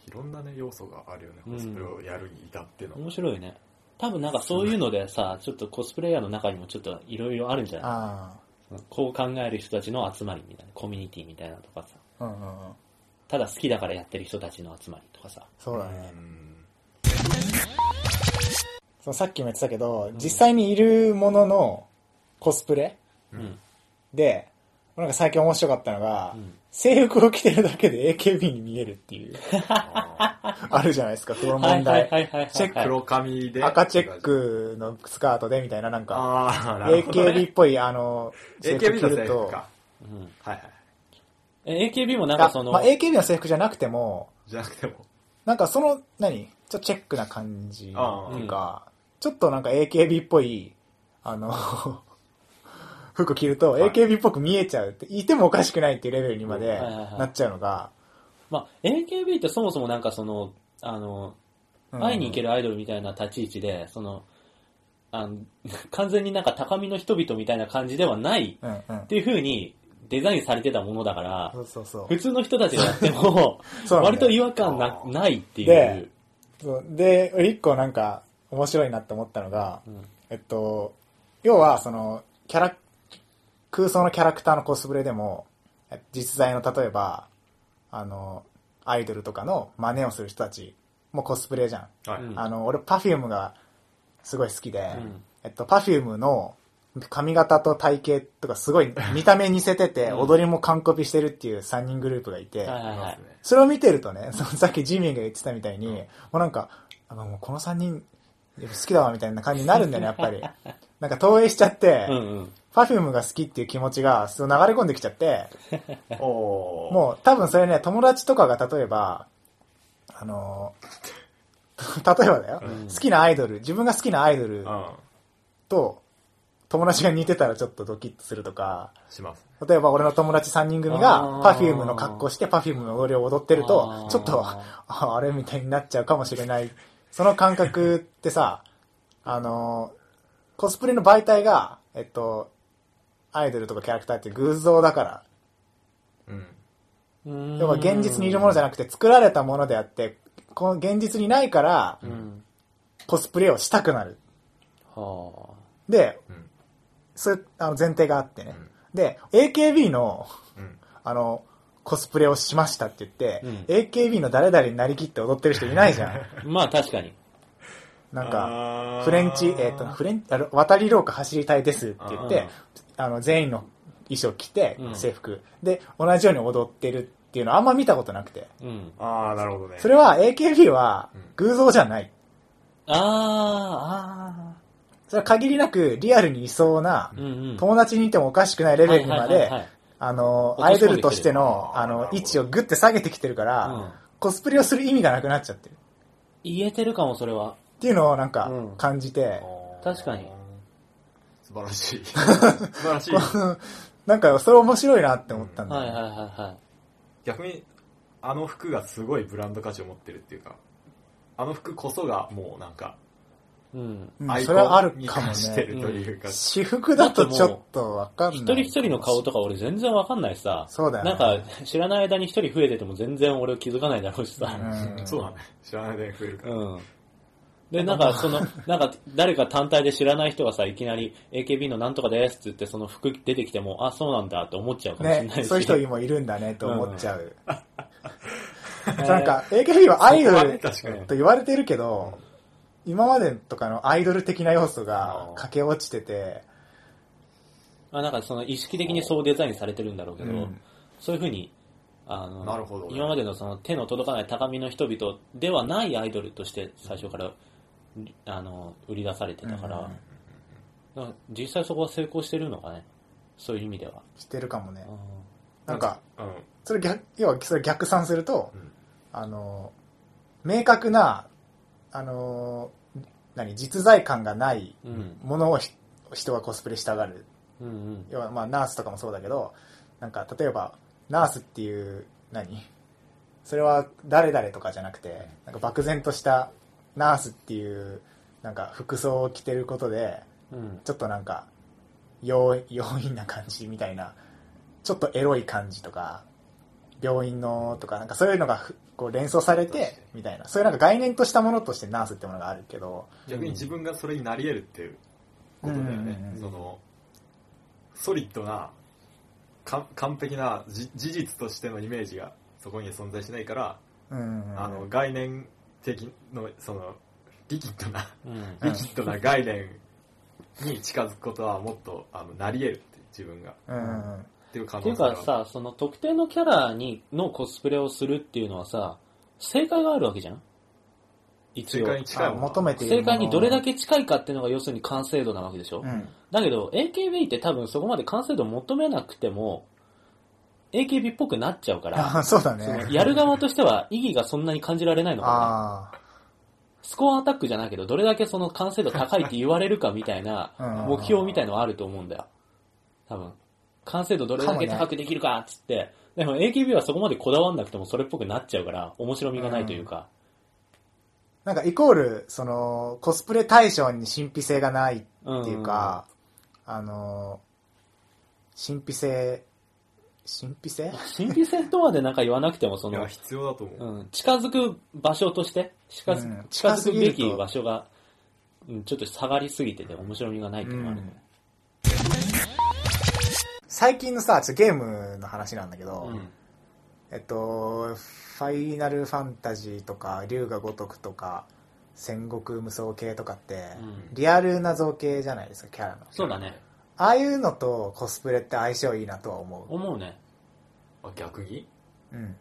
[SPEAKER 3] いろんなね、要素があるよね、コスプレをやるに至っての。
[SPEAKER 2] 面白いね。多分なんかそういうのでさ、ちょっとコスプレイヤーの中にもちょっといろいろあるんじゃな
[SPEAKER 1] あ
[SPEAKER 2] いこう考える人たちの集まりみたいな、コミュニティみたいなのとかさ、
[SPEAKER 1] あ、うんうんうん。
[SPEAKER 2] ただ好きだからやってる人たちの集まりとかさ。
[SPEAKER 1] そうだ
[SPEAKER 3] う
[SPEAKER 1] ね。
[SPEAKER 3] ん。
[SPEAKER 1] そのさっきも言ってたけど、実際にいるもののコスプレ
[SPEAKER 2] うん。
[SPEAKER 1] で、なんか最近面白かったのが、
[SPEAKER 2] うん
[SPEAKER 1] 制服を着てるだけで AKB に見えるって いう、
[SPEAKER 3] あ
[SPEAKER 1] あるじゃないですか、この
[SPEAKER 2] は
[SPEAKER 1] 問
[SPEAKER 2] いはい
[SPEAKER 1] 題。
[SPEAKER 2] はいはいはい。
[SPEAKER 3] ー黒髪で。
[SPEAKER 1] 赤チェッ。クのスカートでみたいな、なんか、
[SPEAKER 3] ああ、なるほどね。
[SPEAKER 1] AKB っぽい、あの、制服
[SPEAKER 3] AKB
[SPEAKER 1] 着
[SPEAKER 3] の制
[SPEAKER 1] る
[SPEAKER 3] 服
[SPEAKER 1] と、
[SPEAKER 3] か。
[SPEAKER 2] うん。
[SPEAKER 3] はいはい。
[SPEAKER 2] え AKB もなんか
[SPEAKER 1] あ
[SPEAKER 2] その、
[SPEAKER 1] まあ、AKB の制服じゃなくても、
[SPEAKER 3] じゃなくても。
[SPEAKER 1] なんかその、何ちょっとチェックな感じっ
[SPEAKER 3] あー
[SPEAKER 1] ていうか、ちょっとなんか AKB っぽい、あの、 服着ると
[SPEAKER 3] はい
[SPEAKER 1] AKB っぽく見えちゃうって、いてもおかしくないっていうレベルにまで
[SPEAKER 2] はいはいはい
[SPEAKER 1] なっちゃうのが、
[SPEAKER 2] まあ、AKB ってそもそもなんかその、あの、
[SPEAKER 1] うん
[SPEAKER 2] 会いに行けるアイドルみたいな立ち位置で、その、あの、 完全になんか高みの人々みたいな感じではない
[SPEAKER 1] うんうん
[SPEAKER 2] っ。ていう風にデザインされてたものだから
[SPEAKER 1] そ、うそうそう。
[SPEAKER 2] 普通の人たちがやっても、
[SPEAKER 1] そうなんだよ
[SPEAKER 2] 割と違和感なないってい
[SPEAKER 1] で
[SPEAKER 2] う。
[SPEAKER 1] そうで、一個なんか面白いなって思ったのが、
[SPEAKER 2] うん
[SPEAKER 1] えっと、要はその、キャラ、空想のキャラクターのコスプレでも、え実在の例えば、あの、アイドルとかの真似をする人たちもコスプレじゃん。
[SPEAKER 3] はい。
[SPEAKER 2] うん
[SPEAKER 1] あの、俺 Perfume がすごい好きで、
[SPEAKER 2] ん
[SPEAKER 1] えっと、Perfume の髪型と体型とかすごい見た目似せてて、
[SPEAKER 2] うん
[SPEAKER 1] 踊りも完コピしてるっていう3人グループがいて、
[SPEAKER 2] はいはい
[SPEAKER 3] い
[SPEAKER 2] は
[SPEAKER 3] ま
[SPEAKER 2] い
[SPEAKER 3] す。ね。
[SPEAKER 1] それを見てるとね、 そのさっきジミーが言ってたみたいに、
[SPEAKER 3] うん
[SPEAKER 1] もうなんか、あのもうこの3人、やっぱ好きだわみたいな感じになるんだよね、やっぱり。 なんか投影しちゃって、
[SPEAKER 2] うんうん。
[SPEAKER 1] Perfume が好きっていう気持ちがそう流れ込んできちゃって、
[SPEAKER 3] おー。
[SPEAKER 1] もう多分それね、友達とかが例えば、あの、 例えばだよ、
[SPEAKER 3] うん
[SPEAKER 1] 好きなアイドル、自分が好きなアイドル
[SPEAKER 3] うん。
[SPEAKER 1] と友達が似てたらちょっとドキッとするとか、
[SPEAKER 3] します。
[SPEAKER 1] 例えば俺の友達3人組が
[SPEAKER 2] あー
[SPEAKER 1] Perfume の格好して Perfume の踊りを踊ってる
[SPEAKER 2] あ
[SPEAKER 1] と
[SPEAKER 2] ー、
[SPEAKER 1] ちょっと、ああれみたいになっちゃうかもしれない。その感覚ってさ、 あの、コスプレの媒体が、えっと、アイドルとかキャラクターって偶像だから、
[SPEAKER 3] うん。
[SPEAKER 1] 要は現実にいるものじゃ
[SPEAKER 2] な
[SPEAKER 1] なくて作られたものであって、この現実にないから
[SPEAKER 2] くうん。
[SPEAKER 1] コスプレをしたくなる。
[SPEAKER 2] は
[SPEAKER 1] で、
[SPEAKER 3] うん。
[SPEAKER 1] そういうあの前提があってね
[SPEAKER 3] うん。
[SPEAKER 1] で、AKB の
[SPEAKER 3] うん。
[SPEAKER 1] あの、コスプレをしましたって言って、
[SPEAKER 2] うん
[SPEAKER 1] AKB の誰々になりきって踊ってる人いないじゃ ん。
[SPEAKER 2] あ。まあ確かに。
[SPEAKER 1] なんか、
[SPEAKER 3] か
[SPEAKER 1] フレンチ、えっ、と、フレンチ、あの渡り廊下走りたいですって言って、あの、全員の衣装着て
[SPEAKER 2] う、ん
[SPEAKER 1] 制服、で、同じように踊ってるっていうのはあんま見たことなくて。
[SPEAKER 2] うん。
[SPEAKER 3] あー、なるほどね。
[SPEAKER 1] それは AKB は
[SPEAKER 3] うん
[SPEAKER 1] 偶像じゃない。
[SPEAKER 2] ああ、
[SPEAKER 1] それは限りなくリアルにいそうな
[SPEAKER 2] ああ。、うんうん。
[SPEAKER 1] 友達にいてもおかしくないレベルにま
[SPEAKER 2] はいはい
[SPEAKER 1] で
[SPEAKER 2] はいはい、
[SPEAKER 1] あの、ア
[SPEAKER 2] 落
[SPEAKER 1] イ
[SPEAKER 2] とし込
[SPEAKER 1] ド
[SPEAKER 2] んできてる
[SPEAKER 1] ルとしての、あ
[SPEAKER 3] なる
[SPEAKER 1] の、
[SPEAKER 3] ほど
[SPEAKER 1] 位置をグッて下げてきてるから、
[SPEAKER 2] うん
[SPEAKER 1] コスプレをする意味がなくなっちゃってる。
[SPEAKER 2] 言えてるかも、それは。
[SPEAKER 1] っていうのをなんか
[SPEAKER 2] うん
[SPEAKER 1] 感じて、
[SPEAKER 3] あー
[SPEAKER 2] 確かに。
[SPEAKER 3] 素晴らしい。素晴らしい。
[SPEAKER 1] なんかそれ面白いなって思ったんだよ
[SPEAKER 2] はい
[SPEAKER 1] ね、
[SPEAKER 2] はいはいは
[SPEAKER 3] 逆に、あの服がすごいブランド価値を持ってるっていうか、あの服こそがもうなんか、
[SPEAKER 2] うん。
[SPEAKER 1] うん
[SPEAKER 3] アイ
[SPEAKER 1] そ
[SPEAKER 3] コ
[SPEAKER 1] れはある
[SPEAKER 3] ンに
[SPEAKER 1] かも
[SPEAKER 3] 関して
[SPEAKER 1] ね。
[SPEAKER 3] るというか、
[SPEAKER 1] 私服だとちょっとわかんない。
[SPEAKER 2] 一人一人の顔とか俺全然わかんないしさ。
[SPEAKER 1] そうだよね
[SPEAKER 2] なんか、知らない間に一人増えてても全然俺気づかないだろうしさ。
[SPEAKER 1] うん
[SPEAKER 3] そうだね。知らないで来るから。
[SPEAKER 2] うん。で、なんか、その、なんか、誰か単体で知らない人がさ、いきなり、AKB のなんとかですって言って、その服出てきても、あ、そうなんだって思っちゃうかもしれ
[SPEAKER 1] ね
[SPEAKER 2] ないし。、
[SPEAKER 1] そういう人もいるんだねと思っちゃ う。
[SPEAKER 2] うん
[SPEAKER 1] なんか、AKB はアイド
[SPEAKER 3] そこは
[SPEAKER 1] ル
[SPEAKER 3] ね確かに
[SPEAKER 1] と言われてるけど、今までとかのアイドル的な要素が
[SPEAKER 2] あー
[SPEAKER 1] 駆け落ちてて、
[SPEAKER 2] あなんか、その、意識的にそうデザインされてるんだろうけど、
[SPEAKER 1] うん
[SPEAKER 2] そういうふうに、あの、
[SPEAKER 3] なるほどね
[SPEAKER 2] 今までのその、手の届かない高みの人々ではないアイドルとして、最初から、あの、売り出されてたから、
[SPEAKER 1] うん
[SPEAKER 2] だから実際そこは成功してるのかね。そういう意味では。
[SPEAKER 1] してるかもね
[SPEAKER 2] う。ん
[SPEAKER 1] なんか、
[SPEAKER 3] うん。
[SPEAKER 1] それ逆、要はそれ逆算すると
[SPEAKER 3] うん、
[SPEAKER 1] あの、明確な、あの、何、実在感がない
[SPEAKER 2] うん。
[SPEAKER 1] ものをひ人がコスプレしたがる。
[SPEAKER 2] うんうん。
[SPEAKER 1] 要はまあナースとかもそうだけどなんか例えばナースっていう何それは誰々とかじゃなくてなんか漠然としたナースっていうなんか服装を着てることで
[SPEAKER 2] うん。
[SPEAKER 1] ちょっとなんか 容容易な感じみたいなちょっとエロい感じとか病院のとかなんかそういうのがふこう連想されてみたいなそういうなんか概念としたものとしてナースってものがあるけど
[SPEAKER 3] 逆に自分がそれになり得るっていうことだよね
[SPEAKER 1] うんうんうんう。ん
[SPEAKER 3] その、ソリッドな、か完璧なじ事実としてのイメージがそこに存在しないから、
[SPEAKER 1] うん
[SPEAKER 3] あの、概念的の、その、リキッドな、
[SPEAKER 2] うん。
[SPEAKER 1] うん
[SPEAKER 3] リキッドな概念に近づくことはもっと、あの、なり得るって、自分が。
[SPEAKER 1] うんうんうん
[SPEAKER 3] っていう可
[SPEAKER 2] ってい
[SPEAKER 3] 能
[SPEAKER 2] う
[SPEAKER 3] 性は
[SPEAKER 2] かさ、その特定のキャラにのコスプレをするっていうのはさ、正解があるわけじゃん一
[SPEAKER 3] 正
[SPEAKER 2] 応。
[SPEAKER 3] 解に近い
[SPEAKER 1] あ
[SPEAKER 3] もんな
[SPEAKER 1] 求めている
[SPEAKER 2] 正解にどれだ
[SPEAKER 1] け、
[SPEAKER 2] け近いかっていうのが要するに完成度なわけでしょ、
[SPEAKER 1] うん、
[SPEAKER 2] だけど AKB って多分そこまで完成度求めなくても、AKB っぽくなっちゃうから、
[SPEAKER 1] あ そうだね
[SPEAKER 2] そのやる側としては意義がそんなに感じられないのかな。
[SPEAKER 1] あ
[SPEAKER 2] スコアアタックじゃないけど、どれだけその完成度高いって言われるかみたい
[SPEAKER 1] うん
[SPEAKER 2] な目標みたいのはあると思うんだよ。多分。完成度どれだけ高くできるかっつって、でも AKB はそこまでこだわんなくてもそれっぽくなっちゃうから、面白みがないというか。
[SPEAKER 1] あ。なんかイコール、その、コスプレ対象に神秘性がないっていうか、あの、神秘性、神秘性
[SPEAKER 2] 神秘性とまでなんか言わなくても、そ
[SPEAKER 3] いや、
[SPEAKER 2] の、
[SPEAKER 3] 必要だと思う。
[SPEAKER 2] うん、近づく場所として、近づ,、
[SPEAKER 1] うん
[SPEAKER 2] 近づく
[SPEAKER 1] 近
[SPEAKER 2] べ
[SPEAKER 1] づ
[SPEAKER 2] き
[SPEAKER 1] く
[SPEAKER 2] 場所が、うん、ちょっと下がりすぎてて面白みがないっていうのがあるね。
[SPEAKER 1] 最近のさ、ちょっとゲームの話なんだけど、
[SPEAKER 2] うん
[SPEAKER 1] えっと、ファイナルファンタジーとか、竜が如くとか、戦国無双系とかって、
[SPEAKER 2] うん
[SPEAKER 1] リアルな造形じゃないですか、キャラの。
[SPEAKER 2] そうだね。
[SPEAKER 1] ああいうのとコスプレって相性いいなとは思う。
[SPEAKER 2] 思うね。
[SPEAKER 3] あ、逆に
[SPEAKER 1] うん、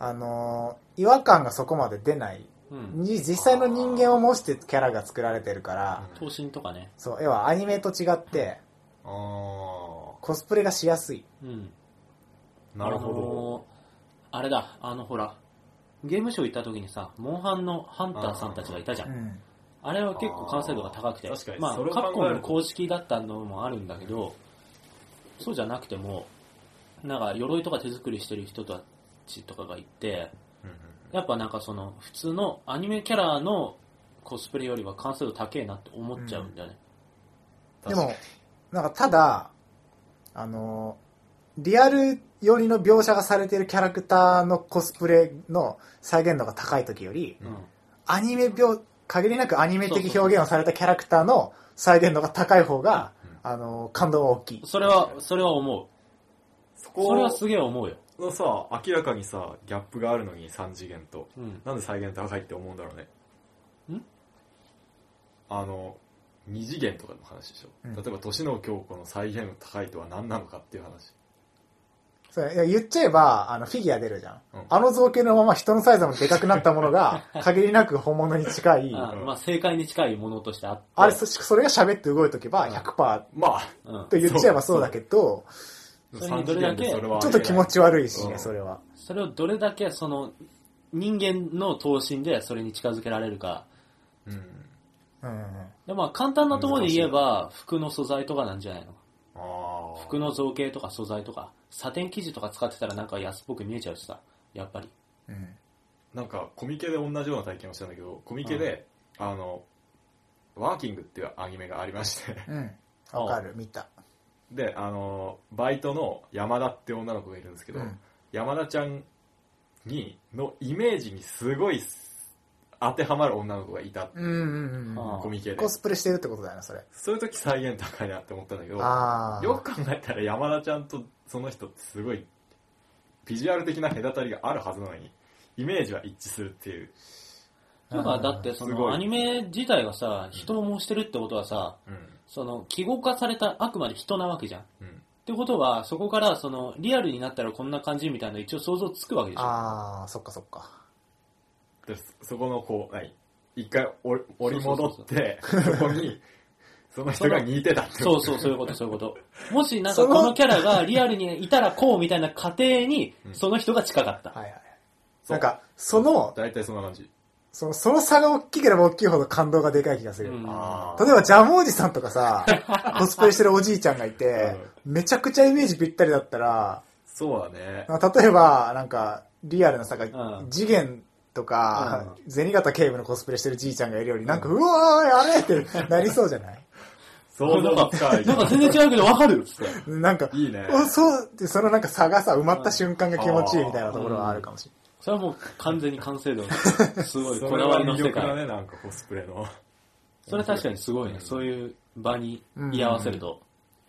[SPEAKER 1] あのー違和感がそこまで出ない
[SPEAKER 2] うん。
[SPEAKER 1] に実際の人間を模してキャラが作られてるから
[SPEAKER 2] 等身とかね。
[SPEAKER 1] そう要はアニメと違って
[SPEAKER 3] あー
[SPEAKER 1] コスプレがしやすい
[SPEAKER 2] うん。
[SPEAKER 3] なるほ
[SPEAKER 2] あ
[SPEAKER 3] ど。
[SPEAKER 2] のーあれだ、あのほら、ゲームショー行った時にさ、モンハンのハンターさんたちがいたじゃ。
[SPEAKER 1] うんん
[SPEAKER 2] あれは結構完成度が高くて
[SPEAKER 3] あー確か、に
[SPEAKER 2] まあ、
[SPEAKER 3] それを考
[SPEAKER 2] カ
[SPEAKER 3] える
[SPEAKER 2] プ
[SPEAKER 3] と
[SPEAKER 2] コンの公式だったのもあるんだけど、そうじゃなくても、なんか鎧とか手作りしてる人たちとかがいて、
[SPEAKER 3] うんうん
[SPEAKER 2] やっぱなんかその、普通のアニメキャラのコスプレよりは完成度高えなって思っちゃうんだよね。
[SPEAKER 1] で
[SPEAKER 3] 確かに
[SPEAKER 1] もなんかただあのーリアル寄りの描写がされてるキャラクターのコスプレの再現度が高い時より
[SPEAKER 3] うん
[SPEAKER 2] うん
[SPEAKER 1] アニメ描限りなくアニメ的表現をされたキャラクターの再現度が高い方が、あのー感動は大きい
[SPEAKER 2] それは、それは思。
[SPEAKER 3] そうこ
[SPEAKER 2] それはすげえ思うよ。
[SPEAKER 3] のさ、明らかにさ、ギャップがあるのに3次元と。
[SPEAKER 2] うん。
[SPEAKER 3] なんで再現高いって思うんだろうね。
[SPEAKER 2] ん
[SPEAKER 3] あの、二次元とかの話でしょ。
[SPEAKER 1] うん
[SPEAKER 3] 例えば、年の京子の再現度高いとは何なのかっていう話。
[SPEAKER 1] そういや言っちゃえば、あの、フィギュア出るじゃん。
[SPEAKER 3] うん
[SPEAKER 1] あの造形のまま人のサイズもでかくなったもの が、限りなく本物に近い。
[SPEAKER 2] あ
[SPEAKER 1] あ
[SPEAKER 2] ーまあ、正解に近いものとしてあって。
[SPEAKER 1] れ、そそれが喋って動いとけば100%
[SPEAKER 3] まあ、
[SPEAKER 2] うん
[SPEAKER 1] と言っちゃえばそうだけど、
[SPEAKER 2] それにどれだけ
[SPEAKER 3] 三次元でそれは
[SPEAKER 1] ちょっと気持ち悪いし
[SPEAKER 3] う
[SPEAKER 1] ね、
[SPEAKER 3] ん
[SPEAKER 1] それは。
[SPEAKER 2] それをどれだけその人間の等身でそれに近づけられるか。
[SPEAKER 3] うん。
[SPEAKER 1] うん。
[SPEAKER 2] でまあ簡単なところで言えば、服の素材とかなんじゃないの
[SPEAKER 3] ああ。
[SPEAKER 2] 服の造形とか素材とか、サテン生地とか使ってたらなんか安っぽく見えちゃうしさ、やっぱり。
[SPEAKER 1] うん。
[SPEAKER 3] なんか、コミケで同じような体験をしたんだけど、コミケで、あの、ワーキングっていうアニメがありまして、
[SPEAKER 1] うん。わかる、見た。
[SPEAKER 3] で、あの、バイトの山田って女の子がいるんですけど、
[SPEAKER 1] うん
[SPEAKER 3] 山田ちゃんに、のイメージにすごい当てはまる女の子がいた、
[SPEAKER 1] うんうんうん。
[SPEAKER 2] あ
[SPEAKER 3] コミケで
[SPEAKER 1] コ。スプレしてるってことだよな、それ。
[SPEAKER 3] そういう時再現高いなって思ったんだけど、
[SPEAKER 1] ああ。
[SPEAKER 3] よく考えたら山田ちゃんとその人ってすごいビジュアル的な隔たりがあるはずなのにイメージは一致するっていう、
[SPEAKER 2] 要はだってそ
[SPEAKER 3] すご
[SPEAKER 2] の
[SPEAKER 3] い
[SPEAKER 2] アニメ自体がさ、人を模してるってことはさ、
[SPEAKER 3] うん
[SPEAKER 2] その記号化されたあくまで人なわけじゃん。っ
[SPEAKER 3] うん、
[SPEAKER 2] てことは、そこからそのリアルになったらこんな感じみたいなの一応想像つくわけでしょ。
[SPEAKER 1] ああ、そっかそっか。
[SPEAKER 3] でそそこのこう何一回折折り戻
[SPEAKER 2] そう
[SPEAKER 3] ってそこにその人が似てたって
[SPEAKER 2] そうそう、そういうこと、そういうこと。もしなんかこのキャラがリアルにいたらこうみたいな過程に、その人が近かった。
[SPEAKER 1] はいはい。
[SPEAKER 3] そう
[SPEAKER 1] なんか、その、
[SPEAKER 3] 大体そんな感じ
[SPEAKER 1] その、その差が大きければ大きいほど感動がでかい気がする。
[SPEAKER 2] うん
[SPEAKER 3] あ
[SPEAKER 1] 例えば、ジャムおじさんとかさ、コスプレしてるおじいちゃんがいて、めちゃくちゃイメージぴったりだったら、
[SPEAKER 3] そうだね
[SPEAKER 1] まあ例えば、なんか、リアルなさが、
[SPEAKER 2] うん
[SPEAKER 1] 次元とか、銭形警部のコスプレしてるじいちゃんがいるより、なんか、うわーい、あれってなりそうじゃない
[SPEAKER 3] 想像がつかない
[SPEAKER 2] なんか全然違うけどわかるっつって。
[SPEAKER 1] なんか、
[SPEAKER 3] いいね
[SPEAKER 1] おそうって、そのなんか差がさ、埋まった瞬間が気持ちいいみたいなところはあるかもしれない。
[SPEAKER 2] それはもう完全に完 成度の、すごい
[SPEAKER 3] そ
[SPEAKER 2] こ
[SPEAKER 3] れ
[SPEAKER 2] だわ
[SPEAKER 3] は
[SPEAKER 2] りの
[SPEAKER 3] 魅
[SPEAKER 2] 世
[SPEAKER 3] 力だ
[SPEAKER 2] 界。
[SPEAKER 3] ねなんかコスプレの
[SPEAKER 2] それは確かにすごいね。そういう場に居合わせると。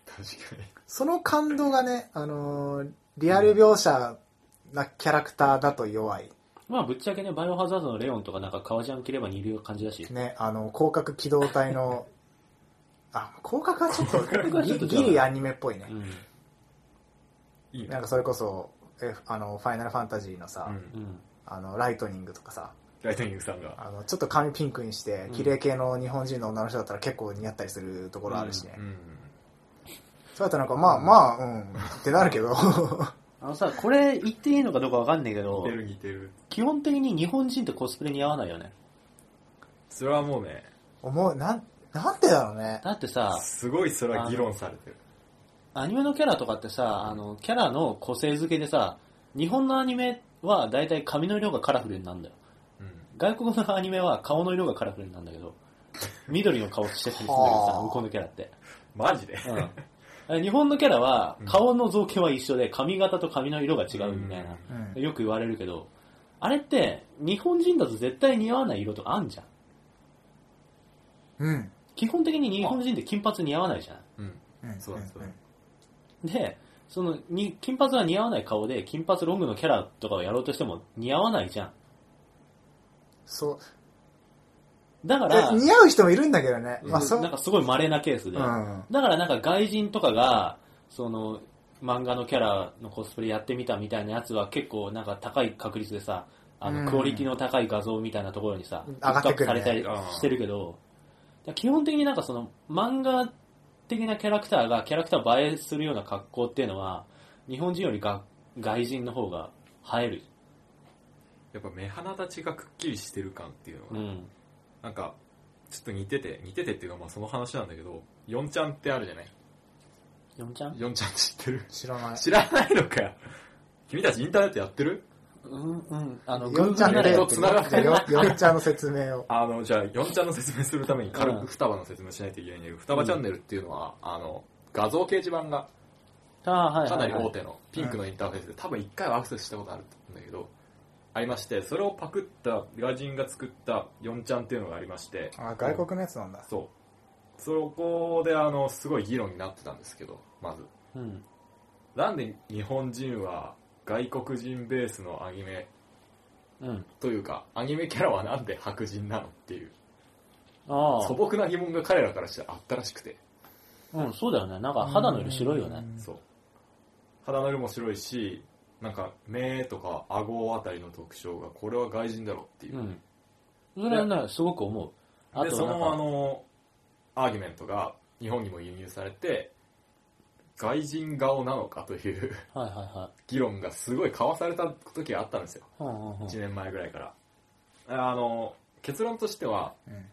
[SPEAKER 3] 確かに
[SPEAKER 1] その感動がね、あのーリアル描写なキャラクターだと弱い。
[SPEAKER 2] まあぶっちゃけね、バイオハザードのレオンとかなんか革ジャン着れば似る感じだし。
[SPEAKER 1] ね、あの、広角機動隊の、あ、広角はちょっ
[SPEAKER 2] 角
[SPEAKER 1] と
[SPEAKER 2] はち
[SPEAKER 1] ギ
[SPEAKER 2] ょっと違う
[SPEAKER 1] リ、ギリアニメっぽいね
[SPEAKER 2] う。ん。
[SPEAKER 3] いい
[SPEAKER 1] な
[SPEAKER 3] ね
[SPEAKER 1] んかそれこそ、えあの、ファイナルファンタジーのさ、
[SPEAKER 3] うん
[SPEAKER 2] うん。
[SPEAKER 1] あの、ライトニングとかさ、
[SPEAKER 3] ライトニングさんが
[SPEAKER 1] あの、ちょっと髪ピンクにして
[SPEAKER 2] う、ん
[SPEAKER 1] 綺麗系の日本人の女の人だったら結構似合ったりするところあるしね。
[SPEAKER 3] うん
[SPEAKER 1] そうやったらなんか、まあまあ、うん、ってなるけど、
[SPEAKER 2] あのさ、これ言っていいのかどうかわかんないけど
[SPEAKER 3] 似て、る似てる
[SPEAKER 2] 基本的に日本人ってコスプレ似合わないよね。
[SPEAKER 3] それはもうね
[SPEAKER 1] 思う、なん、なんでだろうね。
[SPEAKER 2] だってさ、
[SPEAKER 3] すごいそれは議論されてる
[SPEAKER 2] アニメのキャラとかってさ、あの、キャラの個性付けでさ、日本のアニメは大体髪の色がカラフルになるんだよ。
[SPEAKER 3] うん
[SPEAKER 2] 外国のアニメは顔の色がカラフルになるんだけ ど、緑の顔してたりするんだけど
[SPEAKER 1] は
[SPEAKER 2] さ、
[SPEAKER 1] あ
[SPEAKER 2] 向こうのキャラって。
[SPEAKER 3] マジで
[SPEAKER 2] うん。日本のキャラは顔の造形は一緒で髪型と髪の色が違うみたいな、
[SPEAKER 1] うん。
[SPEAKER 2] よく言われるけど、あれって日本人だと絶対似合わない色とかあんじゃん。
[SPEAKER 1] うん。
[SPEAKER 2] 基本的に日本人って金髪似合わないじゃん。
[SPEAKER 3] うん。
[SPEAKER 1] うん。
[SPEAKER 3] そうだそうだ
[SPEAKER 2] で、そのに金髪は似合わない顔で、金髪ロングのキャラとかをやろうとしても似合わないじゃん。
[SPEAKER 1] そう。
[SPEAKER 2] だか
[SPEAKER 1] え
[SPEAKER 2] ら、
[SPEAKER 1] 似合う人もいるんだけどね。
[SPEAKER 3] うん
[SPEAKER 1] まあ、そう。
[SPEAKER 2] なんかすごい稀なケースで。
[SPEAKER 1] うん。
[SPEAKER 2] だからなんか外人とかが、その、漫画のキャラのコスプレやってみたみたいなやつは結構なんか高い確率でさ、あ
[SPEAKER 1] う
[SPEAKER 2] の、
[SPEAKER 1] ん
[SPEAKER 2] クオリティの高い画像みたいなところにさ、
[SPEAKER 1] 上
[SPEAKER 2] ピッ
[SPEAKER 1] がっ
[SPEAKER 2] ク
[SPEAKER 1] て
[SPEAKER 2] アッ
[SPEAKER 1] く
[SPEAKER 2] プ
[SPEAKER 1] る
[SPEAKER 2] さ
[SPEAKER 1] ね
[SPEAKER 2] れたりしてるけど、だから基本的になんかその、漫画的なキャラクターがキャラクター映えするような格好っていうのは、日本人よりが外人の方が映える。
[SPEAKER 3] やっぱ目鼻立ちがくっきりしてる感っていうの
[SPEAKER 2] う
[SPEAKER 3] が、
[SPEAKER 2] ん。
[SPEAKER 3] なんか、ちょっと似てて、似ててっていうかまあその話なんだけど、ヨンちゃんってあるじゃない
[SPEAKER 2] ヨンちゃん
[SPEAKER 3] ヨンちゃん知ってる
[SPEAKER 1] 知らない。
[SPEAKER 3] 知らないのかよ。君たちインターネットやってる
[SPEAKER 2] うんうん。あの、
[SPEAKER 1] 4ちゃん
[SPEAKER 2] Google なら
[SPEAKER 1] で、
[SPEAKER 2] や
[SPEAKER 3] と
[SPEAKER 2] っ
[SPEAKER 1] よ
[SPEAKER 2] て
[SPEAKER 3] つながってる
[SPEAKER 1] 4ちゃんの説明を。
[SPEAKER 3] あの、じゃあ、ヨンちゃんの説明するために軽
[SPEAKER 2] うん
[SPEAKER 3] く双葉の説明しないといけないんだけど、双葉チャンネルっていうのは、あの、画像掲示板が
[SPEAKER 2] ああ、はい
[SPEAKER 3] か
[SPEAKER 2] は
[SPEAKER 3] ないり
[SPEAKER 2] はい、
[SPEAKER 3] 大手のピンクのインターフェースで、多分一回はアクセスしたことあると思うんだけど、ありまして、それをパクった、ガジンが作ったヨンちゃんっていうのがありまして、
[SPEAKER 1] あ、外国のやつなんだ。
[SPEAKER 3] そう。そこで、あの、すごい議論になってたんですけど、まず。
[SPEAKER 2] うん。
[SPEAKER 3] なんで日本人は外国人ベースのアニメ
[SPEAKER 2] うん。
[SPEAKER 3] というか、アニメキャラはなんで白人なのっていう、
[SPEAKER 2] ああ。
[SPEAKER 3] 素朴な疑問が彼らからしたらあったらしくて、
[SPEAKER 2] うん、そうだよね。なんか肌の色白いよね。
[SPEAKER 3] そう。肌の色も白いし、なんか目とか顎あたりの特徴が、これは外人だろうっていう
[SPEAKER 2] う。ん。それはね、すごく思う。あ
[SPEAKER 3] で、
[SPEAKER 2] と
[SPEAKER 3] そ
[SPEAKER 2] なん
[SPEAKER 3] のあ
[SPEAKER 2] か、
[SPEAKER 3] の、アーギュメントが日本にも輸入されて、外人顔なのかという。
[SPEAKER 2] はいはいは
[SPEAKER 3] 議論がすごい交わされた時があったんですよ
[SPEAKER 2] い。うんうんうん
[SPEAKER 3] 1年前ぐらいからあの結論としては、
[SPEAKER 1] うん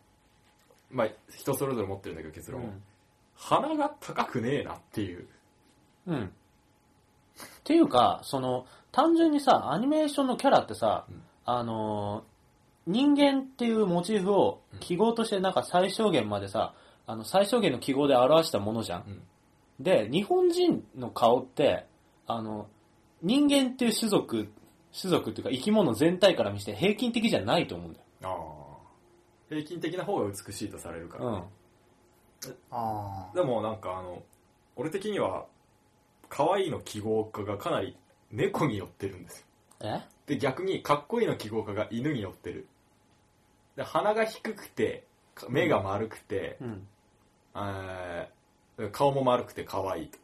[SPEAKER 3] まあ人それぞれ持ってるんだけど結論、
[SPEAKER 2] うん
[SPEAKER 3] 鼻が高くねえなっていう
[SPEAKER 2] うん。っていうか、その、単純にさ、アニメーションのキャラってさ、
[SPEAKER 3] ん
[SPEAKER 2] あの人間っていうモチーフを記号としてなんか最小限までさ、あの最小限の記号で表したものじゃん。
[SPEAKER 3] うん
[SPEAKER 2] で、日本人の顔って、あの、人間っていう種族、種族っていうか生き物全体から見して平均的じゃないと思うんだよ。
[SPEAKER 3] ああ。平均的な方が美しいとされるから。
[SPEAKER 1] あ
[SPEAKER 3] でもなんかあの、俺的には、可愛いの記号化がかなり猫に寄ってるんですよ。
[SPEAKER 2] うん。え
[SPEAKER 3] で、逆にかっこいいの記号化が犬に寄ってる。で、鼻が低くて、か目が丸くて、
[SPEAKER 2] うん。
[SPEAKER 3] えー顔も丸くて可愛いと。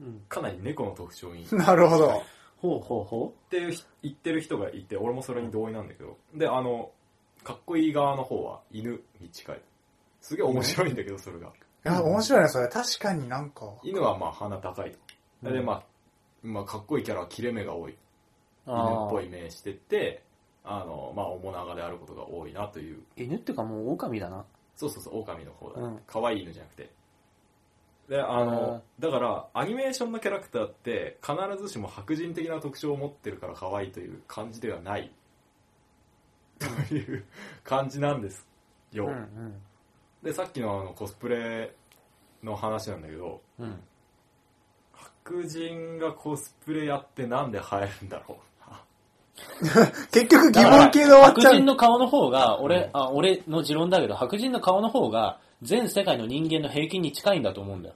[SPEAKER 2] うん。
[SPEAKER 3] かなり猫の特徴に。 っ
[SPEAKER 1] あ。なるほど。
[SPEAKER 2] ほうほうほ
[SPEAKER 3] ていう人言ってる人がいて、俺もそれに同意なんだけど。で、あの、かっこいい側の方は犬に近い。すげえ面白いんだけど、それが。
[SPEAKER 1] いや、面白いね、それ。確かになんか。
[SPEAKER 3] 犬はまあ鼻高いと。
[SPEAKER 2] うん
[SPEAKER 3] で、まあ、まあ、かっこいいキャラは切れ目が多い。
[SPEAKER 2] う。
[SPEAKER 3] 犬っぽ
[SPEAKER 2] い。
[SPEAKER 3] い目してて、あの、まあ、面長であることが多いなという
[SPEAKER 2] 犬っていうかもう狼だな。
[SPEAKER 3] そうそうそう、狼の方だ、
[SPEAKER 2] う
[SPEAKER 3] ね
[SPEAKER 2] ん。
[SPEAKER 3] 可愛い犬じゃなくて。で、あの、だから、アニメーションのキャラクターって、必ずしも白人的な特徴を持ってるから可愛いという感じではない、という感じなんです
[SPEAKER 2] う
[SPEAKER 3] よ。
[SPEAKER 2] ん
[SPEAKER 3] で、さっきのあのコスプレの話なんだけど、
[SPEAKER 2] うん。うん。
[SPEAKER 3] 白人がコスプレやってなんで入るんだろう。
[SPEAKER 1] 結局疑問系で終わっ
[SPEAKER 2] 白
[SPEAKER 1] ちゃ
[SPEAKER 2] 人
[SPEAKER 1] う。
[SPEAKER 2] の顔の方が、俺、
[SPEAKER 3] うん
[SPEAKER 2] あ、俺の持論だけど、白人の顔の方が、全世界の人間の平均に近いんだと思うんだよ。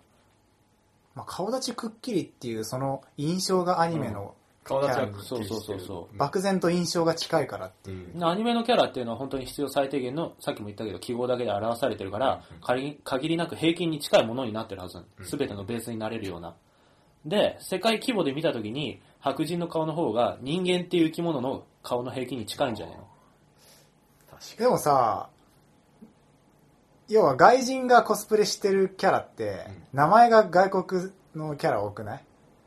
[SPEAKER 1] まあ、顔立ちくっきりっていう、その印象がアニメの、
[SPEAKER 3] 顔立ちはくっき
[SPEAKER 2] そう
[SPEAKER 3] り
[SPEAKER 2] そう
[SPEAKER 3] して
[SPEAKER 2] そう
[SPEAKER 3] る。
[SPEAKER 2] そう。
[SPEAKER 1] 漠然と印象が近いからって。
[SPEAKER 3] うん
[SPEAKER 2] アニメのキャラっていうのは本当に必要最低限の、さっきも言ったけど、記号だけで表されてるから
[SPEAKER 3] うん、
[SPEAKER 2] 限り限りなく平均に近いものになってるはず
[SPEAKER 3] うん。
[SPEAKER 2] すべてのベースになれるような。で、世界規模で見たときに、白人の顔の方が人間っていう生き物の顔の平均に近いんじゃないの
[SPEAKER 3] 確か
[SPEAKER 1] でもさ、要は外人がコスプレしてるキャラって、名前が外国のキャラ多くない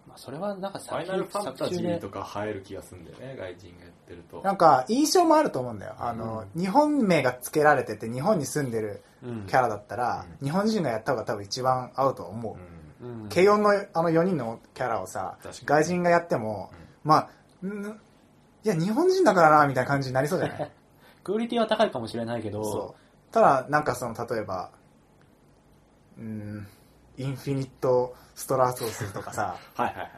[SPEAKER 2] まあ、それはなんか
[SPEAKER 3] ファ
[SPEAKER 2] 作
[SPEAKER 3] イナルファンタ
[SPEAKER 2] 作
[SPEAKER 3] ジ
[SPEAKER 2] 中
[SPEAKER 3] ー
[SPEAKER 2] で
[SPEAKER 3] と。か入る気がするんだよね、外人がやってると。
[SPEAKER 1] なんか印象もあると思うんだよ。あの、日本名が付けられてて日本に住んでる
[SPEAKER 2] うん
[SPEAKER 1] キャラだったら、日本人がやった方が多分一番合うと思う。
[SPEAKER 3] う
[SPEAKER 2] う
[SPEAKER 3] ん
[SPEAKER 2] ん
[SPEAKER 1] 軽音のあの4人のキャラをさ
[SPEAKER 3] 確かに、
[SPEAKER 1] 外人がやっても、まあ、んいや、日本人だからな、みたいな感じになりそうじゃない
[SPEAKER 2] クオリティは高いかもしれないけど、
[SPEAKER 1] そう。ただ、なんかその、例えば、うん、インフィニットストラーソースとか さ、
[SPEAKER 3] はいはいはい。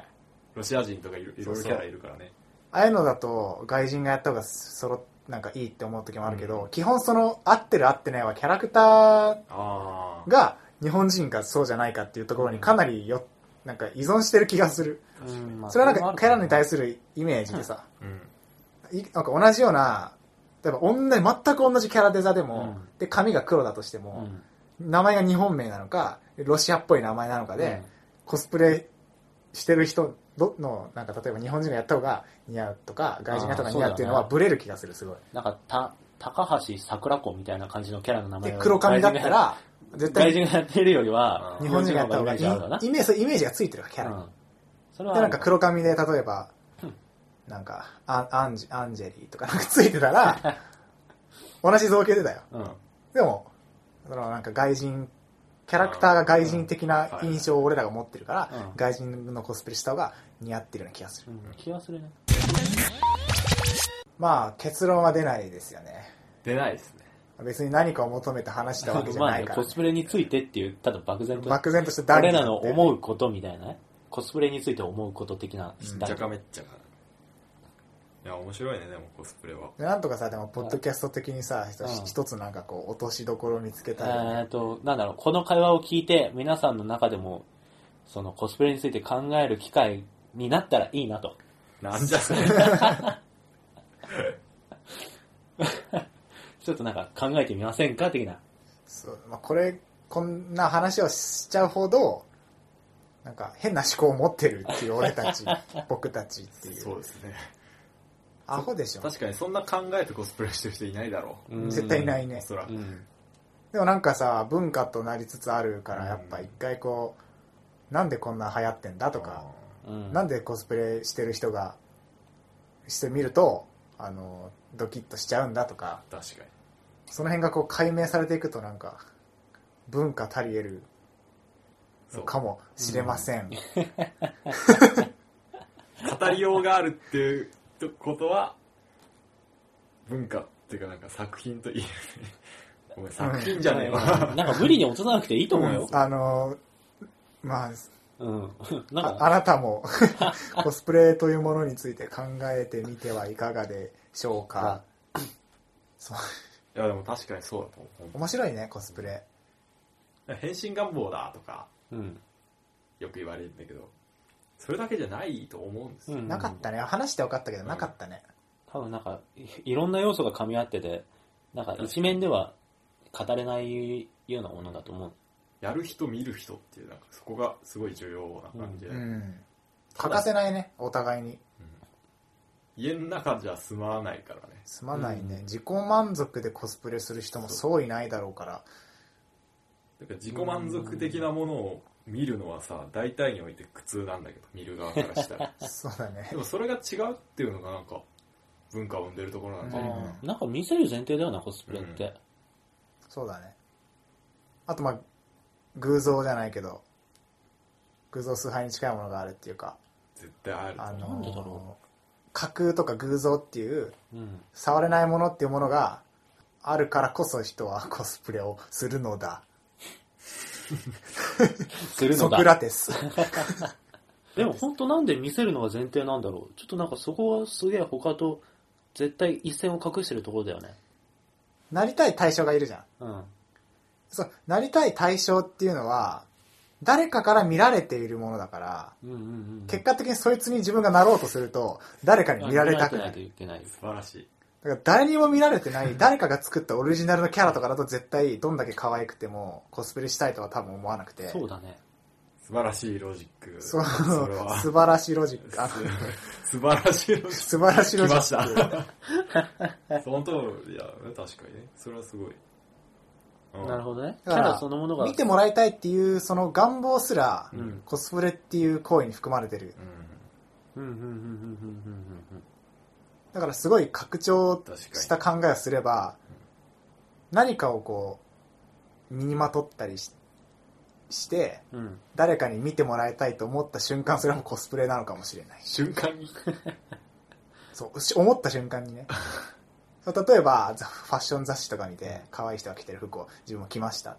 [SPEAKER 3] ロシア人とかいろいろいろキャラいるからね。
[SPEAKER 1] ああいうのだと外人がやった方がそろなんかいいって思う時もあるけど、基本その合ってる合ってないはキャラクター
[SPEAKER 3] ああ。
[SPEAKER 1] が日本人かそうじゃないかっていうところにかなりよなんか依存してる気がする
[SPEAKER 2] うんまあ
[SPEAKER 1] それはなんかキャラに対
[SPEAKER 2] す
[SPEAKER 1] するイメージでさ、
[SPEAKER 3] うん。
[SPEAKER 1] いなんか同じような例えば同じ全く同じキャラデザで
[SPEAKER 2] う
[SPEAKER 1] も、
[SPEAKER 2] ん
[SPEAKER 1] で髪が黒だとしても、名前が日本名なのかロシアっぽい名前なのかで、コスプレしてる人どのなんか例えば日本人がやった方が似合うとか外人がやった方が似合うっていうのは
[SPEAKER 2] あー
[SPEAKER 1] ブレる気がするすごい
[SPEAKER 2] なんかた高橋桜子みたいな感じのキャラの名前
[SPEAKER 1] で
[SPEAKER 2] を
[SPEAKER 1] 黒髪だったら絶
[SPEAKER 2] 外
[SPEAKER 1] 対
[SPEAKER 2] 人がやってるよりは
[SPEAKER 3] うん
[SPEAKER 1] 日本人がやった方がいいイ
[SPEAKER 2] 日本人の方がイメージ
[SPEAKER 1] メージそ
[SPEAKER 2] あるわな
[SPEAKER 1] うイメージがついてるからキャラに、
[SPEAKER 2] うんそれは
[SPEAKER 1] でなんか黒髪で例えばなんかアアンジアンジェリーとかなんかついてた ら同じ造形でだよ
[SPEAKER 2] うん
[SPEAKER 1] でもそのなんか外人キャラクターが外人的な印象を俺らが持ってるから、
[SPEAKER 2] うん
[SPEAKER 1] 外人のコスプレした方が似合ってるような気がする、
[SPEAKER 2] うん気がするね
[SPEAKER 1] まあ結論は出ないですよね
[SPEAKER 3] 出ないですね。
[SPEAKER 1] 別に何かを求めて話したわけじゃ
[SPEAKER 2] まあ
[SPEAKER 1] ない
[SPEAKER 2] ね
[SPEAKER 1] から、
[SPEAKER 2] コスプレについてっていうただ漠然と
[SPEAKER 1] 漠然とした
[SPEAKER 2] 俺らの
[SPEAKER 1] う
[SPEAKER 2] 思うことみたいなねコスプレについて思うこと的な
[SPEAKER 3] しっちゃかめっちゃか。いや、面白いね、でもコスプレ は。
[SPEAKER 1] でなんとかさでもポッドキャスト的にさ一つ
[SPEAKER 2] うん
[SPEAKER 1] 一つなんかこう落としどころを見つけ
[SPEAKER 2] え
[SPEAKER 1] たら、
[SPEAKER 2] ーっとなんだろうこの会話を聞いて皆さんの中でもそのコスプレについて考える機会になったらいいなと
[SPEAKER 3] なんじゃそれ。
[SPEAKER 2] ちょっとなんか考えてみませんか的な
[SPEAKER 1] そうまあ、これこんな話をしちゃうほどなんか変な思考を持ってるっていう俺た ち僕たちっていう
[SPEAKER 3] そうですね。
[SPEAKER 1] アホでしょ
[SPEAKER 3] 確かにそんな考えてコスプレしてる人いないだろ。
[SPEAKER 2] うん
[SPEAKER 1] 絶対いないうね
[SPEAKER 3] おそら
[SPEAKER 2] う
[SPEAKER 3] く。
[SPEAKER 2] ん
[SPEAKER 1] でもなんかさ文化となりつつあるから
[SPEAKER 3] うん
[SPEAKER 1] やっぱ一回こうなんでこんな流行ってんだとか
[SPEAKER 2] うん
[SPEAKER 1] なんでコスプレしてる人がしてみるとあのドキッとしちゃうんだとか
[SPEAKER 3] あー。確かに。
[SPEAKER 1] その辺がこう解明されていくとなんか文化たり得る
[SPEAKER 3] そう。
[SPEAKER 1] かもしれません、
[SPEAKER 3] 語りようがあるっていうことは、文化ていうかなんか作品といいですね。ごめん、作品じゃねえわ。
[SPEAKER 2] なんか無理に落とさなくていいと思うよ。
[SPEAKER 1] あのーまあ
[SPEAKER 2] うん。なん
[SPEAKER 1] あ
[SPEAKER 2] か、
[SPEAKER 1] あなたも コスプレというものについて考えてみてはいかがでしょうかそう
[SPEAKER 3] いやでも確かにそうだと思
[SPEAKER 1] 面白いねコスプレ
[SPEAKER 3] う。変身願望だとか
[SPEAKER 2] うん。
[SPEAKER 3] よく言われるんだけど、それだけじゃないと思うんですよ。
[SPEAKER 2] うん
[SPEAKER 1] なかったね話して分かったけどなかったね
[SPEAKER 2] 多分なんか、いいろんな要素が噛み合ってて、なんか一面では語れないようなものだと思う。
[SPEAKER 3] やる人見る人っていう、なんかそこがすごい重要な感じで。
[SPEAKER 1] う
[SPEAKER 3] うん
[SPEAKER 1] ん欠かせないねお互いに
[SPEAKER 3] 家の中じゃ済まないからね。
[SPEAKER 1] すまないね、
[SPEAKER 2] うん
[SPEAKER 1] 自己満足でコスプレする人もそういないだろうから
[SPEAKER 3] だから自己満足的なものを見るのはさ、大体において苦痛なんだけど、見る側からし たら。
[SPEAKER 1] そうだね
[SPEAKER 3] でもそれが違うっていうのがなんか、文化を生んでるところなんじゃないかな。
[SPEAKER 1] う
[SPEAKER 2] なんか見せる前提だよな、コスプレって。
[SPEAKER 1] そうだねあとまあ偶像じゃないけど偶像崇拝に近いものがあるっていうか
[SPEAKER 3] 絶対あると
[SPEAKER 1] あ
[SPEAKER 3] 思う。
[SPEAKER 2] なんでだろ
[SPEAKER 1] の架空とか偶像っていう
[SPEAKER 2] うん。
[SPEAKER 1] 触れないものっていうものがあるからこそ人はコスプレをするのだ
[SPEAKER 2] する
[SPEAKER 1] ソ
[SPEAKER 2] の
[SPEAKER 1] ク
[SPEAKER 2] だ。
[SPEAKER 1] ラテ ス
[SPEAKER 2] でも本当なんで見せるのが前提なんだろう。ちょっとなんかそこはすげえ他と絶対一線を隠してるところだよね。
[SPEAKER 1] なりたい対象がいるじゃん
[SPEAKER 2] うん。
[SPEAKER 1] そうなりたい対象っていうのは誰かから見られているものだから
[SPEAKER 2] うんうんうん。
[SPEAKER 1] 結果的にそいつに自分がなろうとすると誰かに見られたくな
[SPEAKER 2] ないいといけない。
[SPEAKER 3] 素晴らしい。
[SPEAKER 1] だから誰にも見られてない、誰かが作ったオリジナルのキャラとかだと絶対どんだけ可愛くてもコスプレしたいとは多分思わなくて。
[SPEAKER 2] そうだね。
[SPEAKER 3] 素晴らしいロジック。
[SPEAKER 1] そう
[SPEAKER 3] それは。
[SPEAKER 1] 素晴らしいロジック。あの
[SPEAKER 3] す素晴らしいロジッ
[SPEAKER 1] 素晴らしい
[SPEAKER 3] ク。
[SPEAKER 1] ロ
[SPEAKER 3] 来
[SPEAKER 1] ジ
[SPEAKER 3] ま
[SPEAKER 1] ッ
[SPEAKER 3] し た。その通りだよね、確かにね。それはすごい。うん
[SPEAKER 2] なるほどね。キ
[SPEAKER 1] だ
[SPEAKER 2] ャ
[SPEAKER 1] から
[SPEAKER 2] ラそのもの
[SPEAKER 1] ク。
[SPEAKER 2] が。
[SPEAKER 1] 見てもらいたいっていうその願望すら
[SPEAKER 2] う、ん。
[SPEAKER 1] コスプレっていう行為に含まれてる。
[SPEAKER 3] う
[SPEAKER 2] うんうんうんうんうんうん
[SPEAKER 1] だからすごい拡張
[SPEAKER 3] ん、確かに。
[SPEAKER 1] した考えをすれば、何かをこう、身にまとったりしして、
[SPEAKER 2] うんうん。うん。
[SPEAKER 1] 誰かに見てもらいたいと思った瞬間、それはもうコスプレなのかもしれない。
[SPEAKER 3] 瞬間に。
[SPEAKER 1] そう、し思った瞬間に ね。そう例えば、ざファッション雑誌とか見て、可愛い人が着てる服を自分も着ました。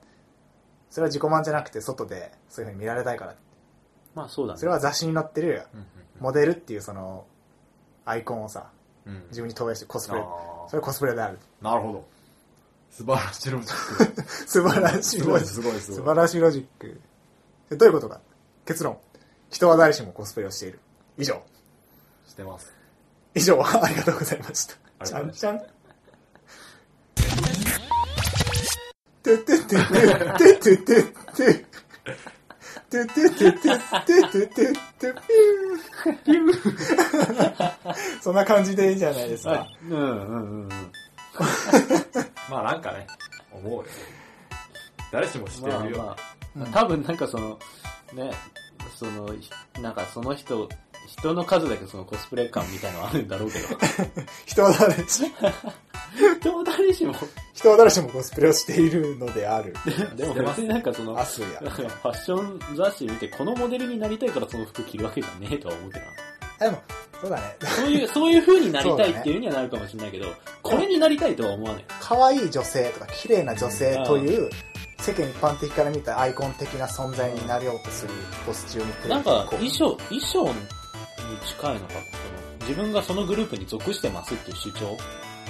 [SPEAKER 1] それは自己満じゃなくて、外でそういう風に見られたいから。
[SPEAKER 2] まあそうだね。
[SPEAKER 1] それは雑誌に載ってる、モデルっていうその、アイコンをさ、
[SPEAKER 3] うんうん
[SPEAKER 1] 自分に投影してコスプレ。
[SPEAKER 3] あ
[SPEAKER 1] それコスプレである。
[SPEAKER 3] ーなるほど。素晴 らしいロジック。
[SPEAKER 1] 素晴らしい
[SPEAKER 3] す
[SPEAKER 1] ロ
[SPEAKER 3] ごい、
[SPEAKER 1] ジック。
[SPEAKER 3] すごい、す
[SPEAKER 1] 素
[SPEAKER 3] ご
[SPEAKER 1] 晴
[SPEAKER 3] い。
[SPEAKER 1] らしいロジック。でどういうことか。結論。人は誰しもコスプレをしている。以上。
[SPEAKER 3] してます。
[SPEAKER 1] 以上、ありがとうございました。
[SPEAKER 3] あり
[SPEAKER 1] ち
[SPEAKER 3] が
[SPEAKER 1] ゃ
[SPEAKER 3] とうんご
[SPEAKER 1] ち
[SPEAKER 3] ざ
[SPEAKER 1] ゃん。てててててててて。ててててててててピュー。ピュー。そんな感じでいいじゃないですか。
[SPEAKER 2] はい。うんうんうんうん。
[SPEAKER 3] まあなんかね、思うよね。誰しもして
[SPEAKER 2] まあ
[SPEAKER 3] るよ。
[SPEAKER 2] ま
[SPEAKER 1] う
[SPEAKER 2] あ、
[SPEAKER 1] ん
[SPEAKER 2] 多分なんかその、ね、その、ひなんかその人、人の数だけそのコスプレ感みたいのはあるんだろう けど、
[SPEAKER 1] 人は誰し、
[SPEAKER 2] 人誰しも、
[SPEAKER 1] 人は誰しもコスプレをしているのであ る。
[SPEAKER 2] でも別になんかその、
[SPEAKER 1] アスや
[SPEAKER 2] なん。かファッション雑誌見て、このモデルになりたいからその服着るわけじゃねえとは思うけどな。
[SPEAKER 1] でも、そうだね。
[SPEAKER 2] そういう、 そういう風になりたいっていうにはなるかもしれないけど、これになりたいとは思わない。
[SPEAKER 1] 可愛い女性とか綺麗な女性という世間一般的から見たアイコン的な存在になりようとするコスチュームっていう
[SPEAKER 2] なんか、
[SPEAKER 1] こう
[SPEAKER 2] 衣装、衣装に近いのかもその自分がそのグループに属してますっていう主張。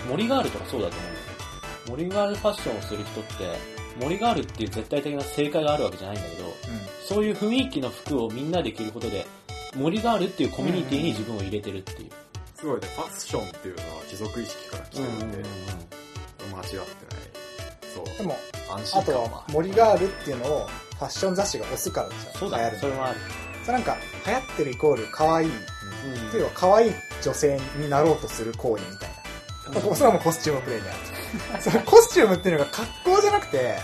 [SPEAKER 2] 森ガールとかそうだと思う。森ガールファッションをする人って、森ガールっていう絶対的な正解があるわけじゃないんだけど、
[SPEAKER 1] うん
[SPEAKER 2] そういう雰囲気の服をみんなで着ることで、森ガールっていうコミュニティに自分を入れてるっていう。
[SPEAKER 3] すごいね、ファッションっていうのは貴族意識から来てるんで、間違ってない。そう。
[SPEAKER 1] でも、
[SPEAKER 3] 安
[SPEAKER 1] あ
[SPEAKER 3] 心
[SPEAKER 1] と
[SPEAKER 3] 感
[SPEAKER 1] は
[SPEAKER 3] は、。
[SPEAKER 1] 森ガールっていうのをファッション雑誌が推すからでしょ。
[SPEAKER 2] そうだ
[SPEAKER 1] 流
[SPEAKER 2] ね、
[SPEAKER 1] 行
[SPEAKER 2] そ
[SPEAKER 1] る
[SPEAKER 2] れはある。
[SPEAKER 1] のそれなんか、流行ってるイコール可愛い。
[SPEAKER 2] うん
[SPEAKER 1] というか、可愛い女性になろうとする行為みたいな。それはもうコスチュームプレイ である。そのコスチュームっていうのが格好じゃなくて、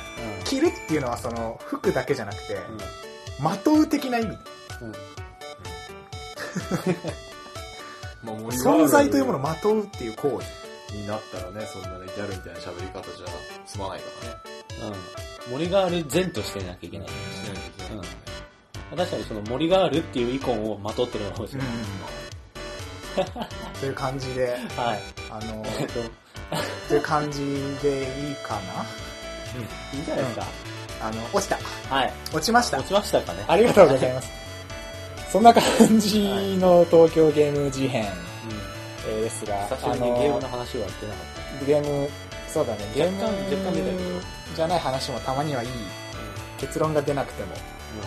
[SPEAKER 1] 着るっていうのはその服だけじゃなくて、まとう的な意味。
[SPEAKER 2] うんうん
[SPEAKER 3] まあ森ガール
[SPEAKER 1] 存在というものをまとうっていう行為。
[SPEAKER 3] になったらね、そんなね、ギャルみたいな喋り方じゃ済まないからね。
[SPEAKER 2] うん。森ガール善としてなきゃいけない。
[SPEAKER 3] しないといけないからね。
[SPEAKER 2] 確かにその森ガールっていうイコンをまとってるのかもしれない。
[SPEAKER 1] という感じで、
[SPEAKER 2] はい。
[SPEAKER 1] あの、
[SPEAKER 2] えっと、うん。
[SPEAKER 1] っていう感じでいいか
[SPEAKER 2] いいんじゃないですか。
[SPEAKER 1] なあの、落ちた
[SPEAKER 2] はい。
[SPEAKER 1] 落ちました
[SPEAKER 2] 落ちましたかね。
[SPEAKER 1] ありがとうございます。そんな感じの東京ゲーム事変、
[SPEAKER 2] うん。
[SPEAKER 1] えーですが、
[SPEAKER 2] 久しぶりにゲームの話はやってなかっ
[SPEAKER 1] ゲーム、そうだね、ゲーム
[SPEAKER 2] 若干若干出たけど
[SPEAKER 1] じゃない話もたまにはいい。結論が出なくても
[SPEAKER 2] た。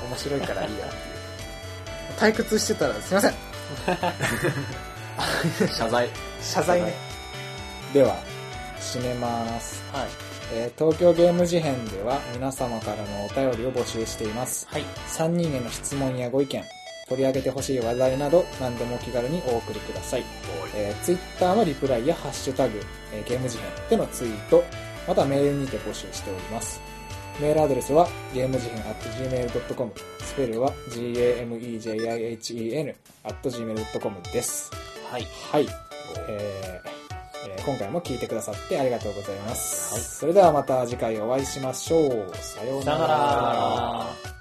[SPEAKER 1] 面白いからいいやっていう。 退屈してたらすいません。
[SPEAKER 3] 謝罪。
[SPEAKER 1] 謝罪ね。では、締めます。
[SPEAKER 2] うんはい。
[SPEAKER 1] えー東京ゲーム事変では皆様からのお便りを募集しています。
[SPEAKER 2] はい。
[SPEAKER 1] 3人への質問やご意見、取り上げてほしい話題など何でもお気軽にお送りください。えー、Twitter のリプライやハッシュタグ、えーゲーム事変でのツイート、またはメールにて募集しております。メールアドレスは、ゲーム事変 at gmail.com、スペルは gamegihen at gmail.com です。
[SPEAKER 2] はい。
[SPEAKER 1] はい、えーえー今回も聞いてくださってありがとうございます。それではまた次回お会いしましょう。さよう
[SPEAKER 2] さよなら。